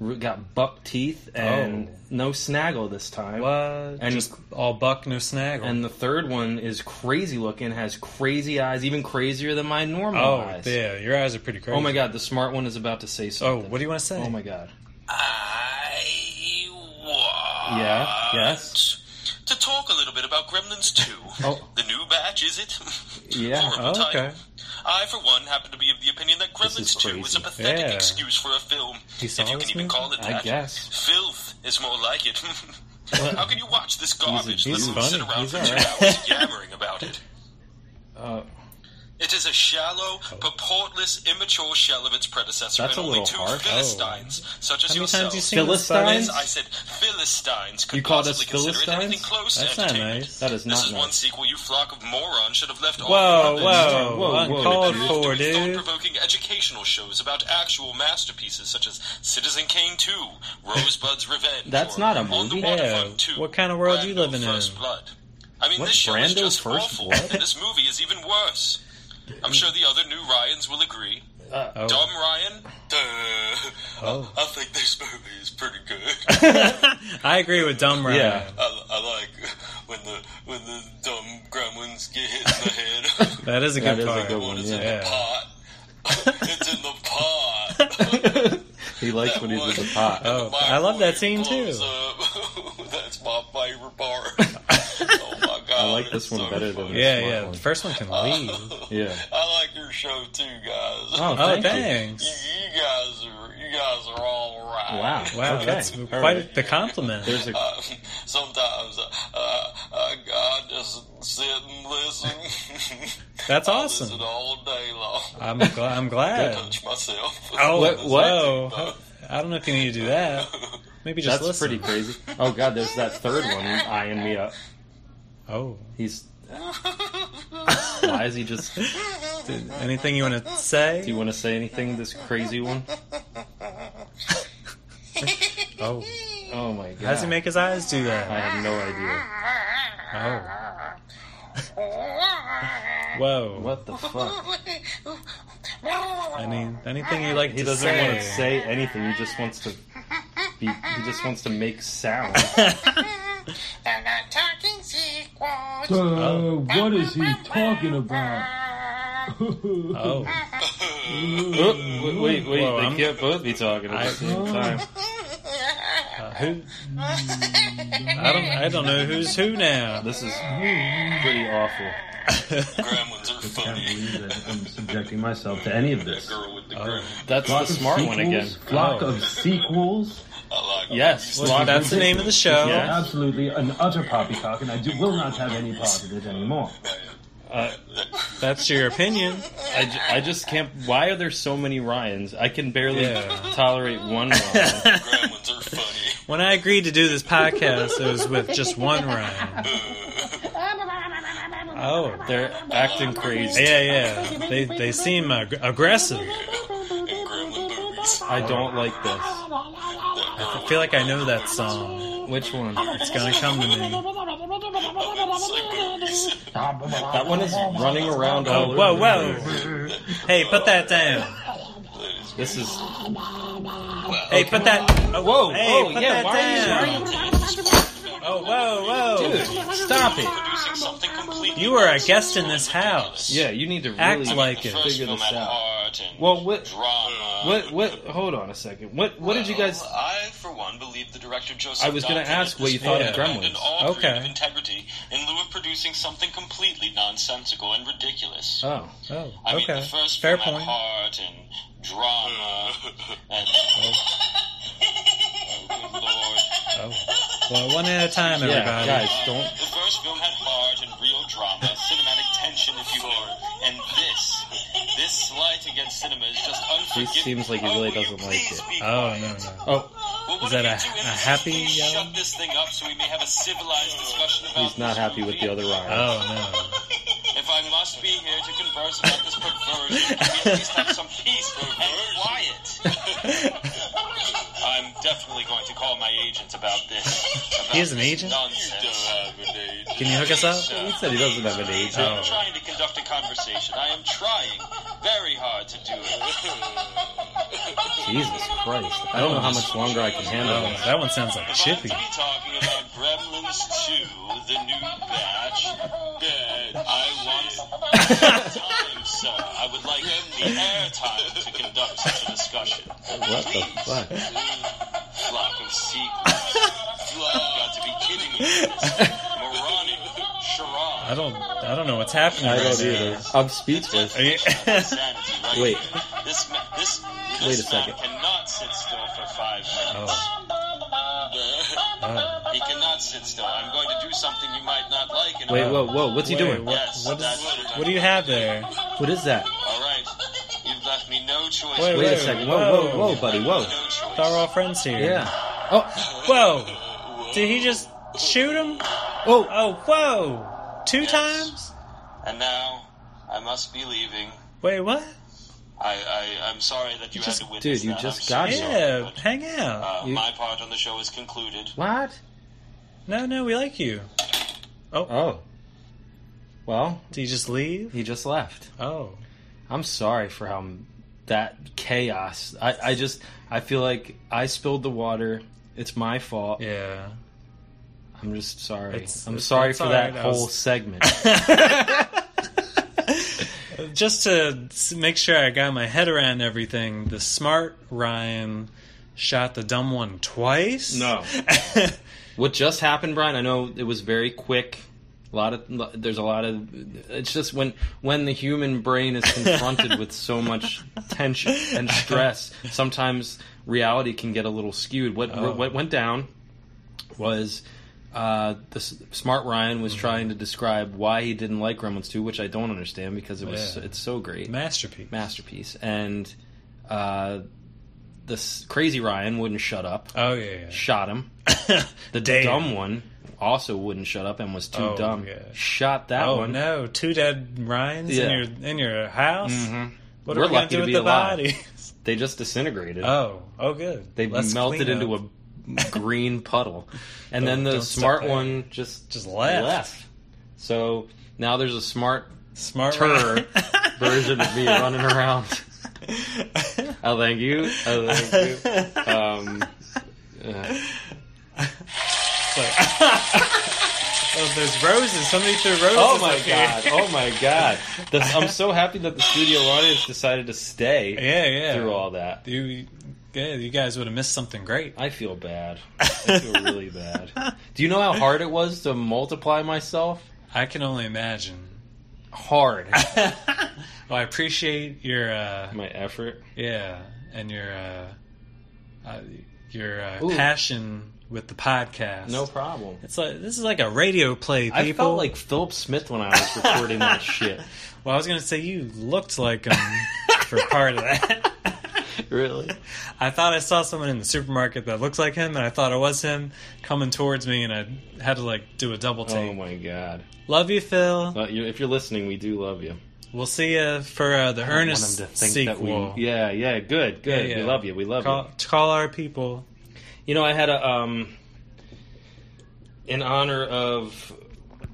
Speaker 2: r- got buck teeth and
Speaker 1: Oh.
Speaker 2: no snaggle this time.
Speaker 1: What?
Speaker 2: And-
Speaker 1: just all buck, no snaggle.
Speaker 2: And the third one is crazy looking, has crazy eyes, even crazier than my normal
Speaker 1: oh,
Speaker 2: eyes.
Speaker 1: yeah, your eyes are pretty crazy.
Speaker 2: Oh my god, the smart one is about to say
Speaker 1: Oh,
Speaker 2: something.
Speaker 1: what do you want to say?
Speaker 2: Oh my god.
Speaker 3: I want
Speaker 2: Yeah.
Speaker 1: Yes.
Speaker 3: to talk a little bit about Gremlins 2.
Speaker 2: Oh.
Speaker 3: The new batch, is it?
Speaker 2: Yeah.
Speaker 3: Horrible
Speaker 1: Oh,
Speaker 3: title.
Speaker 1: okay.
Speaker 3: I, for one, happen to be of the opinion that
Speaker 2: is
Speaker 3: Gremlins 2 is
Speaker 2: crazy.
Speaker 3: a pathetic
Speaker 1: Yeah.
Speaker 3: excuse for a film.
Speaker 1: You saw
Speaker 3: if you
Speaker 1: this
Speaker 3: can even
Speaker 1: movie?
Speaker 3: call it
Speaker 2: I
Speaker 3: that.
Speaker 2: guess.
Speaker 3: Filth is more like it. How can you watch this garbage
Speaker 2: he's
Speaker 3: and sit
Speaker 1: funny.
Speaker 3: around
Speaker 1: He's
Speaker 3: for
Speaker 1: all
Speaker 3: two
Speaker 1: right.
Speaker 3: hours yammering about it?
Speaker 2: Uh,
Speaker 3: It is a shallow, purportless, immature shell of its predecessor,
Speaker 2: That's
Speaker 3: and
Speaker 2: a
Speaker 3: only
Speaker 2: little
Speaker 3: two
Speaker 2: harsh.
Speaker 3: Philistines, such as
Speaker 1: How many times
Speaker 3: yourselves.
Speaker 1: you seen this,
Speaker 2: Philistines?
Speaker 1: buddy?
Speaker 3: I said Philistines could
Speaker 2: You called us
Speaker 3: possibly consider it anything
Speaker 2: Philistines?
Speaker 3: close
Speaker 1: That's
Speaker 3: to
Speaker 1: not
Speaker 3: entertainment.
Speaker 1: nice.
Speaker 2: that is not
Speaker 3: This is
Speaker 2: nice.
Speaker 3: one sequel you flock of morons should have left off.
Speaker 1: Whoa,
Speaker 3: the
Speaker 1: whoa,
Speaker 2: Whoa, whoa,
Speaker 1: uncalled
Speaker 2: dude.
Speaker 1: for, dude.
Speaker 3: Thought-provoking educational shows about actual masterpieces such as Citizen Kane 2, Rosebud's Revenge.
Speaker 2: That's
Speaker 3: or
Speaker 2: not a
Speaker 3: On the
Speaker 2: movie.
Speaker 3: Waterfront
Speaker 1: Yeah,
Speaker 3: 2,
Speaker 1: what kind of world you
Speaker 3: Brando
Speaker 1: living in?
Speaker 3: First Blood. I mean,
Speaker 2: What,
Speaker 3: this show is
Speaker 2: Brando
Speaker 3: just
Speaker 2: First
Speaker 3: awful,
Speaker 2: Blood?
Speaker 3: and this movie is even worse. I'm sure the other new Ryans will agree.
Speaker 1: Oh.
Speaker 3: Dumb Ryan? Duh.
Speaker 1: Oh.
Speaker 3: I, I think this movie is pretty good.
Speaker 1: I agree with Dumb Ryan.
Speaker 2: Yeah.
Speaker 3: I, I like when the when the dumb gremlins get hit in the head.
Speaker 1: That is a
Speaker 2: That
Speaker 1: good
Speaker 2: is a
Speaker 1: part.
Speaker 2: good
Speaker 3: One
Speaker 2: one,
Speaker 3: is in
Speaker 2: yeah.
Speaker 1: yeah.
Speaker 3: the pot. it's in the pot.
Speaker 2: He likes when he's in the pot.
Speaker 1: Oh, I love that scene,
Speaker 3: Microwave
Speaker 1: too.
Speaker 3: blows up. That's my favorite part. oh my god!
Speaker 2: I like
Speaker 3: it's
Speaker 2: this one
Speaker 3: so
Speaker 2: better than
Speaker 3: funny.
Speaker 2: this.
Speaker 1: Yeah,
Speaker 2: Smart
Speaker 1: yeah.
Speaker 2: one.
Speaker 1: The first one can leave.
Speaker 3: Oh.
Speaker 2: Yeah.
Speaker 3: I like your show too, guys.
Speaker 2: Oh,
Speaker 1: Oh,
Speaker 2: thank you.
Speaker 1: thanks.
Speaker 3: You, you guys are you guys are all right.
Speaker 2: Wow.
Speaker 1: Wow,
Speaker 2: okay.
Speaker 1: that's
Speaker 2: All
Speaker 1: quite
Speaker 2: right.
Speaker 1: the compliment.
Speaker 2: There's a
Speaker 3: Uh, sometimes uh, I, I just sit and listen.
Speaker 1: That's
Speaker 3: I
Speaker 1: awesome.
Speaker 3: Listen all day long.
Speaker 1: I'm, gl- I'm glad.
Speaker 3: Touch myself.
Speaker 1: Oh,
Speaker 2: What- what?
Speaker 1: whoa. I don't know if you need to do that. Maybe just
Speaker 2: that's
Speaker 1: listen.
Speaker 2: pretty crazy. Oh god, there's that third one eyeing me up.
Speaker 1: Oh.
Speaker 2: He's why is he just? Do
Speaker 1: Anything you want to say?
Speaker 2: you want to say anything? This crazy one.
Speaker 1: oh.
Speaker 2: Oh my god.
Speaker 1: How does he make his eyes do
Speaker 2: I
Speaker 1: that?
Speaker 2: have no
Speaker 1: Oh.
Speaker 2: idea.
Speaker 1: Whoa.
Speaker 2: What the fuck?
Speaker 1: Any, anything you like
Speaker 2: He
Speaker 1: to
Speaker 2: doesn't
Speaker 1: say?
Speaker 2: want to say anything. He just wants to. Be, he just wants to make sound. Oh,
Speaker 5: They're not talking sequels.
Speaker 6: Uh, what is he talking about?
Speaker 1: Oh.
Speaker 2: Oh, wait, wait, wait.
Speaker 1: Whoa,
Speaker 2: they
Speaker 1: I'm-
Speaker 2: can't both be talking at the same time.
Speaker 1: Uh, who? I don't, I don't know who's who now.
Speaker 2: This is pretty awful.
Speaker 3: Gremlins are funny.
Speaker 6: I'm subjecting myself to any of
Speaker 3: That
Speaker 6: this.
Speaker 3: girl with the
Speaker 1: Oh.
Speaker 3: gremlin.
Speaker 2: That's the smart one again. Oh.
Speaker 6: Flock of sequels.
Speaker 3: I like
Speaker 2: Yes,
Speaker 1: Well, that's the name of the show.
Speaker 2: Yeah.
Speaker 6: Absolutely an utter poppycock, and I do, will not have any part of it anymore.
Speaker 1: That's your opinion.
Speaker 2: I, ju- I just can't. Why are there so many Ryans? I can barely
Speaker 1: Yeah.
Speaker 2: tolerate one Ryan.
Speaker 3: Gremlins are funny.
Speaker 1: When I agreed to do this podcast, it was with just one Ryan. Oh.
Speaker 2: They're acting crazy.
Speaker 1: Yeah, yeah. They they seem ag- aggressive.
Speaker 3: In gremlin movies.
Speaker 2: I don't like this.
Speaker 1: I feel like I know that song.
Speaker 2: Which one?
Speaker 1: It's gonna come to me.
Speaker 3: It's like
Speaker 2: That one is running around all
Speaker 1: Oh,
Speaker 2: over.
Speaker 1: whoa,
Speaker 2: the
Speaker 1: whoa!
Speaker 2: place.
Speaker 1: Hey, put that down.
Speaker 3: movies.
Speaker 2: This is.
Speaker 1: Hey, put that. Oh,
Speaker 2: Whoa!
Speaker 1: Hey,
Speaker 2: oh,
Speaker 1: put
Speaker 2: yeah.
Speaker 1: that
Speaker 2: why are
Speaker 1: down. Oh, whoa, whoa!
Speaker 2: you? Dude, stop it.
Speaker 3: Producing something completely
Speaker 1: You are a guest in this house.
Speaker 2: Yeah, you need to really
Speaker 1: Act like
Speaker 3: The
Speaker 1: it.
Speaker 3: first
Speaker 2: Figure
Speaker 3: film
Speaker 2: this
Speaker 3: had
Speaker 2: out.
Speaker 3: art and
Speaker 2: Well, what-
Speaker 3: drama.
Speaker 2: What? What? Hold on a second. What? What did you guys?
Speaker 3: Well, I, for one, believe the director Joseph.
Speaker 2: I was gonna
Speaker 3: Duncan
Speaker 2: ask
Speaker 3: is
Speaker 2: what you thought
Speaker 1: of
Speaker 3: displaying An
Speaker 2: Gremlins.
Speaker 3: all
Speaker 1: Okay.
Speaker 3: creative integrity in lieu of producing something completely nonsensical and ridiculous.
Speaker 2: Oh,
Speaker 1: Oh,
Speaker 3: I mean,
Speaker 1: okay.
Speaker 3: the first
Speaker 1: Fair
Speaker 3: film
Speaker 1: point.
Speaker 3: had heart and drama and. Oh, good lord.
Speaker 1: Oh. Well, one at a time,
Speaker 2: yeah,
Speaker 1: everybody.
Speaker 2: guys, don't.
Speaker 3: The first film had heart and real drama, cinematic tension, if you will. And this, this slight against cinema is just unforgivable.
Speaker 2: seems like he really doesn't like it.
Speaker 1: Oh no no.
Speaker 2: Oh,
Speaker 3: Well,
Speaker 1: Is
Speaker 3: what
Speaker 1: that
Speaker 3: if
Speaker 1: a-
Speaker 3: you
Speaker 1: a
Speaker 3: do is
Speaker 1: happy uh,
Speaker 3: please
Speaker 1: yell?
Speaker 3: Shut this thing up so we may have a civilized discussion about
Speaker 2: he's not
Speaker 3: this
Speaker 2: happy with
Speaker 3: movie.
Speaker 2: the other Ryan.
Speaker 1: Oh no.
Speaker 3: If I must be here to converse about this perversion, we at least have some peace and quiet. I'm definitely going to call my agent about this. About
Speaker 1: He has an
Speaker 3: this
Speaker 1: agent?
Speaker 3: Nonsense.
Speaker 1: Can you hook us up?
Speaker 2: He said he doesn't have an agent.
Speaker 1: Oh.
Speaker 3: uh, I'm trying to conduct a conversation. I am trying very hard to do it.
Speaker 2: Jesus Christ. I don't know how much longer I can handle
Speaker 1: Oh,
Speaker 2: this.
Speaker 1: that one sounds like
Speaker 3: If
Speaker 1: Chippy.
Speaker 3: I'm to be talking about Gremlins 2, the new batch, good. I want time, sir. I would like the airtime to conduct such a discussion.
Speaker 2: What the fuck?
Speaker 3: Flock of sequels. Flock, got to be kidding me. with this. Moronic.
Speaker 1: I
Speaker 3: Charade.
Speaker 1: don't. I don't know what's happening.
Speaker 2: I
Speaker 1: right
Speaker 2: don't
Speaker 1: now.
Speaker 2: either. I'm speechless.
Speaker 1: Are you-
Speaker 3: Insanity, right
Speaker 2: Wait.
Speaker 3: here. This ma- this this
Speaker 2: Wait a
Speaker 3: man
Speaker 2: second.
Speaker 3: cannot sit still for five minutes.
Speaker 1: Oh.
Speaker 3: He cannot sit still. I'm going to do something you might not like. And
Speaker 2: Wait, whoa, whoa, what's he
Speaker 1: Wait,
Speaker 2: doing?
Speaker 1: What,
Speaker 3: Yes,
Speaker 1: what,
Speaker 3: that's
Speaker 1: is,
Speaker 3: what-
Speaker 1: what do you have there?
Speaker 2: What is that?
Speaker 3: All right, you've left me no choice.
Speaker 1: Wait,
Speaker 2: Wait a second. Whoa, whoa, whoa, buddy, whoa.
Speaker 3: No choice.
Speaker 1: Thought we're all friends here.
Speaker 2: Yeah. Oh,
Speaker 1: Whoa! Did he just shoot him?
Speaker 2: oh,
Speaker 1: Oh, whoa! Two times?
Speaker 3: And now I must be leaving.
Speaker 1: Wait, what?
Speaker 3: I, I I'm sorry that you,
Speaker 2: just-
Speaker 3: had to witness
Speaker 2: dude, you
Speaker 3: that.
Speaker 2: just got
Speaker 3: I'm so
Speaker 2: it.
Speaker 3: sorry,
Speaker 1: Yeah,
Speaker 3: but,
Speaker 1: hang out.
Speaker 3: uh,
Speaker 2: You-
Speaker 3: My part on the show is concluded.
Speaker 2: what?
Speaker 1: No, no, we like you.
Speaker 2: Oh. Well,
Speaker 1: Did he just leave?
Speaker 2: he just left.
Speaker 1: Oh.
Speaker 2: I'm sorry for how m- that chaos. I, I just, I feel like I spilled the water. It's my fault.
Speaker 1: Yeah.
Speaker 2: I'm just sorry.
Speaker 1: It's-
Speaker 2: I'm
Speaker 1: it's-
Speaker 2: sorry
Speaker 1: it's
Speaker 2: for
Speaker 1: all
Speaker 2: that
Speaker 1: right, I
Speaker 2: whole
Speaker 1: was-
Speaker 2: segment.
Speaker 1: Just to s- make sure I got my head around everything, the smart Ryan shot the dumb one twice?
Speaker 2: No. what just happened, Brian? I know it was very quick. A lot of there's a lot of it's just when when the human brain is confronted with so much tension and stress, sometimes reality can get a little skewed. What
Speaker 1: Oh.
Speaker 2: what went down was uh, the s- smart Ryan
Speaker 1: Mm-hmm.
Speaker 2: was trying to describe why he didn't like Gremlins 2, which I don't understand because it was
Speaker 1: Yeah.
Speaker 2: it's so great
Speaker 1: Masterpiece.
Speaker 2: masterpiece, and uh, this crazy Ryan wouldn't shut up,
Speaker 1: oh, yeah. yeah.
Speaker 2: shot him. The
Speaker 1: Damn.
Speaker 2: dumb one also wouldn't shut up and was too
Speaker 1: Oh,
Speaker 2: dumb.
Speaker 1: yeah.
Speaker 2: Shot that
Speaker 1: Oh
Speaker 2: one.
Speaker 1: no, two dead Ryans
Speaker 2: Yeah.
Speaker 1: in your in your house.
Speaker 2: Mhm.
Speaker 1: What
Speaker 2: We're
Speaker 1: are we gonna
Speaker 2: lucky
Speaker 1: do
Speaker 2: to
Speaker 1: with
Speaker 2: be
Speaker 1: the
Speaker 2: alive.
Speaker 1: bodies?
Speaker 2: They just disintegrated.
Speaker 1: Oh, oh, good.
Speaker 2: they
Speaker 1: Less
Speaker 2: melted
Speaker 1: cleanup.
Speaker 2: into a green puddle, and then
Speaker 1: Don't-
Speaker 2: the
Speaker 1: don't step
Speaker 2: smart
Speaker 1: there.
Speaker 2: one just
Speaker 1: Just left.
Speaker 2: So now there's a smart
Speaker 1: smart
Speaker 2: tur
Speaker 1: Ryan.
Speaker 2: version of me running around. I thank you. I thank you. Um, uh,
Speaker 1: oh, there's roses. Somebody threw roses.
Speaker 2: Oh my
Speaker 1: up here.
Speaker 2: god! Oh my god! The, I'm so happy that the studio audience decided to stay
Speaker 1: Yeah, yeah.
Speaker 2: through all that.
Speaker 1: You, yeah, you guys would have missed something great.
Speaker 2: I feel bad. I feel really bad. Do you know how hard it was to multiply myself?
Speaker 1: I can only imagine.
Speaker 2: Hard.
Speaker 1: well, I appreciate your, uh,
Speaker 2: My effort.
Speaker 1: yeah, and your, uh, uh, your uh,
Speaker 2: Ooh.
Speaker 1: passion with the podcast.
Speaker 2: No problem.
Speaker 1: It's like this is like a radio play. People.
Speaker 2: I felt like Philip Smith when I was recording that shit.
Speaker 1: Well, I was gonna say you looked like him for part of that.
Speaker 2: Really?
Speaker 1: I thought I saw someone in the supermarket that looked like him, and I thought it was him coming towards me, and I had to like do a double
Speaker 2: Oh
Speaker 1: take.
Speaker 2: my god.
Speaker 1: Love you, Phil.
Speaker 2: Well, you- If you're listening, we do love you.
Speaker 1: We'll see you for uh, the
Speaker 2: I want
Speaker 1: Ernest
Speaker 2: them to think that we-
Speaker 1: sequel.
Speaker 2: yeah, yeah, good, good.
Speaker 1: Yeah, yeah.
Speaker 2: We love you. We love you.
Speaker 1: Call, call our people.
Speaker 2: You know, I had a um, in honor of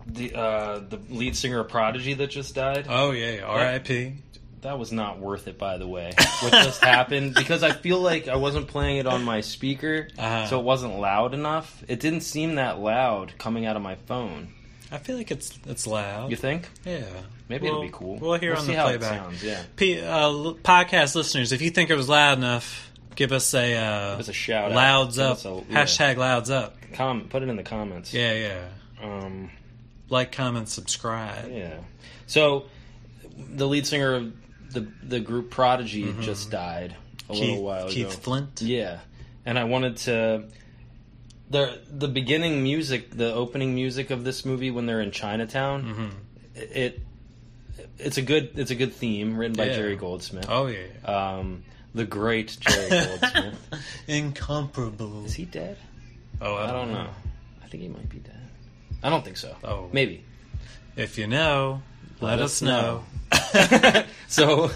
Speaker 2: the uh, the lead singer of Prodigy that just died.
Speaker 1: Oh yeah, yeah, R.I.P.
Speaker 2: that was not worth it, by the way. What just happened? Because I feel like I wasn't playing it on my speaker,
Speaker 1: Uh-huh.
Speaker 2: so it wasn't loud enough. It didn't seem that loud coming out of my phone.
Speaker 1: I feel like it's it's
Speaker 2: You
Speaker 1: loud.
Speaker 2: think?
Speaker 1: Yeah,
Speaker 2: Maybe
Speaker 1: We'll-
Speaker 2: it'll be cool.
Speaker 1: We'll hear on
Speaker 2: see
Speaker 1: the
Speaker 2: how
Speaker 1: playback.
Speaker 2: It sounds, yeah,
Speaker 1: P, uh, l- podcast listeners, if you think it was loud enough, give us a uh,
Speaker 2: give us a shout. out.
Speaker 1: louds
Speaker 2: Give
Speaker 1: up
Speaker 2: us a- yeah.
Speaker 1: hashtag louds up.
Speaker 2: Comment. Put it in the comments.
Speaker 1: Yeah, yeah.
Speaker 2: Um,
Speaker 1: Like, comment, subscribe.
Speaker 2: Yeah. So the lead singer of the the group Prodigy just died
Speaker 1: Mm-hmm.
Speaker 2: a
Speaker 1: Keith,
Speaker 2: little while
Speaker 1: Keith
Speaker 2: ago.
Speaker 1: Flint.
Speaker 2: Yeah. And I wanted to the the beginning music, the opening music of this movie when they're in Chinatown,
Speaker 1: Mhm.
Speaker 2: it it's a good it's a good theme written by
Speaker 1: Yeah.
Speaker 2: Jerry Goldsmith.
Speaker 1: Oh yeah.
Speaker 2: Um the great Jerry Goldsmith.
Speaker 1: Incomparable.
Speaker 2: Is he dead?
Speaker 1: oh,
Speaker 2: I don't know. I think he might be dead. I don't think so.
Speaker 1: Oh.
Speaker 2: Maybe.
Speaker 1: If you know, let, us know.
Speaker 2: so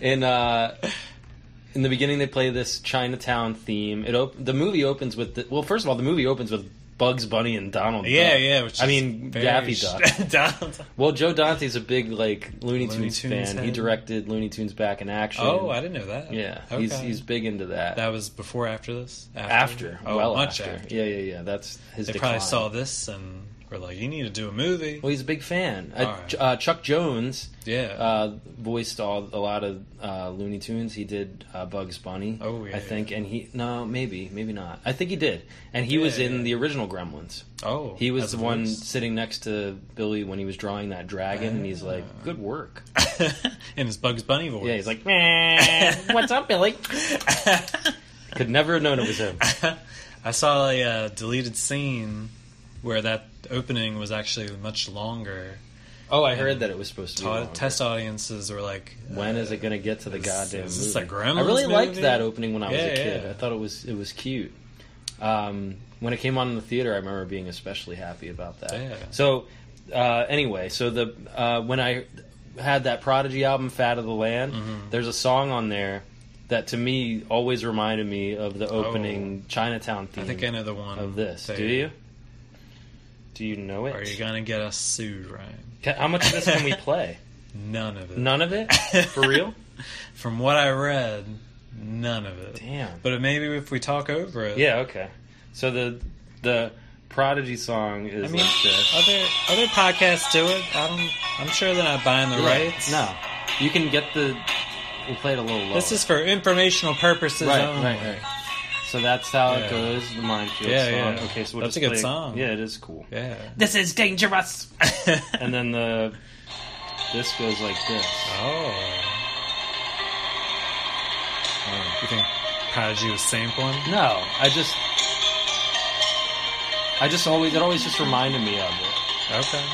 Speaker 2: in uh in the beginning they play this Chinatown theme. It op- the movie opens with the, well first of all the movie opens with Bugs Bunny and Donald.
Speaker 1: Yeah,
Speaker 2: Duck.
Speaker 1: yeah. Which
Speaker 2: I
Speaker 1: is
Speaker 2: mean,
Speaker 1: very
Speaker 2: Daffy
Speaker 1: sh-
Speaker 2: Duck.
Speaker 1: Donald Duck.
Speaker 2: Well, Joe Dante's a big like Looney
Speaker 1: Looney
Speaker 2: Tunes,
Speaker 1: Tunes
Speaker 2: fan. He
Speaker 1: head.
Speaker 2: directed Looney Tunes Back in Action.
Speaker 1: Oh, I didn't know that.
Speaker 2: yeah.
Speaker 1: okay.
Speaker 2: He's he's big into that.
Speaker 1: that was before, or after this,
Speaker 2: after,
Speaker 1: oh,
Speaker 2: well
Speaker 1: much
Speaker 2: after.
Speaker 1: after.
Speaker 2: Yeah, yeah, yeah. That's his.
Speaker 1: They
Speaker 2: decline.
Speaker 1: probably saw this and were like, "You need to do a movie."
Speaker 2: Well, he's a big fan. Uh,
Speaker 1: All right.
Speaker 2: Ch- uh, Chuck Jones
Speaker 1: yeah.
Speaker 2: uh, voiced all a lot of uh, Looney Tunes. He did uh, Bugs Bunny.
Speaker 1: Oh, yeah,
Speaker 2: I think, and he no, maybe, maybe not. I think he did, and he
Speaker 1: Yeah,
Speaker 2: was in
Speaker 1: yeah.
Speaker 2: the original Gremlins.
Speaker 1: oh,
Speaker 2: He was
Speaker 1: as
Speaker 2: the
Speaker 1: a
Speaker 2: one
Speaker 1: voice. Ah.
Speaker 2: sitting next to Billy when he was drawing that dragon, and he's like, "Good work."
Speaker 1: in his Bugs Bunny voice.
Speaker 2: Yeah, he's like, "Meh, "What's up, Billy?" Could never have known it was him.
Speaker 1: I saw a uh, deleted scene where that opening was actually much longer.
Speaker 2: Oh, I heard that it was supposed to be.
Speaker 1: Ta-
Speaker 2: longer.
Speaker 1: test audiences were like,
Speaker 2: When is it going to get to the
Speaker 1: is-
Speaker 2: goddamn
Speaker 1: is this
Speaker 2: movie?
Speaker 1: a Gremlins
Speaker 2: I really liked
Speaker 1: movie?
Speaker 2: that opening when I was a
Speaker 1: Yeah,
Speaker 2: kid.
Speaker 1: yeah.
Speaker 2: I thought it was it was cute. Um, when it came on in the theater, I remember being especially happy about that.
Speaker 1: Yeah.
Speaker 2: So uh, anyway, so the uh, when I had that Prodigy album, "Fat of the Land," there's a song on there that to me always reminded me of the opening Chinatown theme
Speaker 1: I think I know the one
Speaker 2: of this.
Speaker 1: that-
Speaker 2: Do you? Do you know it?
Speaker 1: Are you gonna get us sued, Ryan?
Speaker 2: Ca- How much of this can we play?
Speaker 1: None of it.
Speaker 2: None of it for real.
Speaker 1: From what I read, none of it.
Speaker 2: Damn.
Speaker 1: But maybe if we talk over it,
Speaker 2: Yeah, okay. So the the Prodigy song is
Speaker 1: I mean,
Speaker 2: like this.
Speaker 1: other other podcasts do it. I don't. I'm sure they're not buying the rights.
Speaker 2: No. You can get the we'll play it a little lower.
Speaker 1: This is for informational purposes
Speaker 2: right,
Speaker 1: only.
Speaker 2: right, right. So that's how
Speaker 1: Yeah.
Speaker 2: it goes, the minefield
Speaker 1: Yeah,
Speaker 2: song.
Speaker 1: yeah.
Speaker 2: Okay, so we'll
Speaker 1: That's
Speaker 2: just
Speaker 1: a good
Speaker 2: play-
Speaker 1: song.
Speaker 2: Yeah, it is cool.
Speaker 1: Yeah.
Speaker 2: This is dangerous.
Speaker 1: oh.
Speaker 2: and then the this goes like this. Oh.
Speaker 1: You think Prodigy was sampling?
Speaker 2: No, I just I just always it always just reminded me of it.
Speaker 1: Okay.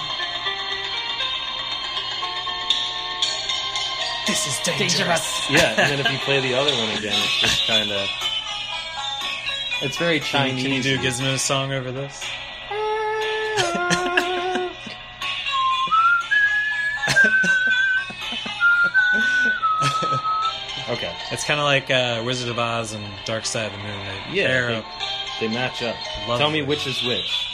Speaker 1: This is dangerous.
Speaker 2: Yeah, and then if you play the other one again, it's just kind of. It's very
Speaker 1: Can
Speaker 2: Chinese.
Speaker 1: you, can you do Gizmo's song over this?
Speaker 2: Okay,
Speaker 1: It's kind of like uh, Wizard of Oz and Dark Side of the Moon. They
Speaker 2: Yeah,
Speaker 1: pair
Speaker 2: they-
Speaker 1: up.
Speaker 2: they match up.
Speaker 1: Love
Speaker 2: Tell me
Speaker 1: it.
Speaker 2: which is which.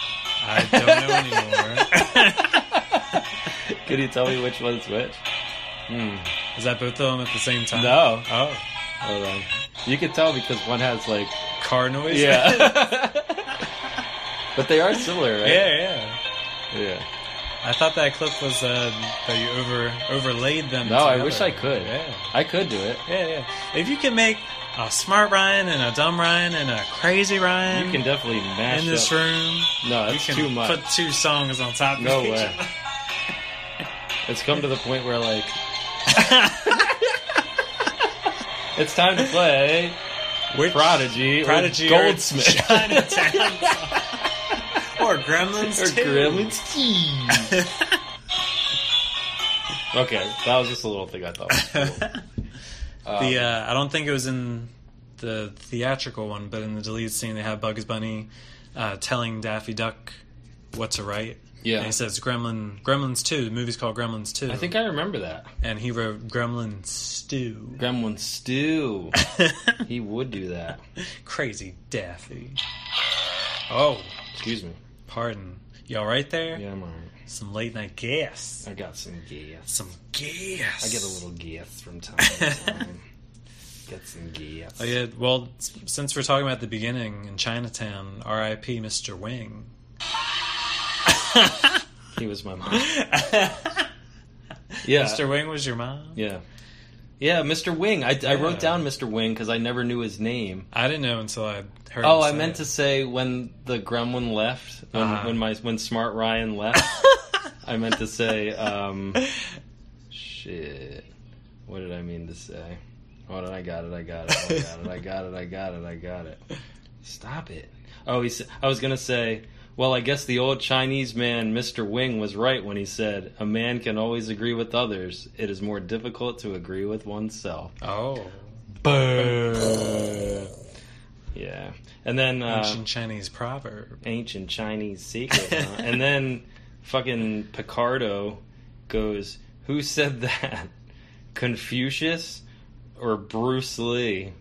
Speaker 1: I don't know anymore.
Speaker 2: Could you tell me which one's which? Hmm.
Speaker 1: is that both of them at the same time?
Speaker 2: No.
Speaker 1: Oh,
Speaker 2: Hold on. You can tell because one has like
Speaker 1: car noise.
Speaker 2: yeah, but they are similar, right?
Speaker 1: yeah, yeah.
Speaker 2: yeah.
Speaker 1: I thought that clip was uh, that you over overlaid them.
Speaker 2: No, I
Speaker 1: together.
Speaker 2: wish I could.
Speaker 1: Yeah,
Speaker 2: I could do it.
Speaker 1: yeah, yeah. If you can make a smart Ryan and a dumb Ryan and a crazy Ryan
Speaker 2: You can definitely mash
Speaker 1: in this
Speaker 2: up.
Speaker 1: room,
Speaker 2: No,
Speaker 1: you
Speaker 2: that's
Speaker 1: can
Speaker 2: too much.
Speaker 1: put two songs on top.
Speaker 2: No
Speaker 1: of each
Speaker 2: way.
Speaker 1: other.
Speaker 2: It's come to the point where like it's time to play
Speaker 1: Which
Speaker 2: Prodigy,
Speaker 1: Prodigy
Speaker 2: Prodigy
Speaker 1: or
Speaker 2: Goldsmith,
Speaker 1: Chinatown song. or Gremlins
Speaker 2: or
Speaker 1: too.
Speaker 2: Gremlins. Okay, that was just a little thing I thought. Was cool. Um,
Speaker 1: the uh, I don't think it was in the theatrical one, but in the deleted scene they have Bugs Bunny uh, telling Daffy Duck what to write.
Speaker 2: Yeah.
Speaker 1: and he says Gremlin Gremlins Two. The movie's called Gremlins Two.
Speaker 2: I think I remember that
Speaker 1: and he wrote Gremlin Stew.
Speaker 2: Gremlin Stew. he would do that.
Speaker 1: Crazy Daffy. Oh,
Speaker 2: Excuse me.
Speaker 1: pardon. Y'all right there?
Speaker 2: Yeah, I'm alright.
Speaker 1: Some late night gas.
Speaker 2: I got some gas.
Speaker 1: Some gas.
Speaker 2: I get a little gas from time to time. Get some gas.
Speaker 1: Oh, yeah. Well, s- since we're talking about the beginning in Chinatown, R.I.P. Mr. Wing.
Speaker 2: He was my mom. Yeah.
Speaker 1: Mr. Wing was your mom?
Speaker 2: Yeah. Yeah, Mr. Wing. I, I
Speaker 1: Yeah.
Speaker 2: wrote down Mr. Wing because I never knew his name.
Speaker 1: I didn't know until I heard.
Speaker 2: Oh,
Speaker 1: him
Speaker 2: I
Speaker 1: say
Speaker 2: meant
Speaker 1: it.
Speaker 2: to say when the Gremlin left, when,
Speaker 1: Uh-huh.
Speaker 2: when my when Smart Ryan left. I meant to say, um, shit. What did I mean to say? Hold on, I got it. I got it. I got it. I got it. I got it. I got it. Stop it. Oh, he. Said, I was gonna say. Well, I guess the old Chinese man, Mr. Wing, was right when he said, "A man can always agree with others. It is more difficult to agree with oneself."
Speaker 1: Oh,
Speaker 2: Yeah, and then uh,
Speaker 1: ancient Chinese proverb.
Speaker 2: ancient Chinese secret. huh? and then fucking Picardo goes, Who said that? Confucius or Bruce Lee?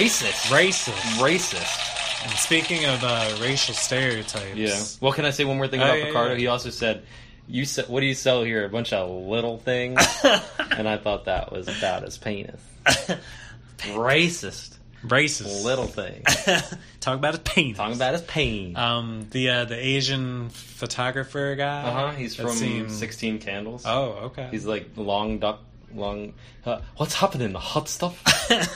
Speaker 2: Racist.
Speaker 1: Racist.
Speaker 2: Racist.
Speaker 1: And speaking of uh, racial stereotypes,
Speaker 2: Yeah. Well, can I say one more thing
Speaker 1: Oh,
Speaker 2: about
Speaker 1: yeah,
Speaker 2: Picardo?
Speaker 1: yeah.
Speaker 2: He also said, "You se- what do you sell here? A bunch of little things." and I thought that was about his penis. Racist
Speaker 1: braces,
Speaker 2: little thing.
Speaker 1: talk about his penis.
Speaker 2: Talking about his pain. Uh
Speaker 1: um the uh, the Asian photographer guy.
Speaker 2: huh. Uh-huh, He's
Speaker 1: That
Speaker 2: from
Speaker 1: seems-
Speaker 2: Sixteen Candles.
Speaker 1: Oh, okay.
Speaker 2: He's like long duck, long. Uh, what's happening? The hot stuff.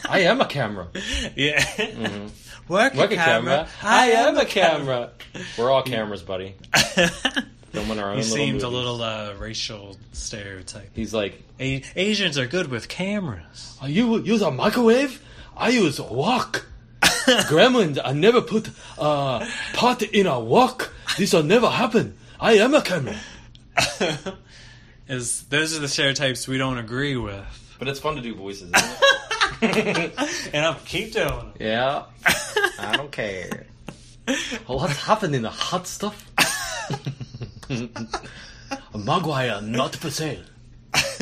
Speaker 2: I am a camera.
Speaker 1: yeah. Work,
Speaker 2: Work a camera. I am a camera. We're all cameras, buddy. Filming our own.
Speaker 1: he
Speaker 2: little
Speaker 1: seemed a
Speaker 2: movies.
Speaker 1: little uh, racial stereotype.
Speaker 2: He's like,
Speaker 1: A- Asians are good with cameras.
Speaker 2: "Are you use a microwave? I use a wok. Gremlins, I never put uh, pot in a wok. This will never happen. I am a camera."
Speaker 1: Is those are the stereotypes we don't agree with,
Speaker 2: But it's fun to do voices. Isn't it?
Speaker 1: and I'll keep doing them.
Speaker 2: yeah, I don't care. What's happening? The hot stuff. Maguire not for sale.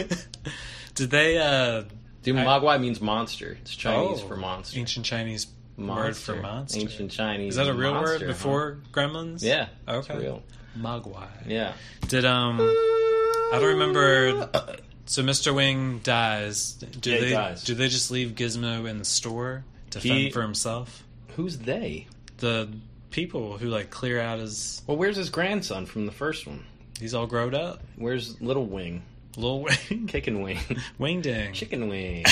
Speaker 1: Did they? Uh,
Speaker 2: Dude, Mogwai means monster. It's Chinese
Speaker 1: oh,
Speaker 2: for monster.
Speaker 1: Ancient Chinese word
Speaker 2: monster.
Speaker 1: for monster.
Speaker 2: Ancient Chinese.
Speaker 1: Is that a real
Speaker 2: monster,
Speaker 1: word
Speaker 2: huh?
Speaker 1: before Gremlins?
Speaker 2: Yeah.
Speaker 1: Okay.
Speaker 2: It's real.
Speaker 1: Mogwai.
Speaker 2: Yeah.
Speaker 1: Did um, I don't remember. So Mr. Wing dies. Do
Speaker 2: Yeah, he
Speaker 1: they
Speaker 2: dies.
Speaker 1: do they just leave Gizmo in the store to fend
Speaker 2: He-
Speaker 1: for himself?
Speaker 2: Who's they?
Speaker 1: The people who like clear out his
Speaker 2: Well, where's his grandson from the first one?
Speaker 1: he's all grown up.
Speaker 2: Where's Little Wing?
Speaker 1: Little Wing,
Speaker 2: Kicking Wing.
Speaker 1: Wing Dang.
Speaker 2: Chicken Wing.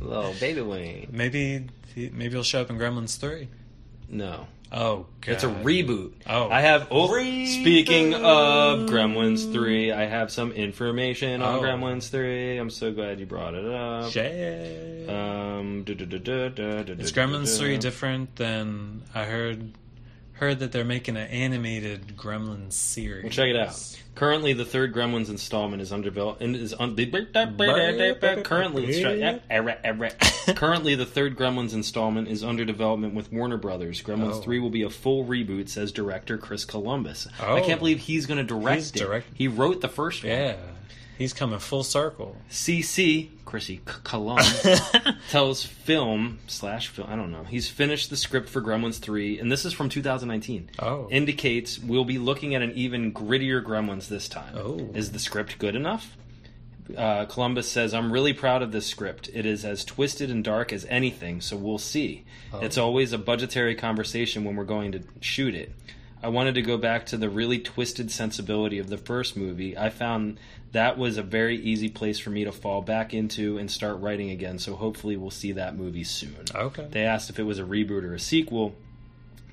Speaker 2: Little Baby Wing.
Speaker 1: maybe he, maybe he'll show up in Gremlins three.
Speaker 2: No.
Speaker 1: Oh, God.
Speaker 2: It's a reboot.
Speaker 1: Oh.
Speaker 2: I have. Oh, speaking of Gremlins 3, I have some information on
Speaker 1: Oh.
Speaker 2: Gremlins 3. I'm so glad you brought it up.
Speaker 1: Shit.
Speaker 2: Um,
Speaker 1: Is
Speaker 2: it's
Speaker 1: Gremlins three different than I heard? Heard that they're making an animated Gremlins series.
Speaker 2: Well, check it out. Currently, the third Gremlins installment is under develop- and is un- currently let's try- yep, error, error. currently the third Gremlins installment is under development with Warner Brothers. Gremlins
Speaker 1: Oh.
Speaker 2: three will be a full reboot, says director Chris Columbus. I
Speaker 1: Oh.
Speaker 2: can't believe he's going to direct
Speaker 1: He's
Speaker 2: it.
Speaker 1: direct-
Speaker 2: He wrote the first one.
Speaker 1: Yeah, he's coming full circle.
Speaker 2: CC Chrissy C- Colum tells film slash film. I don't know. He's finished the script for Gremlins three, and this is from 2019.
Speaker 1: Oh.
Speaker 2: indicates we'll be looking at an even grittier Gremlins this time.
Speaker 1: Oh.
Speaker 2: is the script good enough? Uh, Columbus says, "I'm really proud of this script. It is as twisted and dark as anything. So we'll see.
Speaker 1: Oh.
Speaker 2: It's always a budgetary conversation when we're going to shoot it." I wanted to go back to the really twisted sensibility of the first movie. I found that was a very easy place for me to fall back into and start writing again, so hopefully we'll see that movie soon.
Speaker 1: Okay.
Speaker 2: They asked if it was a reboot or a sequel.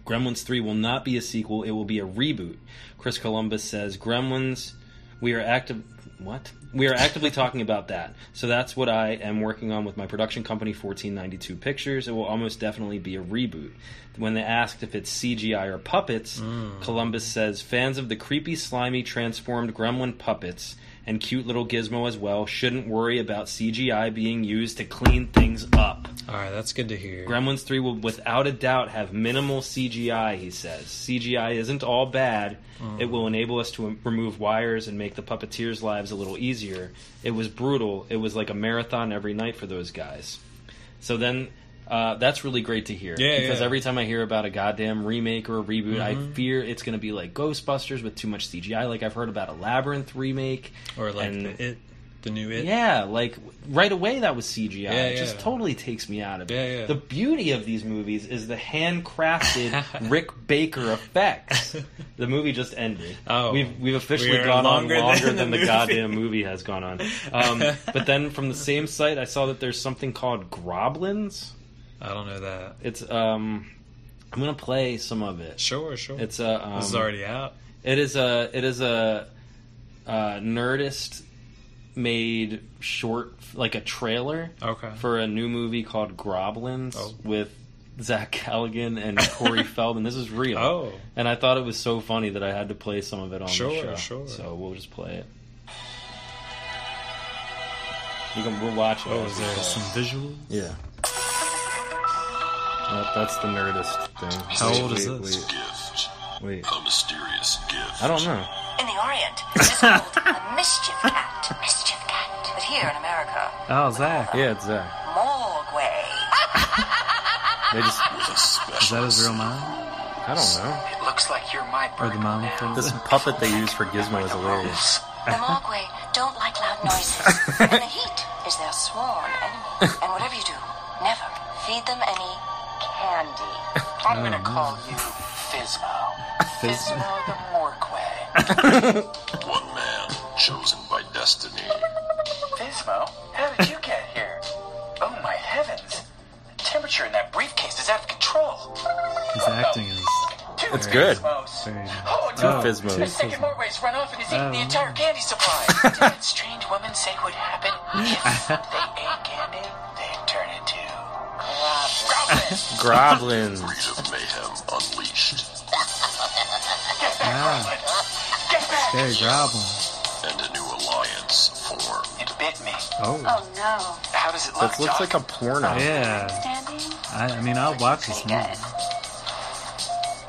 Speaker 2: Gremlins 3 will not be a sequel, it will be a reboot. Chris Columbus says, Gremlins, we are active. What? We are actively talking about that. So that's what I am working on with my production company, 1492 Pictures. It will almost definitely be a reboot. When they asked if it's CGI or puppets, Columbus says, fans of the creepy, slimy, transformed gremlin puppets and cute little gizmo as well shouldn't worry about CGI being used to clean things up.
Speaker 1: All right, that's good to hear.
Speaker 2: Gremlins 3 will without a doubt have minimal CGI, he says. CGI isn't all bad.
Speaker 1: Uh-huh.
Speaker 2: It will enable us to im- remove wires and make the puppeteers' lives a little easier. It was brutal. It was like a marathon every night for those guys. So then. Uh, that's really great to hear
Speaker 1: Yeah,
Speaker 2: because
Speaker 1: yeah. Mm-hmm.
Speaker 2: every time I hear about a goddamn remake or a reboot, I fear it's going to be like Ghostbusters with too much CGI. Like I've heard about a Labyrinth remake,
Speaker 1: or like
Speaker 2: and-
Speaker 1: the it, the new it.
Speaker 2: yeah, like right away that was CGI.
Speaker 1: Yeah,
Speaker 2: It just
Speaker 1: yeah.
Speaker 2: totally takes me out of it.
Speaker 1: Yeah, yeah.
Speaker 2: The beauty of these movies is the handcrafted Rick Baker effects. the movie just ended.
Speaker 1: Oh.
Speaker 2: we've we've officially
Speaker 1: We are
Speaker 2: gone
Speaker 1: longer
Speaker 2: on
Speaker 1: than
Speaker 2: longer
Speaker 1: the
Speaker 2: than the,
Speaker 1: movie.
Speaker 2: goddamn movie has gone on. Um, but then from the same site, I saw that there's something called Groblins.
Speaker 1: I don't know that.
Speaker 2: It's um, I'm gonna play some of it.
Speaker 1: Sure, sure.
Speaker 2: It's a um,
Speaker 1: this is already out.
Speaker 2: it is a it is a uh, Nerdist made short like a trailer
Speaker 1: Okay.
Speaker 2: for a new movie called Groblins
Speaker 1: Oh.
Speaker 2: with Zach Galligan and Corey Feldman. This is real.
Speaker 1: oh,
Speaker 2: And I thought it was so funny that I had to play some of it on
Speaker 1: Sure,
Speaker 2: the show.
Speaker 1: sure.
Speaker 2: So we'll just play it. You can we'll watch it.
Speaker 1: oh,
Speaker 2: as
Speaker 1: is
Speaker 2: we
Speaker 1: there
Speaker 2: play.
Speaker 1: some visuals?
Speaker 2: Yeah. That- that's the Nerdist thing.
Speaker 1: How old is this?
Speaker 3: Gift.
Speaker 2: Wait, wait.
Speaker 3: A mysterious gift.
Speaker 2: I don't know.
Speaker 7: In the Orient, it is called a mischief cat. Mischief cat. But here in America,
Speaker 1: Oh, Zach.
Speaker 2: Yeah, it's Zach.
Speaker 7: Morgway.
Speaker 2: They just
Speaker 3: With a special
Speaker 1: Is that his real mom?
Speaker 2: I don't know.
Speaker 8: It looks like you're my
Speaker 1: Or the
Speaker 8: burden
Speaker 1: mom
Speaker 8: now.
Speaker 1: from
Speaker 2: This puppet they use for Gizmo is hilarious.
Speaker 7: The Mogwai don't like loud noises, and the heat is their sworn enemy. And whatever you do, never feed them any candy.
Speaker 8: I'm gonna call you Fizmo. Fizmo the Morquay.
Speaker 3: One man chosen by destiny.
Speaker 8: Fizmo, how did you get here? Oh my heavens! The temperature in that briefcase is out of control.
Speaker 1: His acting is.
Speaker 8: Two
Speaker 2: It's good.
Speaker 8: Fizmos.
Speaker 1: Very nice.
Speaker 8: Oh,
Speaker 2: Two
Speaker 1: Oh,
Speaker 2: Fizmos.
Speaker 8: The second Morquay's run off and he's eaten
Speaker 1: Oh,
Speaker 8: the entire candy supply. Did that strange woman say what happened? If they ate candy, they'd turn into goblins.
Speaker 2: Groblins.
Speaker 3: Breed of mayhem unleashed.
Speaker 8: Get back,
Speaker 1: Ah.
Speaker 8: Groblin. Get back!
Speaker 1: Very groblin.
Speaker 3: And a new alliance formed.
Speaker 8: It bit me.
Speaker 1: Oh.
Speaker 7: Oh no,
Speaker 8: How does it look?
Speaker 2: This looks
Speaker 8: Doc?
Speaker 2: like a porno.
Speaker 1: Yeah.
Speaker 7: Dandy.
Speaker 1: I, I mean, I'll watch this movie. Yeah,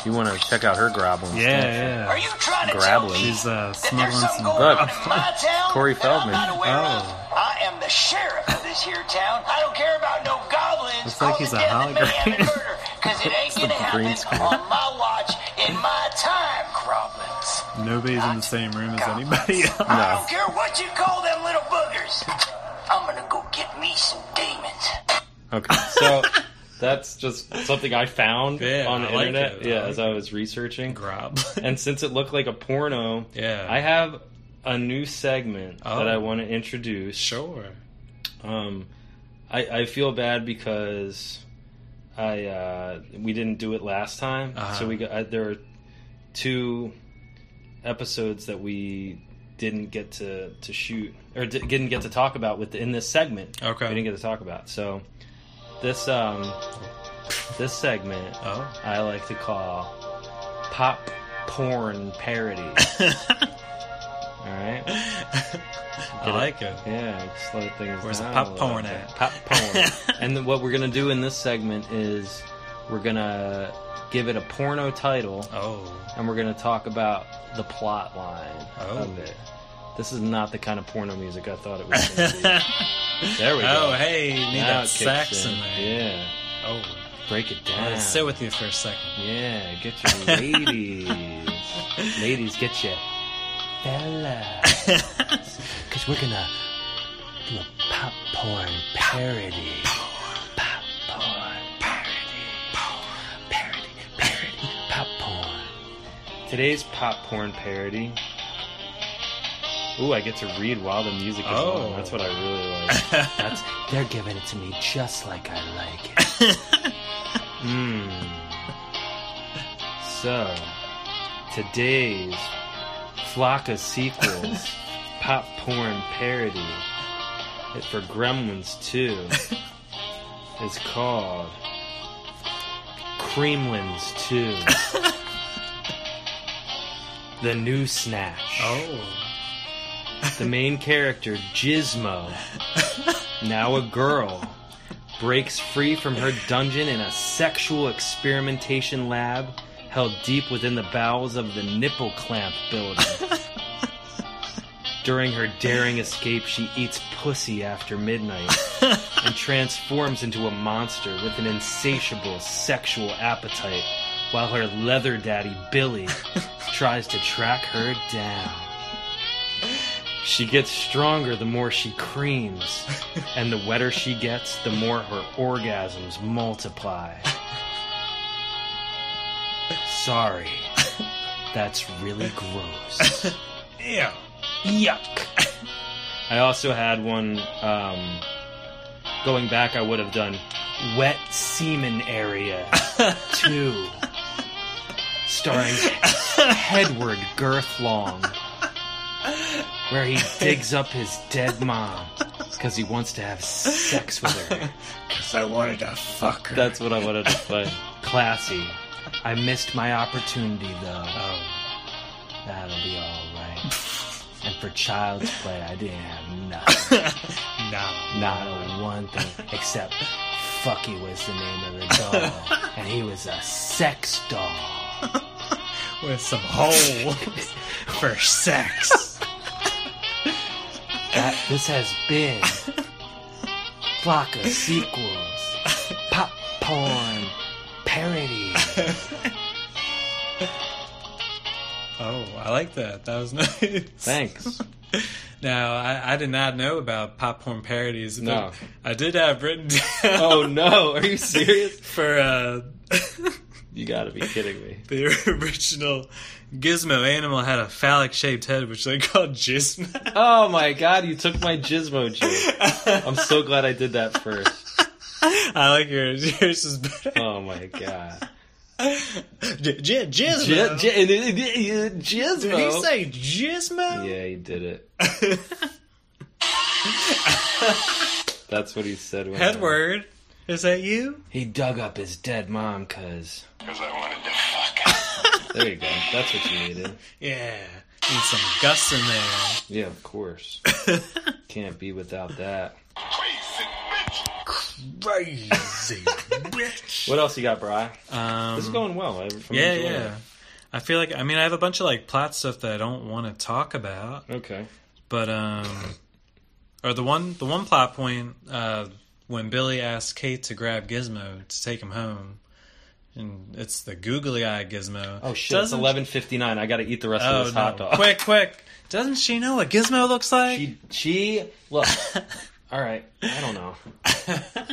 Speaker 2: You want to check out her groblins?
Speaker 8: Are
Speaker 1: yeah.
Speaker 8: you trying to tell
Speaker 2: Grablin.
Speaker 8: me
Speaker 1: She's uh,
Speaker 8: that there's
Speaker 1: smuggling some.
Speaker 8: something going
Speaker 2: Look.
Speaker 8: on in my town
Speaker 2: Corey
Speaker 8: that I'm
Speaker 2: Feldman.
Speaker 8: not aware of?
Speaker 1: Oh.
Speaker 8: I am the sheriff of this here town. I don't care about no goblins
Speaker 1: Looks like he's a
Speaker 8: causing death and
Speaker 1: hologram.
Speaker 8: mayhem and murder, because it ain't gonna
Speaker 2: the green
Speaker 8: happen
Speaker 2: screen.
Speaker 8: on my watch in my time, Groblins.
Speaker 1: Nobody's in the same room as anybody else.
Speaker 8: I don't care what you call them little boogers. I'm gonna go get me some demons.
Speaker 2: Okay, so that's just something I found
Speaker 1: Yeah,
Speaker 2: on the
Speaker 1: I like
Speaker 2: internet.
Speaker 1: it. I
Speaker 2: yeah,
Speaker 1: like
Speaker 2: as I was researching.
Speaker 1: Groblin.
Speaker 2: and since it looked like a porno,
Speaker 1: Yeah.
Speaker 2: I have a new segment
Speaker 1: Oh.
Speaker 2: that I want to introduce.
Speaker 1: Sure.
Speaker 2: Um, I, I feel bad because I uh, we didn't do it last time,
Speaker 1: Uh-huh.
Speaker 2: so we got I, there are two episodes that we didn't get to to shoot or di- didn't get to talk about with in this segment.
Speaker 1: Okay.
Speaker 2: we didn't get to talk about so this um this segment
Speaker 1: Oh.
Speaker 2: I like to call pop porn parody. All right.
Speaker 1: I like it.
Speaker 2: Yeah, like slow things
Speaker 1: Where's the
Speaker 2: down.
Speaker 1: pop
Speaker 2: a little
Speaker 1: porn
Speaker 2: bit.
Speaker 1: at?
Speaker 2: Pop porn. and then what we're gonna do in this segment is we're gonna give it a porno title,
Speaker 1: Oh.
Speaker 2: and we're gonna talk about the plot line
Speaker 1: Oh.
Speaker 2: of it. This is not the kind of porno music I thought it was gonna be. there we go.
Speaker 1: oh, hey, you need
Speaker 2: Now
Speaker 1: that
Speaker 2: it kicks
Speaker 1: sax in there.
Speaker 2: Yeah,
Speaker 1: Oh.
Speaker 2: break it
Speaker 1: I
Speaker 2: down.
Speaker 1: want to sit with you for a second.
Speaker 2: Yeah, get your ladies. ladies, get your fella. Because we're going to do a pop porn parody. Pop porn parody. Parody, parody, pop porn. Today's pop porn parody. Ooh, I get to read while the music is
Speaker 1: Oh.
Speaker 2: on. That's what I really like. That's, they're giving it to me just like I like it. Mm. So, today's flock of sequels pop porn parody it- for Gremlins 2 is called Creamlins 2 The New Snatch.
Speaker 1: oh.
Speaker 2: The main character, Gizmo, now a girl, breaks free from her dungeon in a sexual experimentation lab held deep within the bowels of the nipple clamp building. During her daring escape, she eats pussy after midnight and transforms into a monster with an insatiable sexual appetite while her leather daddy, Billy, tries to track her down. She gets stronger the more she creams, and the wetter she gets, the more her orgasms multiply. Sorry, that's really gross.
Speaker 1: Yeah.
Speaker 2: Yuck. I also had one. Um, going back, I would have done wet semen area two, starring Hedward Girthlong, where he digs up his dead mom because he wants to have sex with her.
Speaker 4: I wanted to fuck her.
Speaker 2: That's what I wanted to play. Classy. I missed my opportunity though.
Speaker 1: Oh.
Speaker 2: That'll be alright. and for child's play, I didn't have nothing.
Speaker 1: Nah.
Speaker 2: Not a one thing. Except Fucky was the name of the doll. and he was a sex doll.
Speaker 1: With some hole for sex.
Speaker 2: That, this has been Flock of Sequels. Pop porn. Parody.
Speaker 1: Oh, like that. That was nice.
Speaker 2: Thanks.
Speaker 1: Now, I, I did not know about popcorn parodies. but
Speaker 2: No.
Speaker 1: I did have written down
Speaker 2: oh no, are you serious?
Speaker 1: for uh,
Speaker 2: You gotta be kidding me.
Speaker 1: the original Gizmo animal had a phallic shaped head, which they called Gizmo.
Speaker 2: Oh my god, you took my gizmo joke. I'm so glad I did that first.
Speaker 1: I like yours. Yours is better.
Speaker 2: Oh my god.
Speaker 1: J- j-
Speaker 2: Gi-
Speaker 1: Gizmo.
Speaker 2: gi- gizmo.
Speaker 1: did he say Gizmo?
Speaker 2: Yeah, he did it. That's what he said. When
Speaker 1: Edward, is that you?
Speaker 2: He dug up his dead mom, cause.
Speaker 8: Because I wanted to fuck
Speaker 2: There you go. That's what you needed.
Speaker 1: Yeah. Need some guts in there.
Speaker 2: Yeah, of course. Can't be without that.
Speaker 8: crazy bitch.
Speaker 1: Crazy bitch.
Speaker 2: What else you got, Bri?
Speaker 1: Um,
Speaker 2: This is going well. I'm I'm
Speaker 1: yeah,
Speaker 2: enjoying
Speaker 1: yeah. I feel like I mean I have a bunch of like plot stuff that I don't want to talk about,
Speaker 2: it. Okay.
Speaker 1: but um, or the one the one plot point uh, when Billy asks Kate to grab Gizmo to take him home, and it's the googly eye Gizmo.
Speaker 2: Oh shit! It's
Speaker 1: Doesn't-
Speaker 2: eleven fifty nine. I got to eat the rest
Speaker 1: Oh,
Speaker 2: of this
Speaker 1: no.
Speaker 2: hot dog.
Speaker 1: Quick, quick! Doesn't she know what Gizmo looks like?
Speaker 2: She, she, look. all right, I don't know.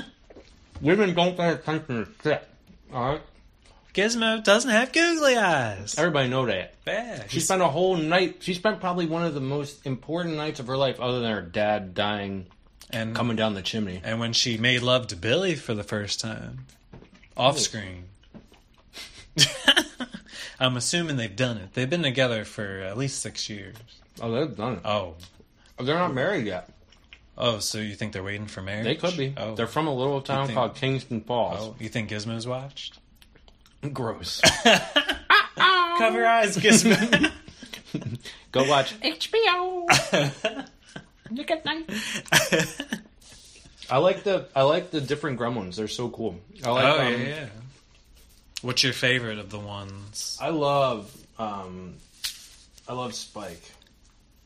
Speaker 2: Women don't pay attention to shit. All right,
Speaker 1: Gizmo doesn't have googly eyes.
Speaker 2: everybody know that.
Speaker 1: Yeah,
Speaker 2: She
Speaker 1: he's-
Speaker 2: spent a whole night. She spent probably one of the most important nights of her life, other than her dad dying,
Speaker 1: and
Speaker 2: coming down the chimney.
Speaker 1: and when she made love to Billy for the first time, off screen. I'm assuming they've done it. They've been together for at least six years.
Speaker 2: Oh, they've done it.
Speaker 1: Oh,
Speaker 2: They're not married yet.
Speaker 1: oh, so you think they're waiting for marriage?
Speaker 2: They could be.
Speaker 1: Oh,
Speaker 2: They're from a little town
Speaker 1: think-
Speaker 2: called Kingston Falls.
Speaker 1: oh you think Gizmo's watched? Oh.
Speaker 2: Gross.
Speaker 1: Cover your eyes, Gizmo.
Speaker 2: Go watch.
Speaker 1: Oh,
Speaker 9: Look at them.
Speaker 2: I like the I like the different Gremlins. They're so cool. I like.
Speaker 1: oh yeah,
Speaker 2: um,
Speaker 1: yeah. What's your favorite of the ones?
Speaker 2: I love um I love Spike.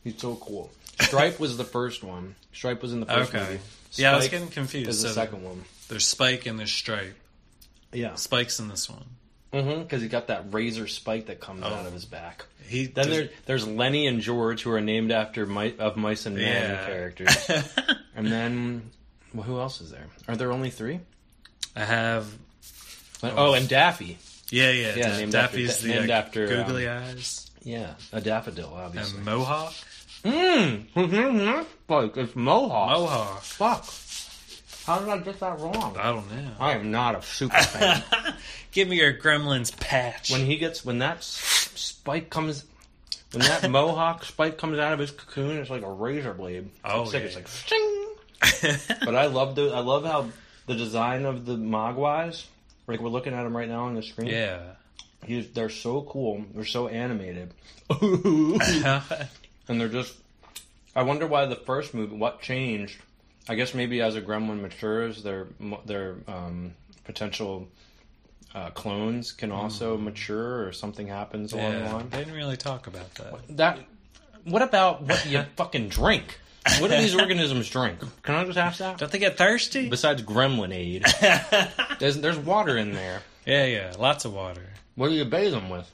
Speaker 2: He's so cool. Stripe was the first one. Stripe was in the first
Speaker 1: Okay.
Speaker 2: movie.
Speaker 1: yeah, I was
Speaker 2: Spike
Speaker 1: getting confused.
Speaker 2: Is the
Speaker 1: So
Speaker 2: second one.
Speaker 1: There's Spike and there's Stripe.
Speaker 2: Yeah.
Speaker 1: Spike's in this one.
Speaker 2: Mm-hmm. Because he got that razor spike that
Speaker 1: Oh.
Speaker 2: comes out of his back.
Speaker 1: He
Speaker 2: Then
Speaker 1: does-
Speaker 2: there, there's Lenny and George who are named after mi- of mice and men
Speaker 1: Yeah.
Speaker 2: characters. and then well, who else is there? Are there only three?
Speaker 1: I have
Speaker 2: Len- oh, and Daffy.
Speaker 1: Yeah, yeah.
Speaker 2: Yeah,
Speaker 1: Da-
Speaker 2: named after-
Speaker 1: Daffy's the
Speaker 2: named
Speaker 1: uh,
Speaker 2: after, um,
Speaker 1: googly eyes
Speaker 2: Yeah, a daffodil, obviously.
Speaker 1: and mohawk.
Speaker 2: Mmm, his name's not Spike. It's Mohawk.
Speaker 1: Mohawk.
Speaker 2: Fuck. How did I get that wrong?
Speaker 1: I don't know.
Speaker 2: I am not a super fan.
Speaker 1: Give me your Gremlins patch.
Speaker 2: when he gets when that s- spike comes, when that mohawk spike comes out of his cocoon, it's like a razor blade.
Speaker 1: Oh,
Speaker 2: it's like,
Speaker 1: yeah.
Speaker 2: it's like sting. but I love the I love how the design of the Mogwais. Like we're looking at them right now on the screen.
Speaker 1: yeah.
Speaker 2: He's- they're so cool. They're so animated, and they're just. I wonder why the first movie. What changed? I guess maybe as a gremlin matures, their mo- their um, potential uh, clones can also mature, or something happens along the
Speaker 1: yeah.
Speaker 2: line.
Speaker 1: They didn't really talk about that.
Speaker 2: That. What about what you fucking drink? What do these organisms drink? Can I just ask that?
Speaker 1: Don't they get thirsty?
Speaker 2: Besides gremlinade, there's there's water in there.
Speaker 1: Yeah, yeah. Lots of water.
Speaker 2: What do you bathe them with?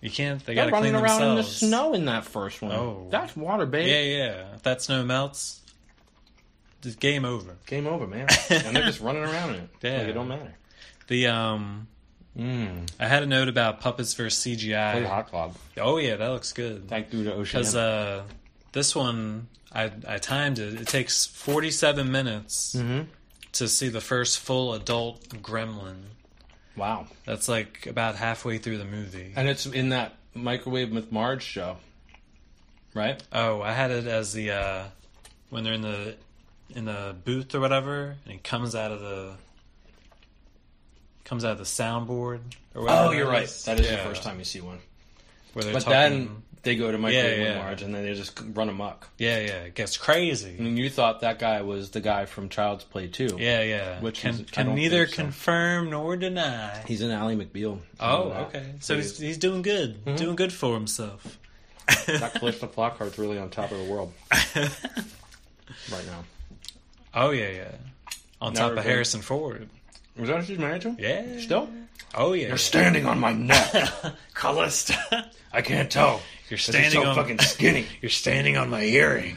Speaker 1: You can't. They
Speaker 2: They're
Speaker 1: gotta clean
Speaker 2: running around in the
Speaker 1: themselves.
Speaker 2: snow in that first one.
Speaker 1: Oh.
Speaker 2: That's water, baby.
Speaker 1: Yeah, yeah. If that snow melts, it's game over.
Speaker 2: Game over, man. and they're just running around in it.
Speaker 1: Yeah.
Speaker 2: Like, it don't matter.
Speaker 1: The um,
Speaker 2: Mmm.
Speaker 1: I had a note about puppets versus
Speaker 2: Play
Speaker 1: CGI.
Speaker 2: hot club.
Speaker 1: Oh yeah, that looks good.
Speaker 2: Thank you to Ocean.
Speaker 1: Because uh, this one, I, I timed it. It takes 47 minutes
Speaker 2: Mm-hmm.
Speaker 1: to see the first full adult gremlin.
Speaker 2: wow.
Speaker 1: That's like about halfway through the movie.
Speaker 2: And it's in that microwave with Marge show, right?
Speaker 1: Oh, I had it as the uh, when they're in the in the booth or whatever, and he comes out of the comes out of the soundboard or whatever. it is.
Speaker 2: Oh, That is
Speaker 1: Yeah.
Speaker 2: the first time you see one.
Speaker 1: Where they're
Speaker 2: But
Speaker 1: talking,
Speaker 2: then they go to
Speaker 1: Yeah,
Speaker 2: microwave with
Speaker 1: yeah.
Speaker 2: Marge, and then they just run amok.
Speaker 1: yeah, yeah, it gets crazy.
Speaker 2: And you thought that guy was the guy from Child's Play too.
Speaker 1: Yeah, yeah.
Speaker 2: Which
Speaker 1: can
Speaker 2: is- I
Speaker 1: can
Speaker 2: don't
Speaker 1: neither
Speaker 2: think so.
Speaker 1: confirm nor deny.
Speaker 2: He's in Ally McBeal.
Speaker 1: Oh, okay. So he's, he's doing good,
Speaker 2: Mm-hmm.
Speaker 1: doing good for himself.
Speaker 2: that Calista Flockhart's really on top of the world right now.
Speaker 1: Oh yeah, yeah. On
Speaker 2: Now
Speaker 1: top
Speaker 2: we're
Speaker 1: of
Speaker 2: going-
Speaker 1: Harrison Ford.
Speaker 2: Was that who she's married to?
Speaker 1: Yeah.
Speaker 2: Still?
Speaker 1: Oh yeah.
Speaker 4: You're standing on my neck.
Speaker 1: Callista.
Speaker 4: I can't tell.
Speaker 1: You're
Speaker 4: 'cause
Speaker 1: standing
Speaker 4: so
Speaker 1: on-
Speaker 4: fucking skinny.
Speaker 1: You're standing on my earring.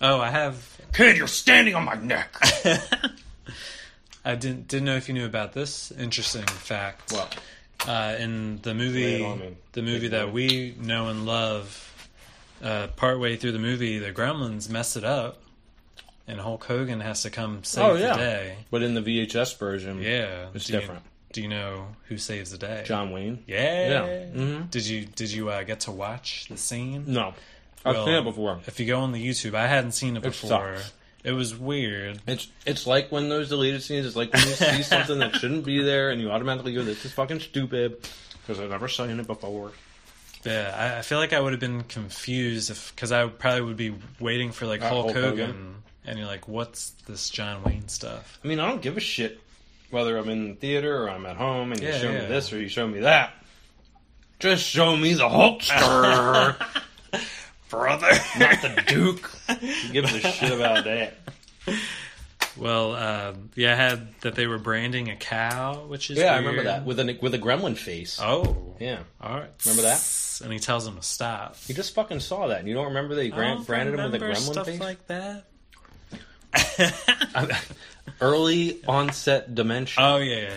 Speaker 1: oh, I have.
Speaker 4: Kid, you're standing on my neck.
Speaker 1: I didn't didn't know if you knew about this interesting fact.
Speaker 2: What?
Speaker 1: Uh, in the movie,
Speaker 2: Lay it on me.
Speaker 1: the movie that we know and love, uh, partway through the movie, the Gremlins mess it up, and Hulk Hogan has to come save
Speaker 2: Oh, yeah.
Speaker 1: the day.
Speaker 2: But in the VHS version,
Speaker 1: Yeah,
Speaker 2: It's
Speaker 1: do you-
Speaker 2: different.
Speaker 1: do you know who saves the day?
Speaker 2: John Wayne.
Speaker 1: Yeah.
Speaker 2: Mhm.
Speaker 1: Did you did you uh, get to watch the scene?
Speaker 2: No. I've
Speaker 1: Well,
Speaker 2: seen it before.
Speaker 1: If you go on the YouTube, I hadn't seen it before.
Speaker 2: sucks.
Speaker 1: It was weird.
Speaker 2: It's it's like when those deleted scenes. It's like when you see something that shouldn't be there, and you automatically go, "This is fucking stupid," because I've never seen it before.
Speaker 1: Yeah, I, I feel like I would have been confused if because I probably would be waiting for like
Speaker 2: Uh,
Speaker 1: Hulk,
Speaker 2: Hulk
Speaker 1: Hogan,
Speaker 2: Hogan.
Speaker 1: and you're like, what's this John Wayne stuff?
Speaker 2: I mean, I don't give a shit whether I'm in the theater or I'm at home, and
Speaker 1: Yeah,
Speaker 2: you show
Speaker 1: yeah.
Speaker 2: me this or you show me that. Just show me the Hulkster,
Speaker 1: Brother.
Speaker 2: not the Duke. Who gives a shit about that?
Speaker 1: well, uh, yeah, I had that they were branding a cow, which is
Speaker 2: Yeah, I remember
Speaker 1: weird.
Speaker 2: that with a with a gremlin face.
Speaker 1: Oh,
Speaker 2: Yeah,
Speaker 1: all right.
Speaker 2: Remember that?
Speaker 1: And he tells him to stop.
Speaker 2: you just fucking saw that, and you don't remember they
Speaker 1: I
Speaker 2: gran-
Speaker 1: don't
Speaker 2: branded him with a
Speaker 1: remember
Speaker 2: gremlin
Speaker 1: stuff
Speaker 2: face?
Speaker 1: like that.
Speaker 2: Early onset dementia,
Speaker 1: Oh yeah, yeah.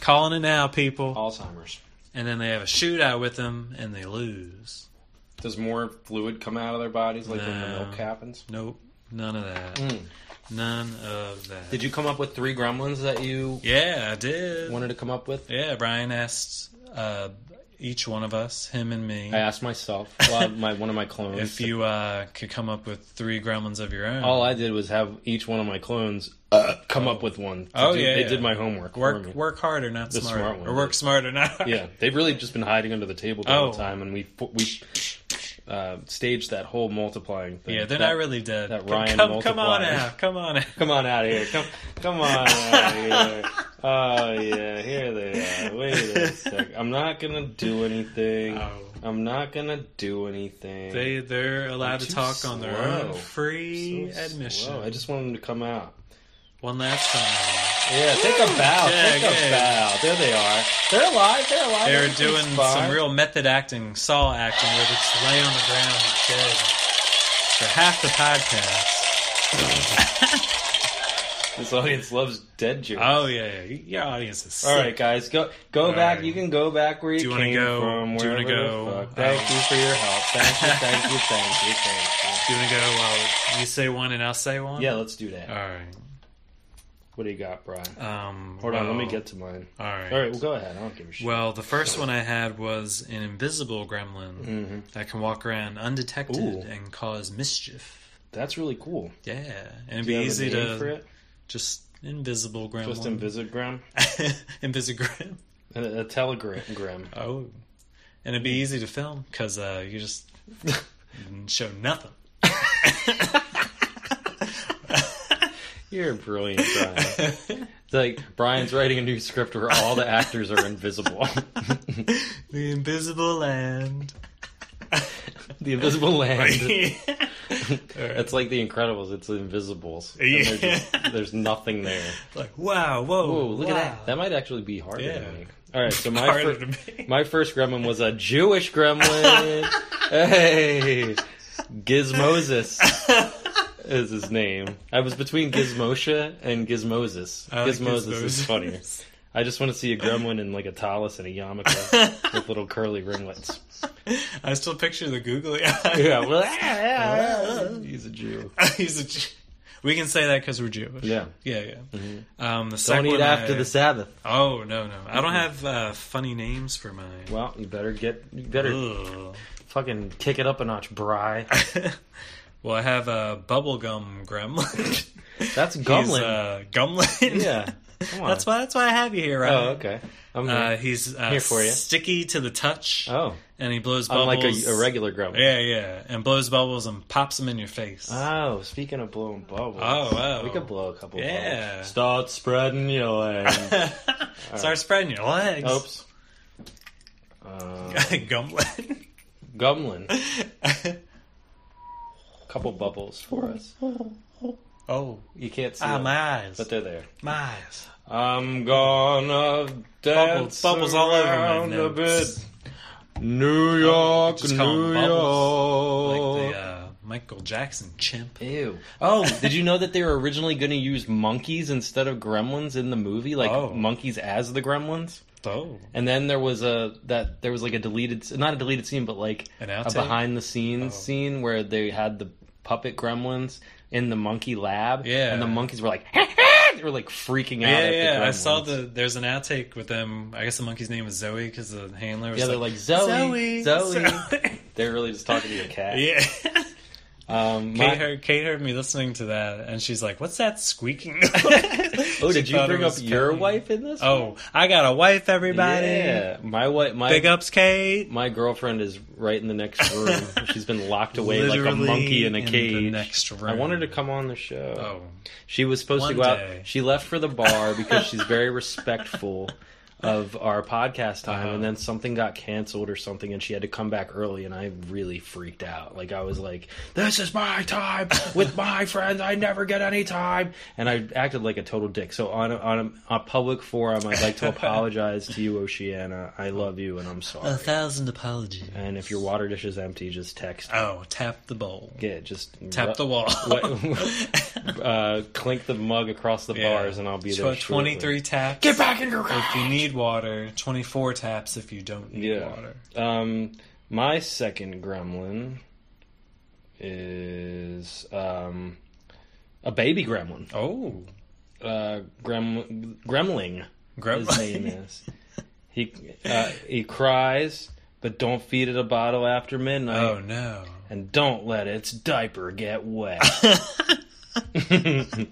Speaker 1: calling it now, people.
Speaker 2: Alzheimer's.
Speaker 1: and then they have a shootout with them and they lose.
Speaker 2: Does more fluid come out of their bodies like when the
Speaker 1: No.
Speaker 2: milk happens?
Speaker 1: Nope, none of that.
Speaker 2: Mm.
Speaker 1: None of that.
Speaker 2: Did you come up with three gremlins that you
Speaker 1: Yeah, I did.
Speaker 2: wanted to come up with?
Speaker 1: yeah, Brian asked uh, each one of us, him and me,
Speaker 2: I asked myself, well, my one of my clones.
Speaker 1: if you uh, could come up with three gremlins of your own.
Speaker 2: all I did was have each one of my clones uh, come up with one. to
Speaker 1: Oh,
Speaker 2: do-
Speaker 1: yeah,
Speaker 2: they
Speaker 1: yeah.
Speaker 2: did my homework for me.
Speaker 1: work work harder, not
Speaker 2: The
Speaker 1: smarter,
Speaker 2: smart one
Speaker 1: or work
Speaker 2: did.
Speaker 1: smarter, not harder.
Speaker 2: Yeah, they've really just been hiding under the table the
Speaker 1: Oh.
Speaker 2: whole time, and we we uh, staged that whole multiplying thing.
Speaker 1: Yeah, they're
Speaker 2: That-
Speaker 1: not really dead.
Speaker 2: that
Speaker 1: Come-
Speaker 2: Ryan
Speaker 1: come, come on
Speaker 2: multiplier.
Speaker 1: out, come on out.
Speaker 2: Come on out of here. Come, come on out of here. Oh yeah, here they are. Wait a sec. I'm not gonna do anything.
Speaker 1: Oh.
Speaker 2: I'm not gonna do anything.
Speaker 1: They they're allowed to
Speaker 2: too
Speaker 1: talk on their own
Speaker 2: slow.
Speaker 1: free
Speaker 2: So
Speaker 1: admission.
Speaker 2: slow. I just want them to come out.
Speaker 1: One last time.
Speaker 2: Yeah, take a bow.
Speaker 1: Yeah,
Speaker 2: take
Speaker 1: yeah.
Speaker 2: a bow. There they are. They're alive. They're alive.
Speaker 1: They were
Speaker 2: Everything's
Speaker 1: doing some
Speaker 2: fine.
Speaker 1: real method acting, saw acting, where they just lay on the ground dead for half the podcast.
Speaker 2: This audience loves dead jokes.
Speaker 1: Oh yeah, yeah. your audience is sick.
Speaker 2: All right, guys, go go back.
Speaker 1: right.
Speaker 2: You can go back where you,
Speaker 1: Do you wanna
Speaker 2: came
Speaker 1: go-
Speaker 2: from.
Speaker 1: do you wanna
Speaker 2: wherever the
Speaker 1: go,
Speaker 2: fuck. Thank
Speaker 1: um,
Speaker 2: you for your help. Thank you. Thank you. Thank you. Thank
Speaker 1: Do you want to go? Uh, you say one and I'll say one.
Speaker 2: you. Yeah, let's do that.
Speaker 1: All right.
Speaker 2: What do you got, Brian?
Speaker 1: Um,
Speaker 2: Hold on, let me
Speaker 1: well,
Speaker 2: get to mine.
Speaker 1: All right.
Speaker 2: All right, well, go ahead. I don't give a shit.
Speaker 1: Well, the first one I had was an invisible gremlin that can walk around undetected
Speaker 2: Mm-hmm. Ooh.
Speaker 1: and cause mischief.
Speaker 2: That's really cool.
Speaker 1: Yeah, and it'd
Speaker 2: Do you
Speaker 1: be
Speaker 2: have a
Speaker 1: easy
Speaker 2: name for
Speaker 1: to
Speaker 2: it?
Speaker 1: just invisible gremlin.
Speaker 2: Just Invisigram?
Speaker 1: Invisigram.
Speaker 2: A, a telegram.
Speaker 1: Oh, and it'd be easy to film because uh, you just show nothing.
Speaker 2: You're brilliant, Brian. it's like Brian's writing a new script where all the actors are invisible.
Speaker 1: The invisible land.
Speaker 2: the invisible land.
Speaker 1: yeah.
Speaker 2: It's like The Incredibles. It's The Invisibles. And
Speaker 1: Yeah.
Speaker 2: they're just- there's nothing there.
Speaker 1: Like wow, whoa,
Speaker 2: Oh, look
Speaker 1: wow.
Speaker 2: at that. That might actually be harder
Speaker 1: Yeah.
Speaker 2: to make. All right, so my
Speaker 1: Harder
Speaker 2: fir-
Speaker 1: to make.
Speaker 2: my first gremlin was a Jewish gremlin. hey, Gizmosis is his name. I was between Gizmosha and Gizmosis.
Speaker 1: I like
Speaker 2: Gizmosis is
Speaker 1: Gizmosis.
Speaker 2: funnier. I just want to see a gremlin in like a talus and a yarmulke with little curly ringlets.
Speaker 1: I still picture the googly eye.
Speaker 2: Yeah, well, ah, ah, ah. he's a Jew.
Speaker 1: He's a Jew. We can say that because we're Jewish.
Speaker 2: Yeah. Mm-hmm.
Speaker 1: yeah, yeah. Um, the
Speaker 2: Don't
Speaker 1: second
Speaker 2: eat
Speaker 1: one
Speaker 2: after
Speaker 1: I-
Speaker 2: the Mm-hmm. Sabbath.
Speaker 1: Oh no, no, I don't have uh, funny names for mine.
Speaker 2: Well, you better get, you better
Speaker 1: Ugh.
Speaker 2: fucking kick it up a notch, Bry.
Speaker 1: well, I have a bubblegum gremlin.
Speaker 2: That's
Speaker 1: He's,
Speaker 2: Gumlin.
Speaker 1: uh, Gumlin.
Speaker 2: Yeah. Come on.
Speaker 1: That's why. That's why I have you here, right?
Speaker 2: Oh, okay. I'm
Speaker 1: Uh,
Speaker 2: here.
Speaker 1: he's uh,
Speaker 2: Here for ya.
Speaker 1: sticky to the touch,
Speaker 2: oh,
Speaker 1: and he blows bubbles.
Speaker 2: unlike a, a regular grub.
Speaker 1: Yeah, yeah, and blows bubbles and pops them in your face.
Speaker 2: Oh, speaking of blowing bubbles.
Speaker 1: Oh, wow.
Speaker 2: We could blow a couple
Speaker 1: Yeah.
Speaker 2: bubbles. Start spreading your legs.
Speaker 1: Start spreading your legs.
Speaker 2: Oops. Uh,
Speaker 1: Gumlin.
Speaker 2: Gumlin. couple bubbles for us.
Speaker 1: Oh,
Speaker 2: You can't see
Speaker 1: ah,
Speaker 2: them,
Speaker 1: my eyes.
Speaker 2: but they're there.
Speaker 1: my eyes.
Speaker 2: I'm gonna
Speaker 1: Bubbles-
Speaker 2: dance
Speaker 1: bubbles all over my
Speaker 2: around a
Speaker 1: notes.
Speaker 2: bit. New York,
Speaker 1: Just call 'em
Speaker 2: New
Speaker 1: bubbles,
Speaker 2: York.
Speaker 1: Like the uh, Michael Jackson chimp.
Speaker 2: Ew. Oh, did you know that they were originally going to use monkeys instead of gremlins in the movie? Like
Speaker 1: Oh.
Speaker 2: monkeys as the gremlins?
Speaker 1: Oh.
Speaker 2: And then there was a that there was like a deleted not a deleted scene but like
Speaker 1: An
Speaker 2: a
Speaker 1: outtake?
Speaker 2: behind the scenes
Speaker 1: Oh.
Speaker 2: scene where they had the puppet gremlins in the monkey lab
Speaker 1: Yeah.
Speaker 2: and the monkeys were like they were like freaking out
Speaker 1: Yeah,
Speaker 2: at the
Speaker 1: yeah. I saw
Speaker 2: gremlins.
Speaker 1: the. There's an outtake with them. I guess the monkey's name was Zoe because the handler was
Speaker 2: Yeah, they're like Zoe, Zoe.
Speaker 1: Zoe.
Speaker 2: They're really just talking to your cat.
Speaker 1: yeah.
Speaker 2: Um, my-
Speaker 1: Kate heard, Kate heard me listening to that, and she's like, "What's that squeaking?"
Speaker 2: oh,
Speaker 1: oh,
Speaker 2: did you bring up your wife in this?
Speaker 1: Oh, I got a wife, everybody.
Speaker 2: yeah. My wife. My
Speaker 1: Big ups, Kate.
Speaker 2: my girlfriend is right in the next room. She's been locked away like a
Speaker 1: Literally
Speaker 2: monkey in a
Speaker 1: in the
Speaker 2: cage.
Speaker 1: next room.
Speaker 2: I wanted to come on the show.
Speaker 1: Oh,
Speaker 2: She was supposed
Speaker 1: One
Speaker 2: to go
Speaker 1: day.
Speaker 2: out. She left for the bar because she's very respectful of our podcast time,
Speaker 1: Uh-huh.
Speaker 2: and then something got canceled or something, and she had to come back early. And I really freaked out. Like I was like, "This is my time with my friends. I never get any time." And I acted like a total dick. So on a, on a, a public forum, I'd like to apologize to you, Oceana. I love you, and I'm sorry.
Speaker 1: a thousand apologies.
Speaker 2: and if your water dish is empty, just text.
Speaker 1: Oh, tap the bowl.
Speaker 2: Yeah, just
Speaker 1: Tap the wall.
Speaker 2: What- uh, clink the mug across the
Speaker 1: Yeah.
Speaker 2: bars, and I'll be
Speaker 1: Tw-
Speaker 2: there. shortly.
Speaker 1: Twenty-three taps.
Speaker 2: Get back in your
Speaker 1: if you need water. Twenty-four taps if you don't need
Speaker 2: Yeah.
Speaker 1: water.
Speaker 2: Um, my second gremlin is um a baby gremlin.
Speaker 1: Oh,
Speaker 2: Uh, grem gremling.
Speaker 1: grub.
Speaker 2: His name is. He uh, he cries, but don't feed it a bottle after midnight,
Speaker 1: Oh no.
Speaker 2: and don't let its diaper get wet.
Speaker 1: Dun,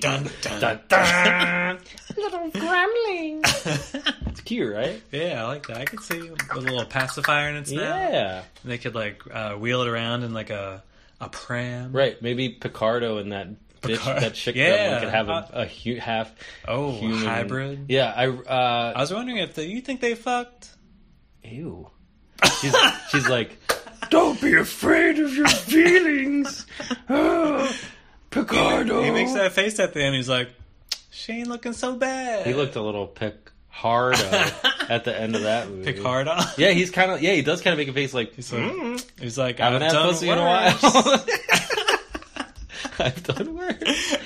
Speaker 1: dun.
Speaker 2: Dun, dun. Little gremlin. it's cute, right?
Speaker 1: Yeah, I like that. I could see a little pacifier in its mouth.
Speaker 2: Yeah.
Speaker 1: And they could like uh, wheel it around in like a a pram.
Speaker 2: Right, maybe Picardo and that bitch,
Speaker 1: Picard-
Speaker 2: that chick
Speaker 1: Yeah.
Speaker 2: gremlin could have a, a hu- half
Speaker 1: Oh,
Speaker 2: human
Speaker 1: hybrid.
Speaker 2: Yeah, I uh
Speaker 1: I was wondering if the, you think they fucked.
Speaker 2: ew. She's, she's like, don't be afraid of your feelings, Ah, Picardo.
Speaker 1: He makes that face at the end. He's like, "She ain't looking so bad."
Speaker 2: He looked a little Picardo at the end of that movie.
Speaker 1: Picard. on.
Speaker 2: Yeah, he's kind of yeah, he does kind of make a face like "Hmm?"
Speaker 1: He's like, he's like
Speaker 2: I
Speaker 1: I've
Speaker 2: haven't had
Speaker 1: done
Speaker 2: pussy in a
Speaker 1: worse."
Speaker 2: while. I've done worse.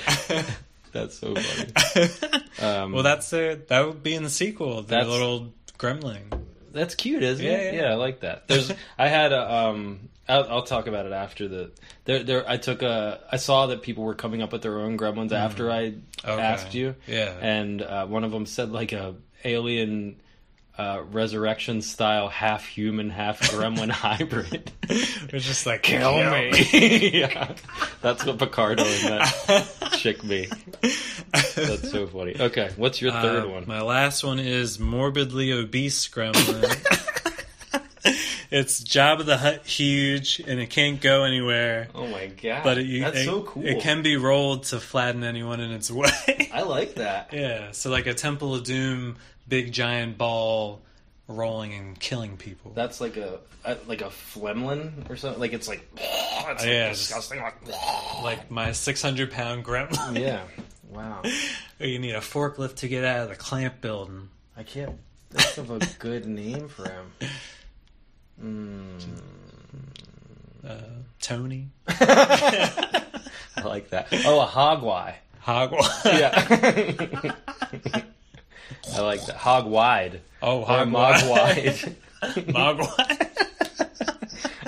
Speaker 2: That's so funny. Um,
Speaker 1: well, that's their. That would be in the sequel. The
Speaker 2: That's-
Speaker 1: little gremlin.
Speaker 2: that's cute, isn't
Speaker 1: Yeah,
Speaker 2: it?
Speaker 1: yeah.
Speaker 2: Yeah. I like that. There's, I had a, um, I'll, I'll talk about it after the. There, there. I took a. I saw that people were coming up with their own gremlins after I
Speaker 1: Okay.
Speaker 2: asked you.
Speaker 1: Yeah.
Speaker 2: And uh, one of them said like a alien. Uh, resurrection style, half human, half gremlin hybrid.
Speaker 1: It's just like
Speaker 2: Kill me. yeah. That's what Picardo and that chick me. That's so funny. Okay, what's your third
Speaker 1: Uh,
Speaker 2: one?
Speaker 1: My last one is morbidly obese gremlin. it's Job of the Hut huge and it can't go anywhere.
Speaker 2: oh my god.
Speaker 1: But it, you- it, it can be rolled to flatten anyone in its way.
Speaker 2: I like that.
Speaker 1: yeah, so like a Temple of Doom, big giant ball rolling and killing people.
Speaker 2: That's like a, a like a Flemlin or something. Like it's like it's
Speaker 1: Yeah,
Speaker 2: like
Speaker 1: it's-
Speaker 2: disgusting. Like
Speaker 1: like my 600 pound gremlin.
Speaker 2: yeah. Wow.
Speaker 1: you need a forklift to get out of the clamp building.
Speaker 2: I can't think of a good name for him.
Speaker 1: Uh, Tony.
Speaker 2: I like that. Oh, a hogwai.
Speaker 1: Hogwash.
Speaker 2: Yeah. I like that. Hog wide.
Speaker 1: Oh,
Speaker 2: Or a
Speaker 1: Hogwash.
Speaker 2: mog wide.
Speaker 1: Mogwai.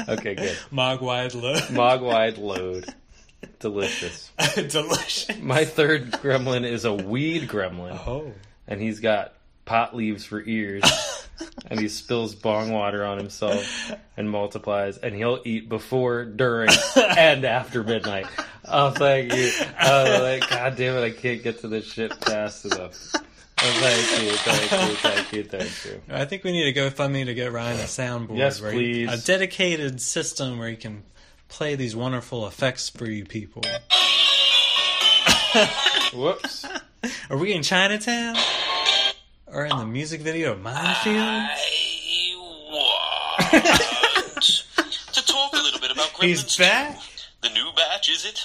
Speaker 2: okay, good.
Speaker 1: Mogwai look.
Speaker 2: Mog wide load. Delicious.
Speaker 1: Delicious.
Speaker 2: My third gremlin is a weed gremlin,
Speaker 1: Oh.
Speaker 2: and he's got pot leaves for ears, and he spills bong water on himself and multiplies, and he'll eat before, during, and after midnight. Oh, thank you. Oh, like, God damn it, I can't get to this shit fast enough. Oh, thank you, thank you, thank you, thank you.
Speaker 1: I think we need a GoFundMe to get Ryan a soundboard.
Speaker 2: Yes,
Speaker 1: where he-
Speaker 2: please.
Speaker 1: a dedicated system where you can play these wonderful effects for you people.
Speaker 2: Whoops.
Speaker 1: Are we in Chinatown? Or in the music video Minefield?
Speaker 3: I want to talk a little bit about Gremlins
Speaker 1: He's back?
Speaker 3: 2. The new batch, is it?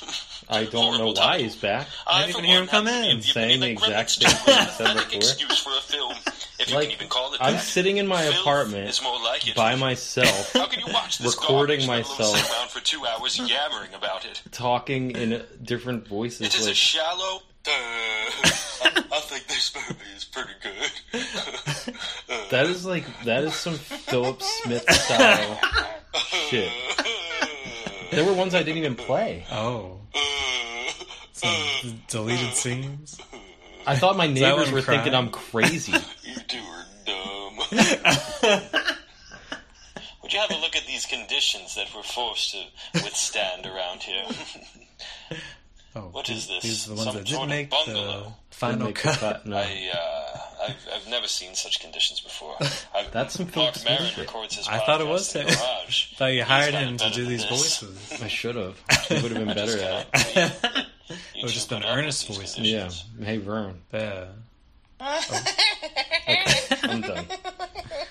Speaker 2: I don't know
Speaker 3: Horrible Uh,
Speaker 2: why
Speaker 3: title.
Speaker 2: he's back.
Speaker 3: I,
Speaker 1: didn't
Speaker 3: for
Speaker 1: even hear him
Speaker 3: one,
Speaker 1: come
Speaker 3: have
Speaker 1: in,
Speaker 3: been the
Speaker 2: saying
Speaker 3: opinion
Speaker 2: the
Speaker 3: that
Speaker 2: exact
Speaker 3: Gremlins
Speaker 2: same thing he
Speaker 3: is a
Speaker 2: said
Speaker 3: pathetic
Speaker 2: before.
Speaker 3: excuse for a film, if you
Speaker 2: Like,
Speaker 3: can even call it
Speaker 2: I'm
Speaker 3: that.
Speaker 2: sitting in my
Speaker 3: Filth
Speaker 2: apartment
Speaker 3: is more like it.
Speaker 2: by myself,
Speaker 3: How can you watch this
Speaker 2: recording
Speaker 3: garbage, let alone
Speaker 2: myself.
Speaker 3: sit around for two hours yammering about it?
Speaker 2: talking in different voices.
Speaker 3: It is a
Speaker 2: like,
Speaker 3: shallow. Uh, I, I think this movie is pretty good. Uh,
Speaker 2: that is like that is some Philip Smith style shit. There were ones I didn't even play.
Speaker 1: Oh,
Speaker 3: uh, uh,
Speaker 1: some deleted scenes.
Speaker 2: I thought my
Speaker 1: that
Speaker 2: neighbors
Speaker 1: one
Speaker 2: were thinking
Speaker 1: crying?
Speaker 2: I'm crazy.
Speaker 3: you two are dumb. Would you have a look at these conditions that we're forced to withstand around here?
Speaker 1: Oh,
Speaker 3: What
Speaker 1: these,
Speaker 3: is this?
Speaker 1: These are the ones
Speaker 3: Some
Speaker 1: that didn't
Speaker 3: sort of
Speaker 1: make the
Speaker 3: bungalow?
Speaker 1: final
Speaker 2: Make the
Speaker 1: cut.
Speaker 2: cut, no.
Speaker 3: I, uh, I've, I've never seen such conditions before. I've,
Speaker 2: That's some
Speaker 3: Mark
Speaker 2: Philip Smith
Speaker 3: Marin
Speaker 2: shit.
Speaker 3: records his
Speaker 1: I thought it
Speaker 3: podcast
Speaker 1: was
Speaker 3: in
Speaker 1: him.
Speaker 3: the garage.
Speaker 1: Thought you
Speaker 3: He's
Speaker 1: hired
Speaker 3: got it
Speaker 1: him to
Speaker 3: better
Speaker 1: do
Speaker 3: than
Speaker 1: these
Speaker 3: this.
Speaker 1: voices.
Speaker 2: I should have. It would have been better at. it.
Speaker 3: You
Speaker 1: Or
Speaker 3: two
Speaker 1: just an
Speaker 3: cannot
Speaker 1: earnest
Speaker 3: with these
Speaker 1: voice.
Speaker 2: Yeah.
Speaker 3: conditions.
Speaker 2: Hey, Vern.
Speaker 1: Yeah.
Speaker 2: I'm done.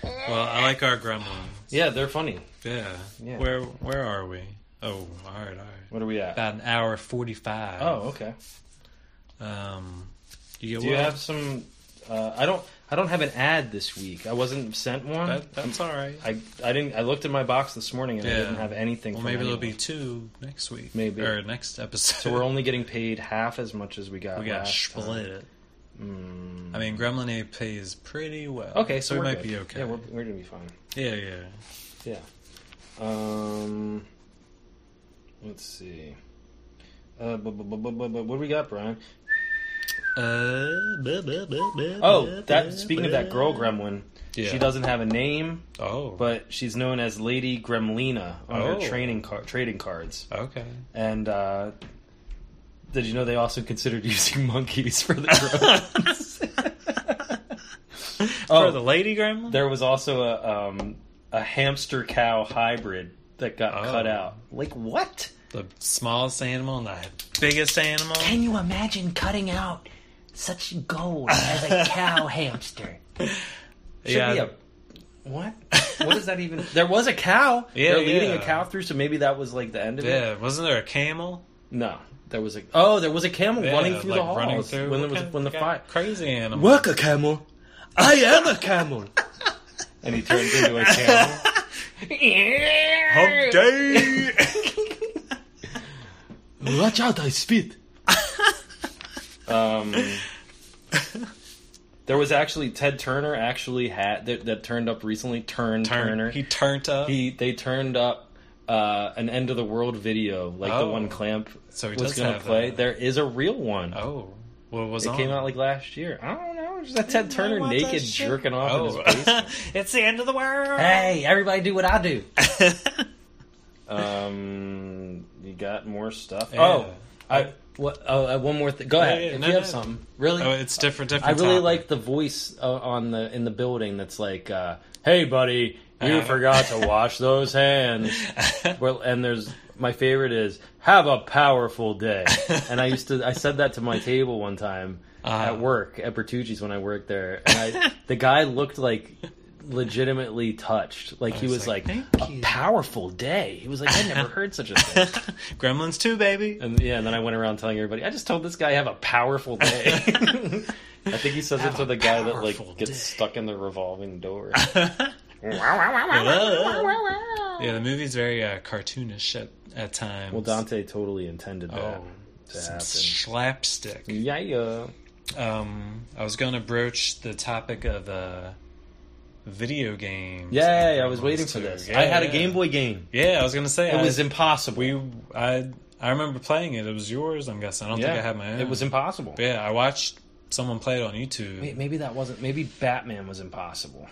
Speaker 1: Well, I like our gremlin.
Speaker 2: Yeah, they're funny.
Speaker 1: Yeah.
Speaker 2: Yeah.
Speaker 1: Where where are we? Oh, all right, all right.
Speaker 2: What are we at?
Speaker 1: About an hour forty-five.
Speaker 2: Oh, okay.
Speaker 1: Um, you,
Speaker 2: Do you have some? Uh, I don't. I don't have an ad this week. I wasn't sent one.
Speaker 1: That, that's all right.
Speaker 2: I, I didn't. I looked in my box this morning and I
Speaker 1: Yeah.
Speaker 2: didn't have anything.
Speaker 1: Well,
Speaker 2: from
Speaker 1: maybe there'll
Speaker 2: anyone.
Speaker 1: be two next week.
Speaker 2: Maybe.
Speaker 1: or next episode.
Speaker 2: So we're only getting paid half as much as we got.
Speaker 1: we got
Speaker 2: last
Speaker 1: split. it.
Speaker 2: time. Mm.
Speaker 1: I mean, Gremlin A pays pretty well.
Speaker 2: Okay, so
Speaker 1: we
Speaker 2: we're
Speaker 1: might
Speaker 2: good.
Speaker 1: be okay.
Speaker 2: Yeah, we're, we're gonna be fine.
Speaker 1: yeah, yeah.
Speaker 2: Yeah. Um. Let's see. Uh, bu- bu- bu- bu- bu- bu- what do we got, Brian?
Speaker 1: Uh, buh, buh, buh, buh,
Speaker 2: Oh,
Speaker 1: buh,
Speaker 2: that.
Speaker 1: buh,
Speaker 2: Speaking of
Speaker 1: buh.
Speaker 2: that girl gremlin,
Speaker 1: Yeah.
Speaker 2: she doesn't have a name,
Speaker 1: Oh,
Speaker 2: but she's known as Lady Gremlina on
Speaker 1: Oh.
Speaker 2: her training car- trading cards.
Speaker 1: okay.
Speaker 2: And uh, did you know they also considered using monkeys for the gremlins?
Speaker 1: For the lady gremlin.
Speaker 2: Oh. there was also a um, a hamster cow hybrid that got
Speaker 1: Oh.
Speaker 2: cut out. Like what?
Speaker 1: the smallest animal and the biggest animal.
Speaker 9: Can you imagine cutting out such gold as a cow hamster?
Speaker 2: Should
Speaker 1: Yeah.
Speaker 2: be a- what? what is that even? There was a cow.
Speaker 1: Yeah,
Speaker 2: They're leading
Speaker 1: yeah.
Speaker 2: a cow through, so maybe that was like the end of it.
Speaker 1: Yeah, wasn't there a camel
Speaker 2: No, there was a. Oh, there was a camel
Speaker 1: Yeah,
Speaker 2: running through
Speaker 1: like
Speaker 2: the halls
Speaker 1: Running through
Speaker 2: when there
Speaker 1: What
Speaker 2: was
Speaker 1: kind of
Speaker 2: when the fire.
Speaker 1: Crazy animal.
Speaker 2: Work a camel. I am a camel. and he turns into a camel.
Speaker 1: Hump day.
Speaker 2: Watch out! I spit. um. There was actually Ted Turner actually had that, that turned up recently. Turn Turner.
Speaker 1: Turn, he turned up.
Speaker 2: he they turned up uh, an end of the world video like the
Speaker 1: Oh.
Speaker 2: one clamp
Speaker 1: So he
Speaker 2: was
Speaker 1: does
Speaker 2: going to
Speaker 1: have
Speaker 2: play
Speaker 1: that.
Speaker 2: there is a real one.
Speaker 1: oh, what was
Speaker 2: it
Speaker 1: on?
Speaker 2: came out like last year i don't know it's just that ted turner
Speaker 1: want that
Speaker 2: naked
Speaker 1: shit.
Speaker 2: jerking off
Speaker 1: Oh,
Speaker 2: in his basement
Speaker 1: it's the end of the world.
Speaker 9: Hey, everybody do what I do.
Speaker 2: um you got more stuff
Speaker 1: Yeah.
Speaker 2: oh i what oh, uh, one more thing go ahead
Speaker 1: yeah,
Speaker 2: if
Speaker 1: no,
Speaker 2: you have
Speaker 1: no.
Speaker 2: something really
Speaker 1: Oh, it's different.
Speaker 2: i
Speaker 1: Different.
Speaker 2: really
Speaker 1: topic.
Speaker 2: like the voice uh, on the in the building that's like uh, hey buddy you
Speaker 1: Uh.
Speaker 2: forgot to wash those hands Well, and there's my favorite is "Have a powerful day," and I used to I said that to my table one time
Speaker 1: Uh-huh.
Speaker 2: at work at Bertucci's when I worked there, and I, the guy looked like legitimately touched, like he
Speaker 1: was
Speaker 2: was
Speaker 1: like,
Speaker 2: like, "A powerful day." He was like, "I never heard such a thing,"
Speaker 1: Gremlins two, baby.
Speaker 2: and yeah, and then I went around telling everybody, "I just told this guy have a powerful day." I think he says it to the guy that
Speaker 1: powerful
Speaker 2: like gets
Speaker 1: day.
Speaker 2: stuck in the revolving door.
Speaker 1: yeah, the movie's very uh, cartoonish at, at times.
Speaker 2: well, Dante totally intended that.
Speaker 1: Oh,
Speaker 2: to
Speaker 1: some
Speaker 2: happen.
Speaker 1: slapstick.
Speaker 2: Yeah, yeah.
Speaker 1: Um, I was going to broach the topic of uh, video games.
Speaker 2: Yay,
Speaker 1: and
Speaker 2: I was
Speaker 1: Gremlins
Speaker 2: waiting for
Speaker 1: 2.
Speaker 2: this.
Speaker 1: Yeah,
Speaker 2: I had a
Speaker 1: yeah.
Speaker 2: Game Boy game.
Speaker 1: Yeah, I was going to say
Speaker 2: It
Speaker 1: I,
Speaker 2: was impossible.
Speaker 1: we I I remember playing it. It was yours. I'm guessing. I don't think I had my own.
Speaker 2: It was impossible.
Speaker 1: But yeah, I watched someone play it on YouTube.
Speaker 2: Wait, maybe that wasn't. Maybe Batman was impossible.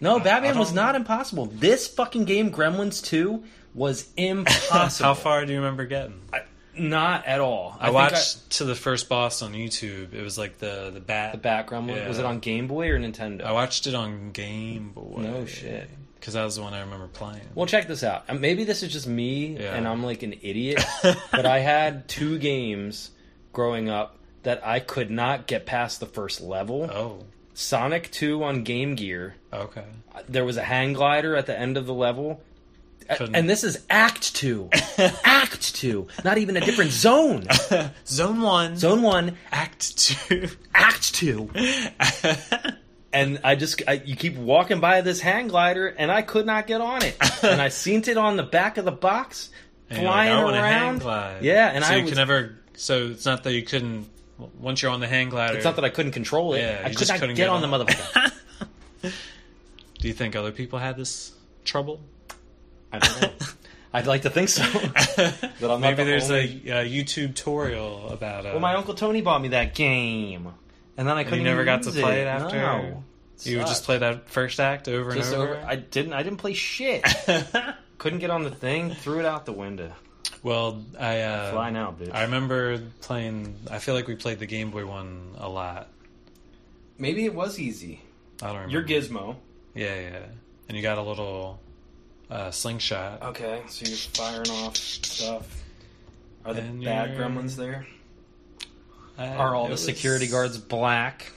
Speaker 2: No,
Speaker 1: I
Speaker 2: Batman
Speaker 1: don't-
Speaker 2: was not impossible. This fucking game, Gremlins 2, was impossible.
Speaker 1: How far do you remember getting? I,
Speaker 2: Not at all. I, think
Speaker 1: watched to the first boss on YouTube. It was like the the bat.
Speaker 2: the background. one. Was
Speaker 1: Yeah.
Speaker 2: it on Game Boy or Nintendo?
Speaker 1: I watched it on Game Boy.
Speaker 2: No shit.
Speaker 1: Because that was the one I remember playing.
Speaker 2: Well, check this out. Uh, Maybe this is just me
Speaker 1: Yeah.
Speaker 2: and I'm like an idiot, but I had two games growing up that I could not get past the first level.
Speaker 1: Oh,
Speaker 2: Sonic 2 on Game Gear.
Speaker 1: okay.
Speaker 2: There was a hang glider at the end of the level.
Speaker 1: Couldn't.
Speaker 2: And this is Act Two. Act Two. Not even a different zone.
Speaker 1: Zone one,
Speaker 2: Zone One,
Speaker 1: act two.
Speaker 2: Act Two. And I just, I, you keep walking by this hang glider, and I could not get on it. and I seen it on the back of the box,
Speaker 1: And you're like,
Speaker 2: flying
Speaker 1: "I want a hang
Speaker 2: around.
Speaker 1: glide."
Speaker 2: Yeah, and
Speaker 1: so
Speaker 2: I
Speaker 1: you
Speaker 2: was-
Speaker 1: can never. So it's not that you couldn't. w- Once you're on the hang glider,
Speaker 2: It's not that I couldn't control it.
Speaker 1: Yeah, you
Speaker 2: I could
Speaker 1: just
Speaker 2: not
Speaker 1: couldn't
Speaker 2: get,
Speaker 1: get
Speaker 2: on the
Speaker 1: on it.
Speaker 2: motherfucker.
Speaker 1: do you think other people had this trouble?
Speaker 2: I don't know. I'd like to think so. But I'm not
Speaker 1: Maybe
Speaker 2: the
Speaker 1: there's
Speaker 2: only-
Speaker 1: a, uh YouTube tutorial about. Uh,
Speaker 2: Well, my uncle Tony bought me that game, and then I couldn't.
Speaker 1: you never got to
Speaker 2: use
Speaker 1: play
Speaker 2: it
Speaker 1: it after.
Speaker 2: No.
Speaker 1: you would just
Speaker 2: Sucked.
Speaker 1: play that first act over
Speaker 2: Just
Speaker 1: and over.
Speaker 2: over- I didn't. I didn't play shit. couldn't get on the thing. Threw it out the window.
Speaker 1: well, I uh,
Speaker 2: Fly now, bitch.
Speaker 1: I remember playing. I feel like we played the Game Boy one a lot.
Speaker 2: Maybe it was easy.
Speaker 1: I don't remember.
Speaker 2: You're Gizmo.
Speaker 1: Yeah, yeah. And you got a little uh, slingshot.
Speaker 2: Okay, so you're firing off stuff. Are the
Speaker 1: And
Speaker 2: bad
Speaker 1: you're-
Speaker 2: gremlins there?
Speaker 1: Uh,
Speaker 2: Are all
Speaker 1: it
Speaker 2: the
Speaker 1: was-
Speaker 2: security guards black?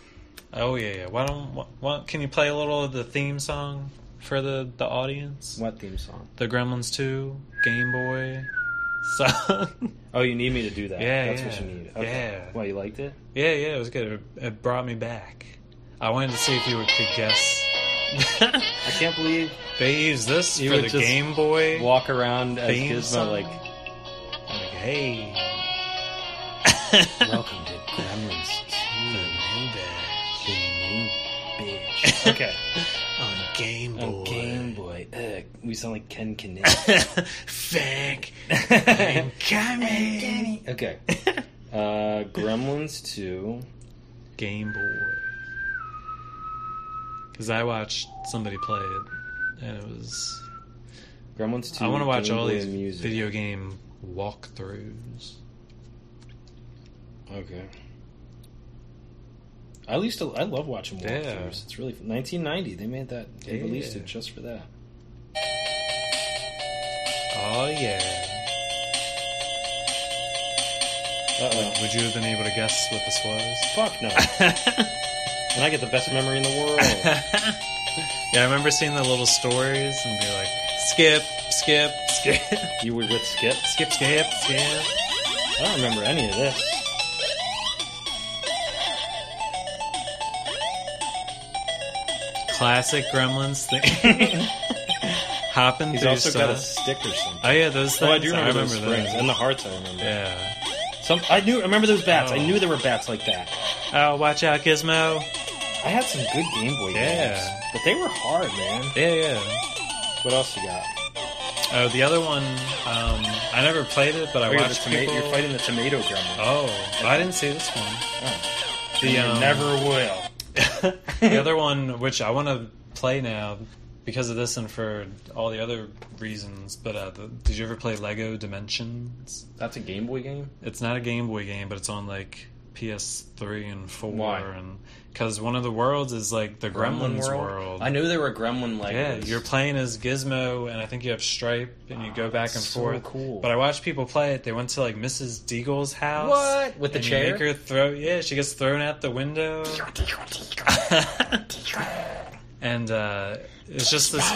Speaker 1: Oh yeah, yeah. Why don't? Why, why, can you play a little of the theme song for the the audience?
Speaker 2: What theme song?
Speaker 1: The Gremlins Two Game Boy song.
Speaker 2: Oh, you need me to do that.
Speaker 1: Yeah,
Speaker 2: that's
Speaker 1: yeah.
Speaker 2: what you need.
Speaker 1: Yeah.
Speaker 2: Well, you liked it?
Speaker 1: yeah, yeah. It was good. It, it brought me back. I wanted to see if you would- could guess.
Speaker 2: I can't believe
Speaker 1: they use this
Speaker 2: You
Speaker 1: for
Speaker 2: would
Speaker 1: the
Speaker 2: just
Speaker 1: Game Boy.
Speaker 2: walk around as
Speaker 1: Theme
Speaker 2: Gizmo
Speaker 1: song?
Speaker 2: like.
Speaker 1: I'm like, hey,
Speaker 2: Welcome to Gremlins
Speaker 1: the new bag
Speaker 2: bitch. Okay.
Speaker 1: on Game Boy.
Speaker 2: On Oh, Game Boy. Ugh, we sound like Ken Knick.
Speaker 1: Fuck.
Speaker 2: okay.
Speaker 1: Coming.
Speaker 2: Uh, Gremlins 2.
Speaker 1: Game Boy. Because I watched somebody play it, and it was.
Speaker 2: Gremlins 2.
Speaker 1: I want to watch
Speaker 2: Game
Speaker 1: all
Speaker 2: Boy
Speaker 1: these
Speaker 2: music.
Speaker 1: video game walkthroughs.
Speaker 2: Okay. I used to. I love watching walkthroughs.
Speaker 1: Yeah.
Speaker 2: It's really 1990. They made that. They
Speaker 1: Yeah.
Speaker 2: released it just for that.
Speaker 1: Oh yeah.
Speaker 2: Uh oh.
Speaker 1: Would you have been able to guess what this was?
Speaker 2: Fuck no. and I get the best memory in the world.
Speaker 1: Yeah, I remember seeing the little stories and be like, skip, skip, skip,
Speaker 2: you were with Skip.
Speaker 1: skip, skip, skip.
Speaker 2: I don't remember any of this.
Speaker 1: Classic Gremlins thing. Hopping
Speaker 2: He's
Speaker 1: through
Speaker 2: also
Speaker 1: stuff.
Speaker 2: got a stick or something.
Speaker 1: Oh yeah, those things.
Speaker 2: Oh, I do remember, those
Speaker 1: remember
Speaker 2: springs
Speaker 1: those.
Speaker 2: and the hearts. I remember.
Speaker 1: Yeah.
Speaker 2: Some I knew. I remember those bats. I
Speaker 1: Oh.
Speaker 2: knew there were bats like that.
Speaker 1: Oh, watch out, Gizmo.
Speaker 2: I had some good Game Boy
Speaker 1: Yeah.
Speaker 2: games, but they were hard, man.
Speaker 1: Yeah, yeah.
Speaker 2: What else you got?
Speaker 1: Oh, the other one, um, I never played it, but I
Speaker 2: Oh, you're, the
Speaker 1: watched
Speaker 2: toma-
Speaker 1: people.
Speaker 2: you're fighting the tomato gremlin.
Speaker 1: Oh, I didn't see this one. The,
Speaker 2: you
Speaker 1: um,
Speaker 2: never will.
Speaker 1: the other one, which I want to play now because of this and for all the other reasons, but uh, the, did you ever play Lego Dimensions?
Speaker 2: That's a Game Boy game.
Speaker 1: It's not a Game Boy game, but it's on like PS3 and 4.
Speaker 2: Why?
Speaker 1: And because one of the worlds is like the Gremlins world.
Speaker 2: I knew there were gremlin like.
Speaker 1: Yeah, you're playing as Gizmo, and I think you have Stripe, and you go back and
Speaker 2: Oh, so
Speaker 1: forth.
Speaker 2: cool.
Speaker 1: But I watched people play it. They went to like Mrs. Deagle's house.
Speaker 2: What? With the
Speaker 1: and you
Speaker 2: chair?
Speaker 1: Make her throw. Yeah, she gets thrown out the window. and uh, it's just this.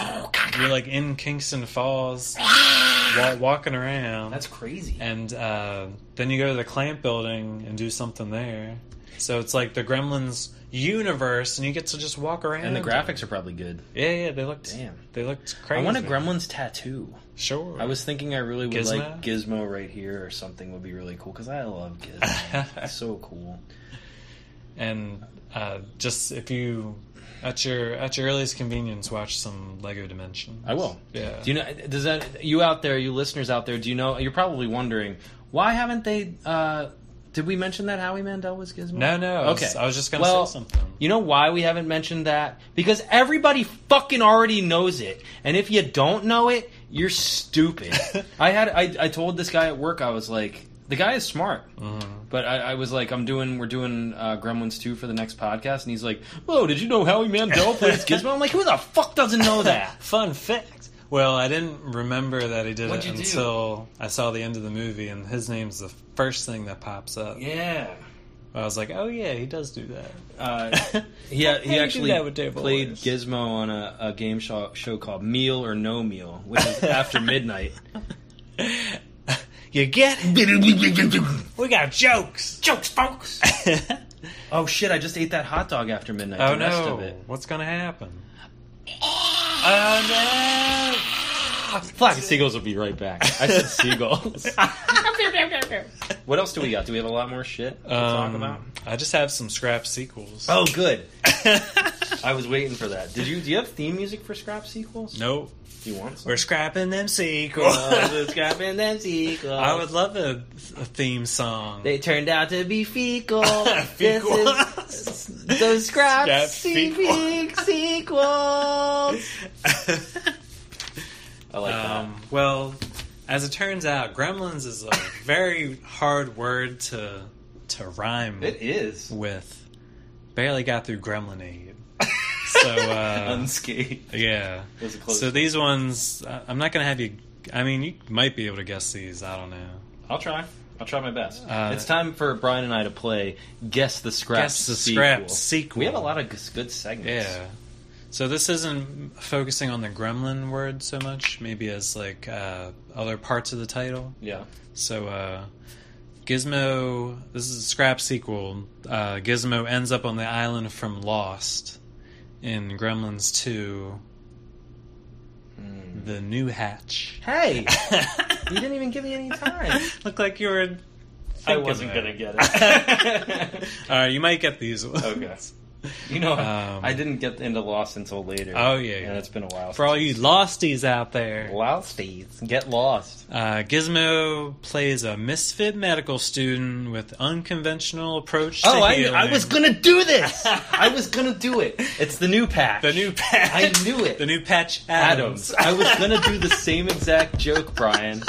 Speaker 1: You're like in Kingston Falls, wa- walking around,
Speaker 2: That's crazy.
Speaker 1: and uh, then you go to the Clamp Building and do something there. So it's like the Gremlins universe, and you get to just walk around.
Speaker 2: And the graphics are probably good.
Speaker 1: Yeah, yeah, they looked.
Speaker 2: Damn.
Speaker 1: they looked crazy.
Speaker 2: I want a gremlin's tattoo.
Speaker 1: Sure.
Speaker 2: I was thinking I really would
Speaker 1: Gizmo?
Speaker 2: like Gizmo right here or something would be really cool because I love Gizmo. it's so cool.
Speaker 1: and uh, just if you at your at your earliest convenience, watch some Lego Dimension.
Speaker 2: I will.
Speaker 1: Yeah.
Speaker 2: Do you know? Does that you out there, you listeners out there? Do you know? You're probably wondering why haven't they? uh Did we mention that Howie Mandel was Gizmo?
Speaker 1: No, no. I was,
Speaker 2: Okay.
Speaker 1: I was just gonna
Speaker 2: Well,
Speaker 1: say something.
Speaker 2: You know why we haven't mentioned that? Because everybody fucking already knows it. And if you don't know it, you're stupid. I had I, I told this guy at work I was like, the guy is smart.
Speaker 1: Mm-hmm.
Speaker 2: But I, I was like, I'm doing we're doing uh, Gremlins 2 for the next podcast and he's like, "Whoa, did you know Howie Mandel plays Gizmo?" I'm like, "Who the fuck doesn't know that?"
Speaker 1: Fun fact. Well, I didn't remember that he did
Speaker 2: What'd
Speaker 1: it
Speaker 2: you do?
Speaker 1: until I saw the end of the movie, and his name's the first thing that pops up.
Speaker 2: yeah.
Speaker 1: I was like, oh yeah, he does do that.
Speaker 2: Uh,
Speaker 1: do
Speaker 2: he
Speaker 1: you
Speaker 2: he
Speaker 1: do
Speaker 2: actually
Speaker 1: that with Table
Speaker 2: played
Speaker 1: Boys?
Speaker 2: Gizmo on a, a game show, show called Meal or No Meal, which is after midnight.
Speaker 1: You get it? We got jokes.
Speaker 2: Jokes, folks. oh shit! I just ate that hot dog after midnight.
Speaker 1: oh
Speaker 2: the rest of
Speaker 1: no!
Speaker 2: it.
Speaker 1: What's gonna happen?
Speaker 2: Flock of Oh, seagulls will be right back. I said seagulls. what else do we got? Do we have a lot more shit to talk
Speaker 1: Um,
Speaker 2: about?
Speaker 1: I just have some scrap sequels.
Speaker 2: Oh, good. I was waiting for that. Did you? Do you have theme music for Scrap sequels?
Speaker 1: Nope.
Speaker 2: Do you want some?
Speaker 1: We're scrapping them sequels.
Speaker 2: scrapping them sequels.
Speaker 1: I would love a, a theme song.
Speaker 2: They turned out to be fecal. This
Speaker 1: Fequels.
Speaker 2: is those scrap,
Speaker 1: Scrap
Speaker 2: sequels. sequels. I like
Speaker 1: um, well, as it turns out, gremlins is a very hard word to to rhyme
Speaker 2: that. It is
Speaker 1: with. Barely got through gremlinade. So uh,
Speaker 2: unscathed.
Speaker 1: yeah.
Speaker 2: That's a close
Speaker 1: So
Speaker 2: one.
Speaker 1: these ones, I- I'm not gonna have you. I mean, you might be able to guess these. I don't know.
Speaker 2: I'll try. I'll try my best.
Speaker 1: Uh,
Speaker 2: it's time for Brian and I to play Guess the Scrap
Speaker 1: Guess the
Speaker 2: Sequel.
Speaker 1: scrap sequel.
Speaker 2: We have a lot of g- good segments.
Speaker 1: Yeah. So this isn't focusing on the gremlin word so much, maybe as like uh, other parts of the title.
Speaker 2: Yeah.
Speaker 1: So uh, Gizmo, this is a scrap sequel. Uh, Gizmo ends up on the island from Lost in Gremlins 2, The New Hatch.
Speaker 2: Hey, you didn't even give me any time.
Speaker 1: Look like you were.
Speaker 2: I
Speaker 1: thinking
Speaker 2: wasn't
Speaker 1: there.
Speaker 2: gonna get it.
Speaker 1: All right, you might get these ones.
Speaker 2: okay. You know,
Speaker 1: Um,
Speaker 2: I didn't get into Lost until later.
Speaker 1: Oh, yeah, yeah.
Speaker 2: and it's been a while.
Speaker 1: For all you losties out there,
Speaker 2: Losties, get lost.
Speaker 1: Uh, Gizmo plays a misfit medical student with unconventional approach to
Speaker 2: oh, I,
Speaker 1: healing.
Speaker 2: I was gonna do this. I was gonna do it. It's the new patch.
Speaker 1: the new patch.
Speaker 2: I knew it.
Speaker 1: The new patch
Speaker 2: Adams.
Speaker 1: Adams.
Speaker 2: I was gonna do the same exact joke, Brian.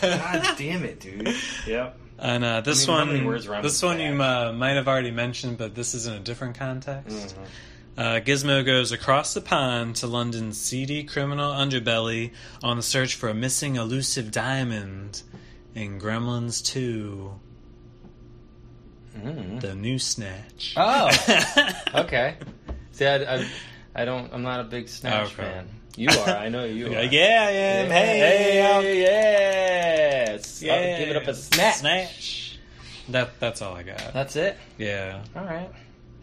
Speaker 2: God damn it, dude. Yep.
Speaker 1: and uh, this
Speaker 2: I mean, how
Speaker 1: one,
Speaker 2: many words rhyme
Speaker 1: this
Speaker 2: with
Speaker 1: one you uh, might have already mentioned, but this is in a different context.
Speaker 2: Mm-hmm.
Speaker 1: Uh, Gizmo goes across the pond to London's seedy criminal underbelly on the search for a missing elusive diamond in Gremlins 2, The New Snatch.
Speaker 2: Mm-hmm. Oh, okay. See, I, I, I don't. I'm not a big Snatch
Speaker 1: Okay.
Speaker 2: fan. You are. I know you
Speaker 1: Yeah,
Speaker 2: are.
Speaker 1: yeah, I am. Hey, I'm-
Speaker 2: hey, yes. I'll
Speaker 1: Yeah.
Speaker 2: give it up a snatch.
Speaker 1: Snatch. That that's all I got.
Speaker 2: That's it.
Speaker 1: yeah.
Speaker 2: All right.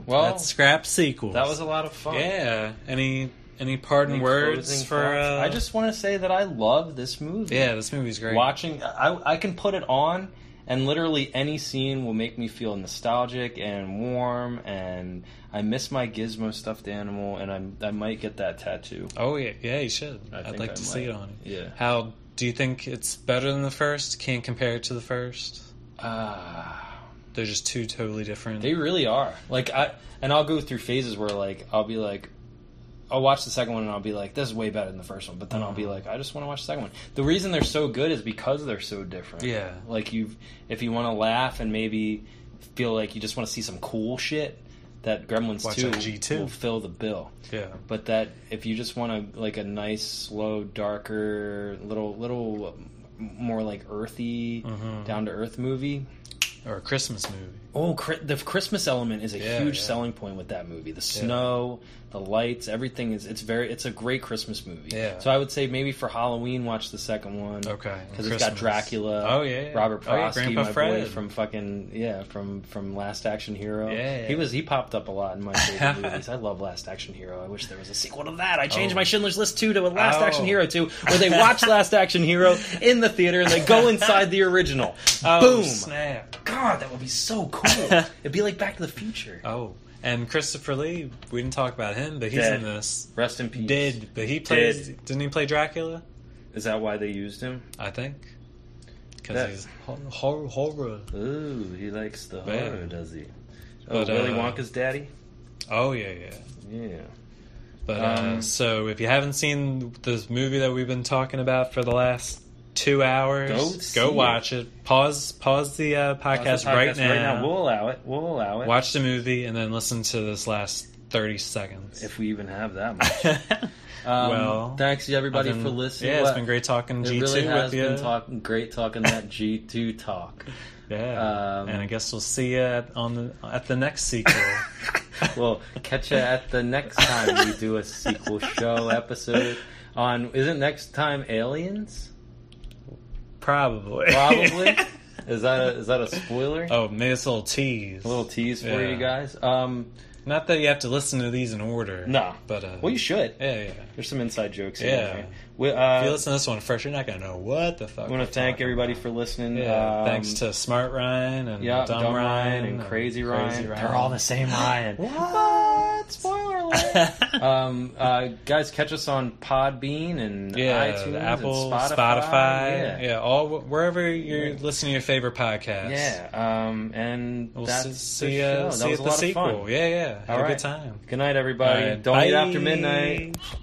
Speaker 2: Well,
Speaker 1: That's scrap sequels.
Speaker 2: that was a lot of fun.
Speaker 1: Yeah. Any any parting
Speaker 2: Any
Speaker 1: words
Speaker 2: closing
Speaker 1: for
Speaker 2: thoughts?
Speaker 1: uh
Speaker 2: I just want to say that I love this movie.
Speaker 1: Yeah, this movie's great.
Speaker 2: Watching, I, I can put it on, and literally any scene will make me feel nostalgic and warm. And I miss my Gizmo stuffed animal, and I I might get that tattoo.
Speaker 1: Oh yeah, yeah, you should.
Speaker 2: I
Speaker 1: I'd
Speaker 2: think
Speaker 1: like
Speaker 2: I
Speaker 1: to see
Speaker 2: might.
Speaker 1: it on you.
Speaker 2: Yeah.
Speaker 1: How do you think it's better than the first? Can't compare it to the first.
Speaker 2: Ah,
Speaker 1: They're just two totally different.
Speaker 2: they really are. Like I, and I'll go through phases where like I'll be like. I'll watch the second one and I'll be like, "This is way better than the first one." But then I'll
Speaker 1: Mm-hmm.
Speaker 2: be like, "I just want to watch the second one." The reason they're so good is because they're so different.
Speaker 1: yeah.
Speaker 2: Like you, if you want to laugh and maybe feel like you just want to see some cool shit, that Gremlins
Speaker 1: Watch
Speaker 2: two
Speaker 1: that G2.
Speaker 2: will fill the bill.
Speaker 1: Yeah.
Speaker 2: But that if you just want to like a nice, slow, darker, little, little um, more like earthy,
Speaker 1: Mhm.
Speaker 2: down to earth movie.
Speaker 1: Or a Christmas movie.
Speaker 2: Oh, Chri- the Christmas element is a
Speaker 1: Yeah,
Speaker 2: huge
Speaker 1: yeah.
Speaker 2: selling point with that movie. The snow, the lights, everything is. It's very. It's a great Christmas movie.
Speaker 1: Yeah.
Speaker 2: So I would say maybe for Halloween, watch the second one.
Speaker 1: Okay.
Speaker 2: Because it's got
Speaker 1: Christmas.
Speaker 2: Dracula.
Speaker 1: Oh yeah. yeah.
Speaker 2: Robert
Speaker 1: Oh, yeah,
Speaker 2: Prosky,
Speaker 1: Grandpa
Speaker 2: my
Speaker 1: Fred.
Speaker 2: boy from fucking yeah, from from Last Action Hero.
Speaker 1: Yeah.
Speaker 2: he was he popped up a lot in my favorite movies. I love Last Action Hero. I wish there was a sequel to that. I changed
Speaker 1: Oh.
Speaker 2: my Schindler's List two to a Last Action
Speaker 1: Oh.
Speaker 2: Hero two, where they watch Last Action Hero in the theater and they go inside the original.
Speaker 1: Oh,
Speaker 2: Boom!
Speaker 1: Snap.
Speaker 2: God, that would be so cool. It'd be like Back to the Future.
Speaker 1: Oh, and Christopher Lee. We didn't talk about him, but he's
Speaker 2: Dead.
Speaker 1: in this.
Speaker 2: Rest in peace.
Speaker 1: Did but he plays? Didn't he play Dracula?
Speaker 2: Is that why they used him?
Speaker 1: I think because
Speaker 2: That-
Speaker 1: he's hor- hor- horror.
Speaker 2: Ooh, he likes the
Speaker 1: Yeah.
Speaker 2: horror, does he? Oh,
Speaker 1: But,
Speaker 2: Willy
Speaker 1: uh,
Speaker 2: Wonka's daddy.
Speaker 1: Oh yeah, yeah.
Speaker 2: Yeah.
Speaker 1: But uh,
Speaker 2: Um,
Speaker 1: so if you haven't seen this movie that we've been talking about for the last two
Speaker 2: Go
Speaker 1: hours,
Speaker 2: see
Speaker 1: watch it. Pause. Pause the uh, podcast,
Speaker 2: Podcast
Speaker 1: right, now,
Speaker 2: We'll allow it. We'll allow it.
Speaker 1: Watch the movie and then listen to this last thirty seconds.
Speaker 2: If we even have that much. Um,
Speaker 1: Well,
Speaker 2: thanks everybody
Speaker 1: Other
Speaker 2: for
Speaker 1: than-
Speaker 2: listening.
Speaker 1: Yeah,
Speaker 2: What-
Speaker 1: it's been great talking
Speaker 2: It
Speaker 1: G two
Speaker 2: really has
Speaker 1: with you.
Speaker 2: been talking great talking that G two talk.
Speaker 1: Yeah.
Speaker 2: Um,
Speaker 1: and I guess we'll see you at, on the, at the next sequel.
Speaker 2: Well, catch you at the next time we do a sequel show episode on. Isn't next time aliens?
Speaker 1: Probably.
Speaker 2: Probably. Is that a, is that a spoiler?
Speaker 1: oh, maybe it's a little tease.
Speaker 2: A little tease for
Speaker 1: Yeah.
Speaker 2: you guys. Um,
Speaker 1: Not that you have to listen to these in order.
Speaker 2: no,
Speaker 1: But, uh,
Speaker 2: well, you should.
Speaker 1: yeah, yeah.
Speaker 2: There's some inside jokes.
Speaker 1: Yeah.
Speaker 2: Yeah. We,
Speaker 1: If you
Speaker 2: uh,
Speaker 1: listen to this one first, you're not going to know what the fuck.
Speaker 2: I want
Speaker 1: we're
Speaker 2: to thank
Speaker 1: talking
Speaker 2: everybody for listening.
Speaker 1: about. Yeah,
Speaker 2: Um,
Speaker 1: thanks to Smart Ryan and
Speaker 2: yeah,
Speaker 1: Dumb, Ryan
Speaker 2: and Crazy Ryan.
Speaker 1: Crazy
Speaker 2: They're all the same Ryan.
Speaker 1: What? Spoiler alert.
Speaker 2: um, uh, guys, catch us on Podbean and
Speaker 1: yeah,
Speaker 2: iTunes,
Speaker 1: the Apple,
Speaker 2: and Spotify.
Speaker 1: Spotify, yeah.
Speaker 2: yeah.
Speaker 1: all wherever you're listening to your favorite podcast.
Speaker 2: Yeah, um, and
Speaker 1: we'll
Speaker 2: that's
Speaker 1: see,
Speaker 2: the
Speaker 1: see,
Speaker 2: show.
Speaker 1: uh,
Speaker 2: That
Speaker 1: see
Speaker 2: was
Speaker 1: you
Speaker 2: a
Speaker 1: at the
Speaker 2: lot of
Speaker 1: sequel.
Speaker 2: fun.
Speaker 1: Yeah, yeah, have
Speaker 2: All
Speaker 1: a
Speaker 2: right.
Speaker 1: good time.
Speaker 2: Good night, everybody.
Speaker 1: All right,
Speaker 2: Don't eat
Speaker 1: bye.
Speaker 2: after midnight.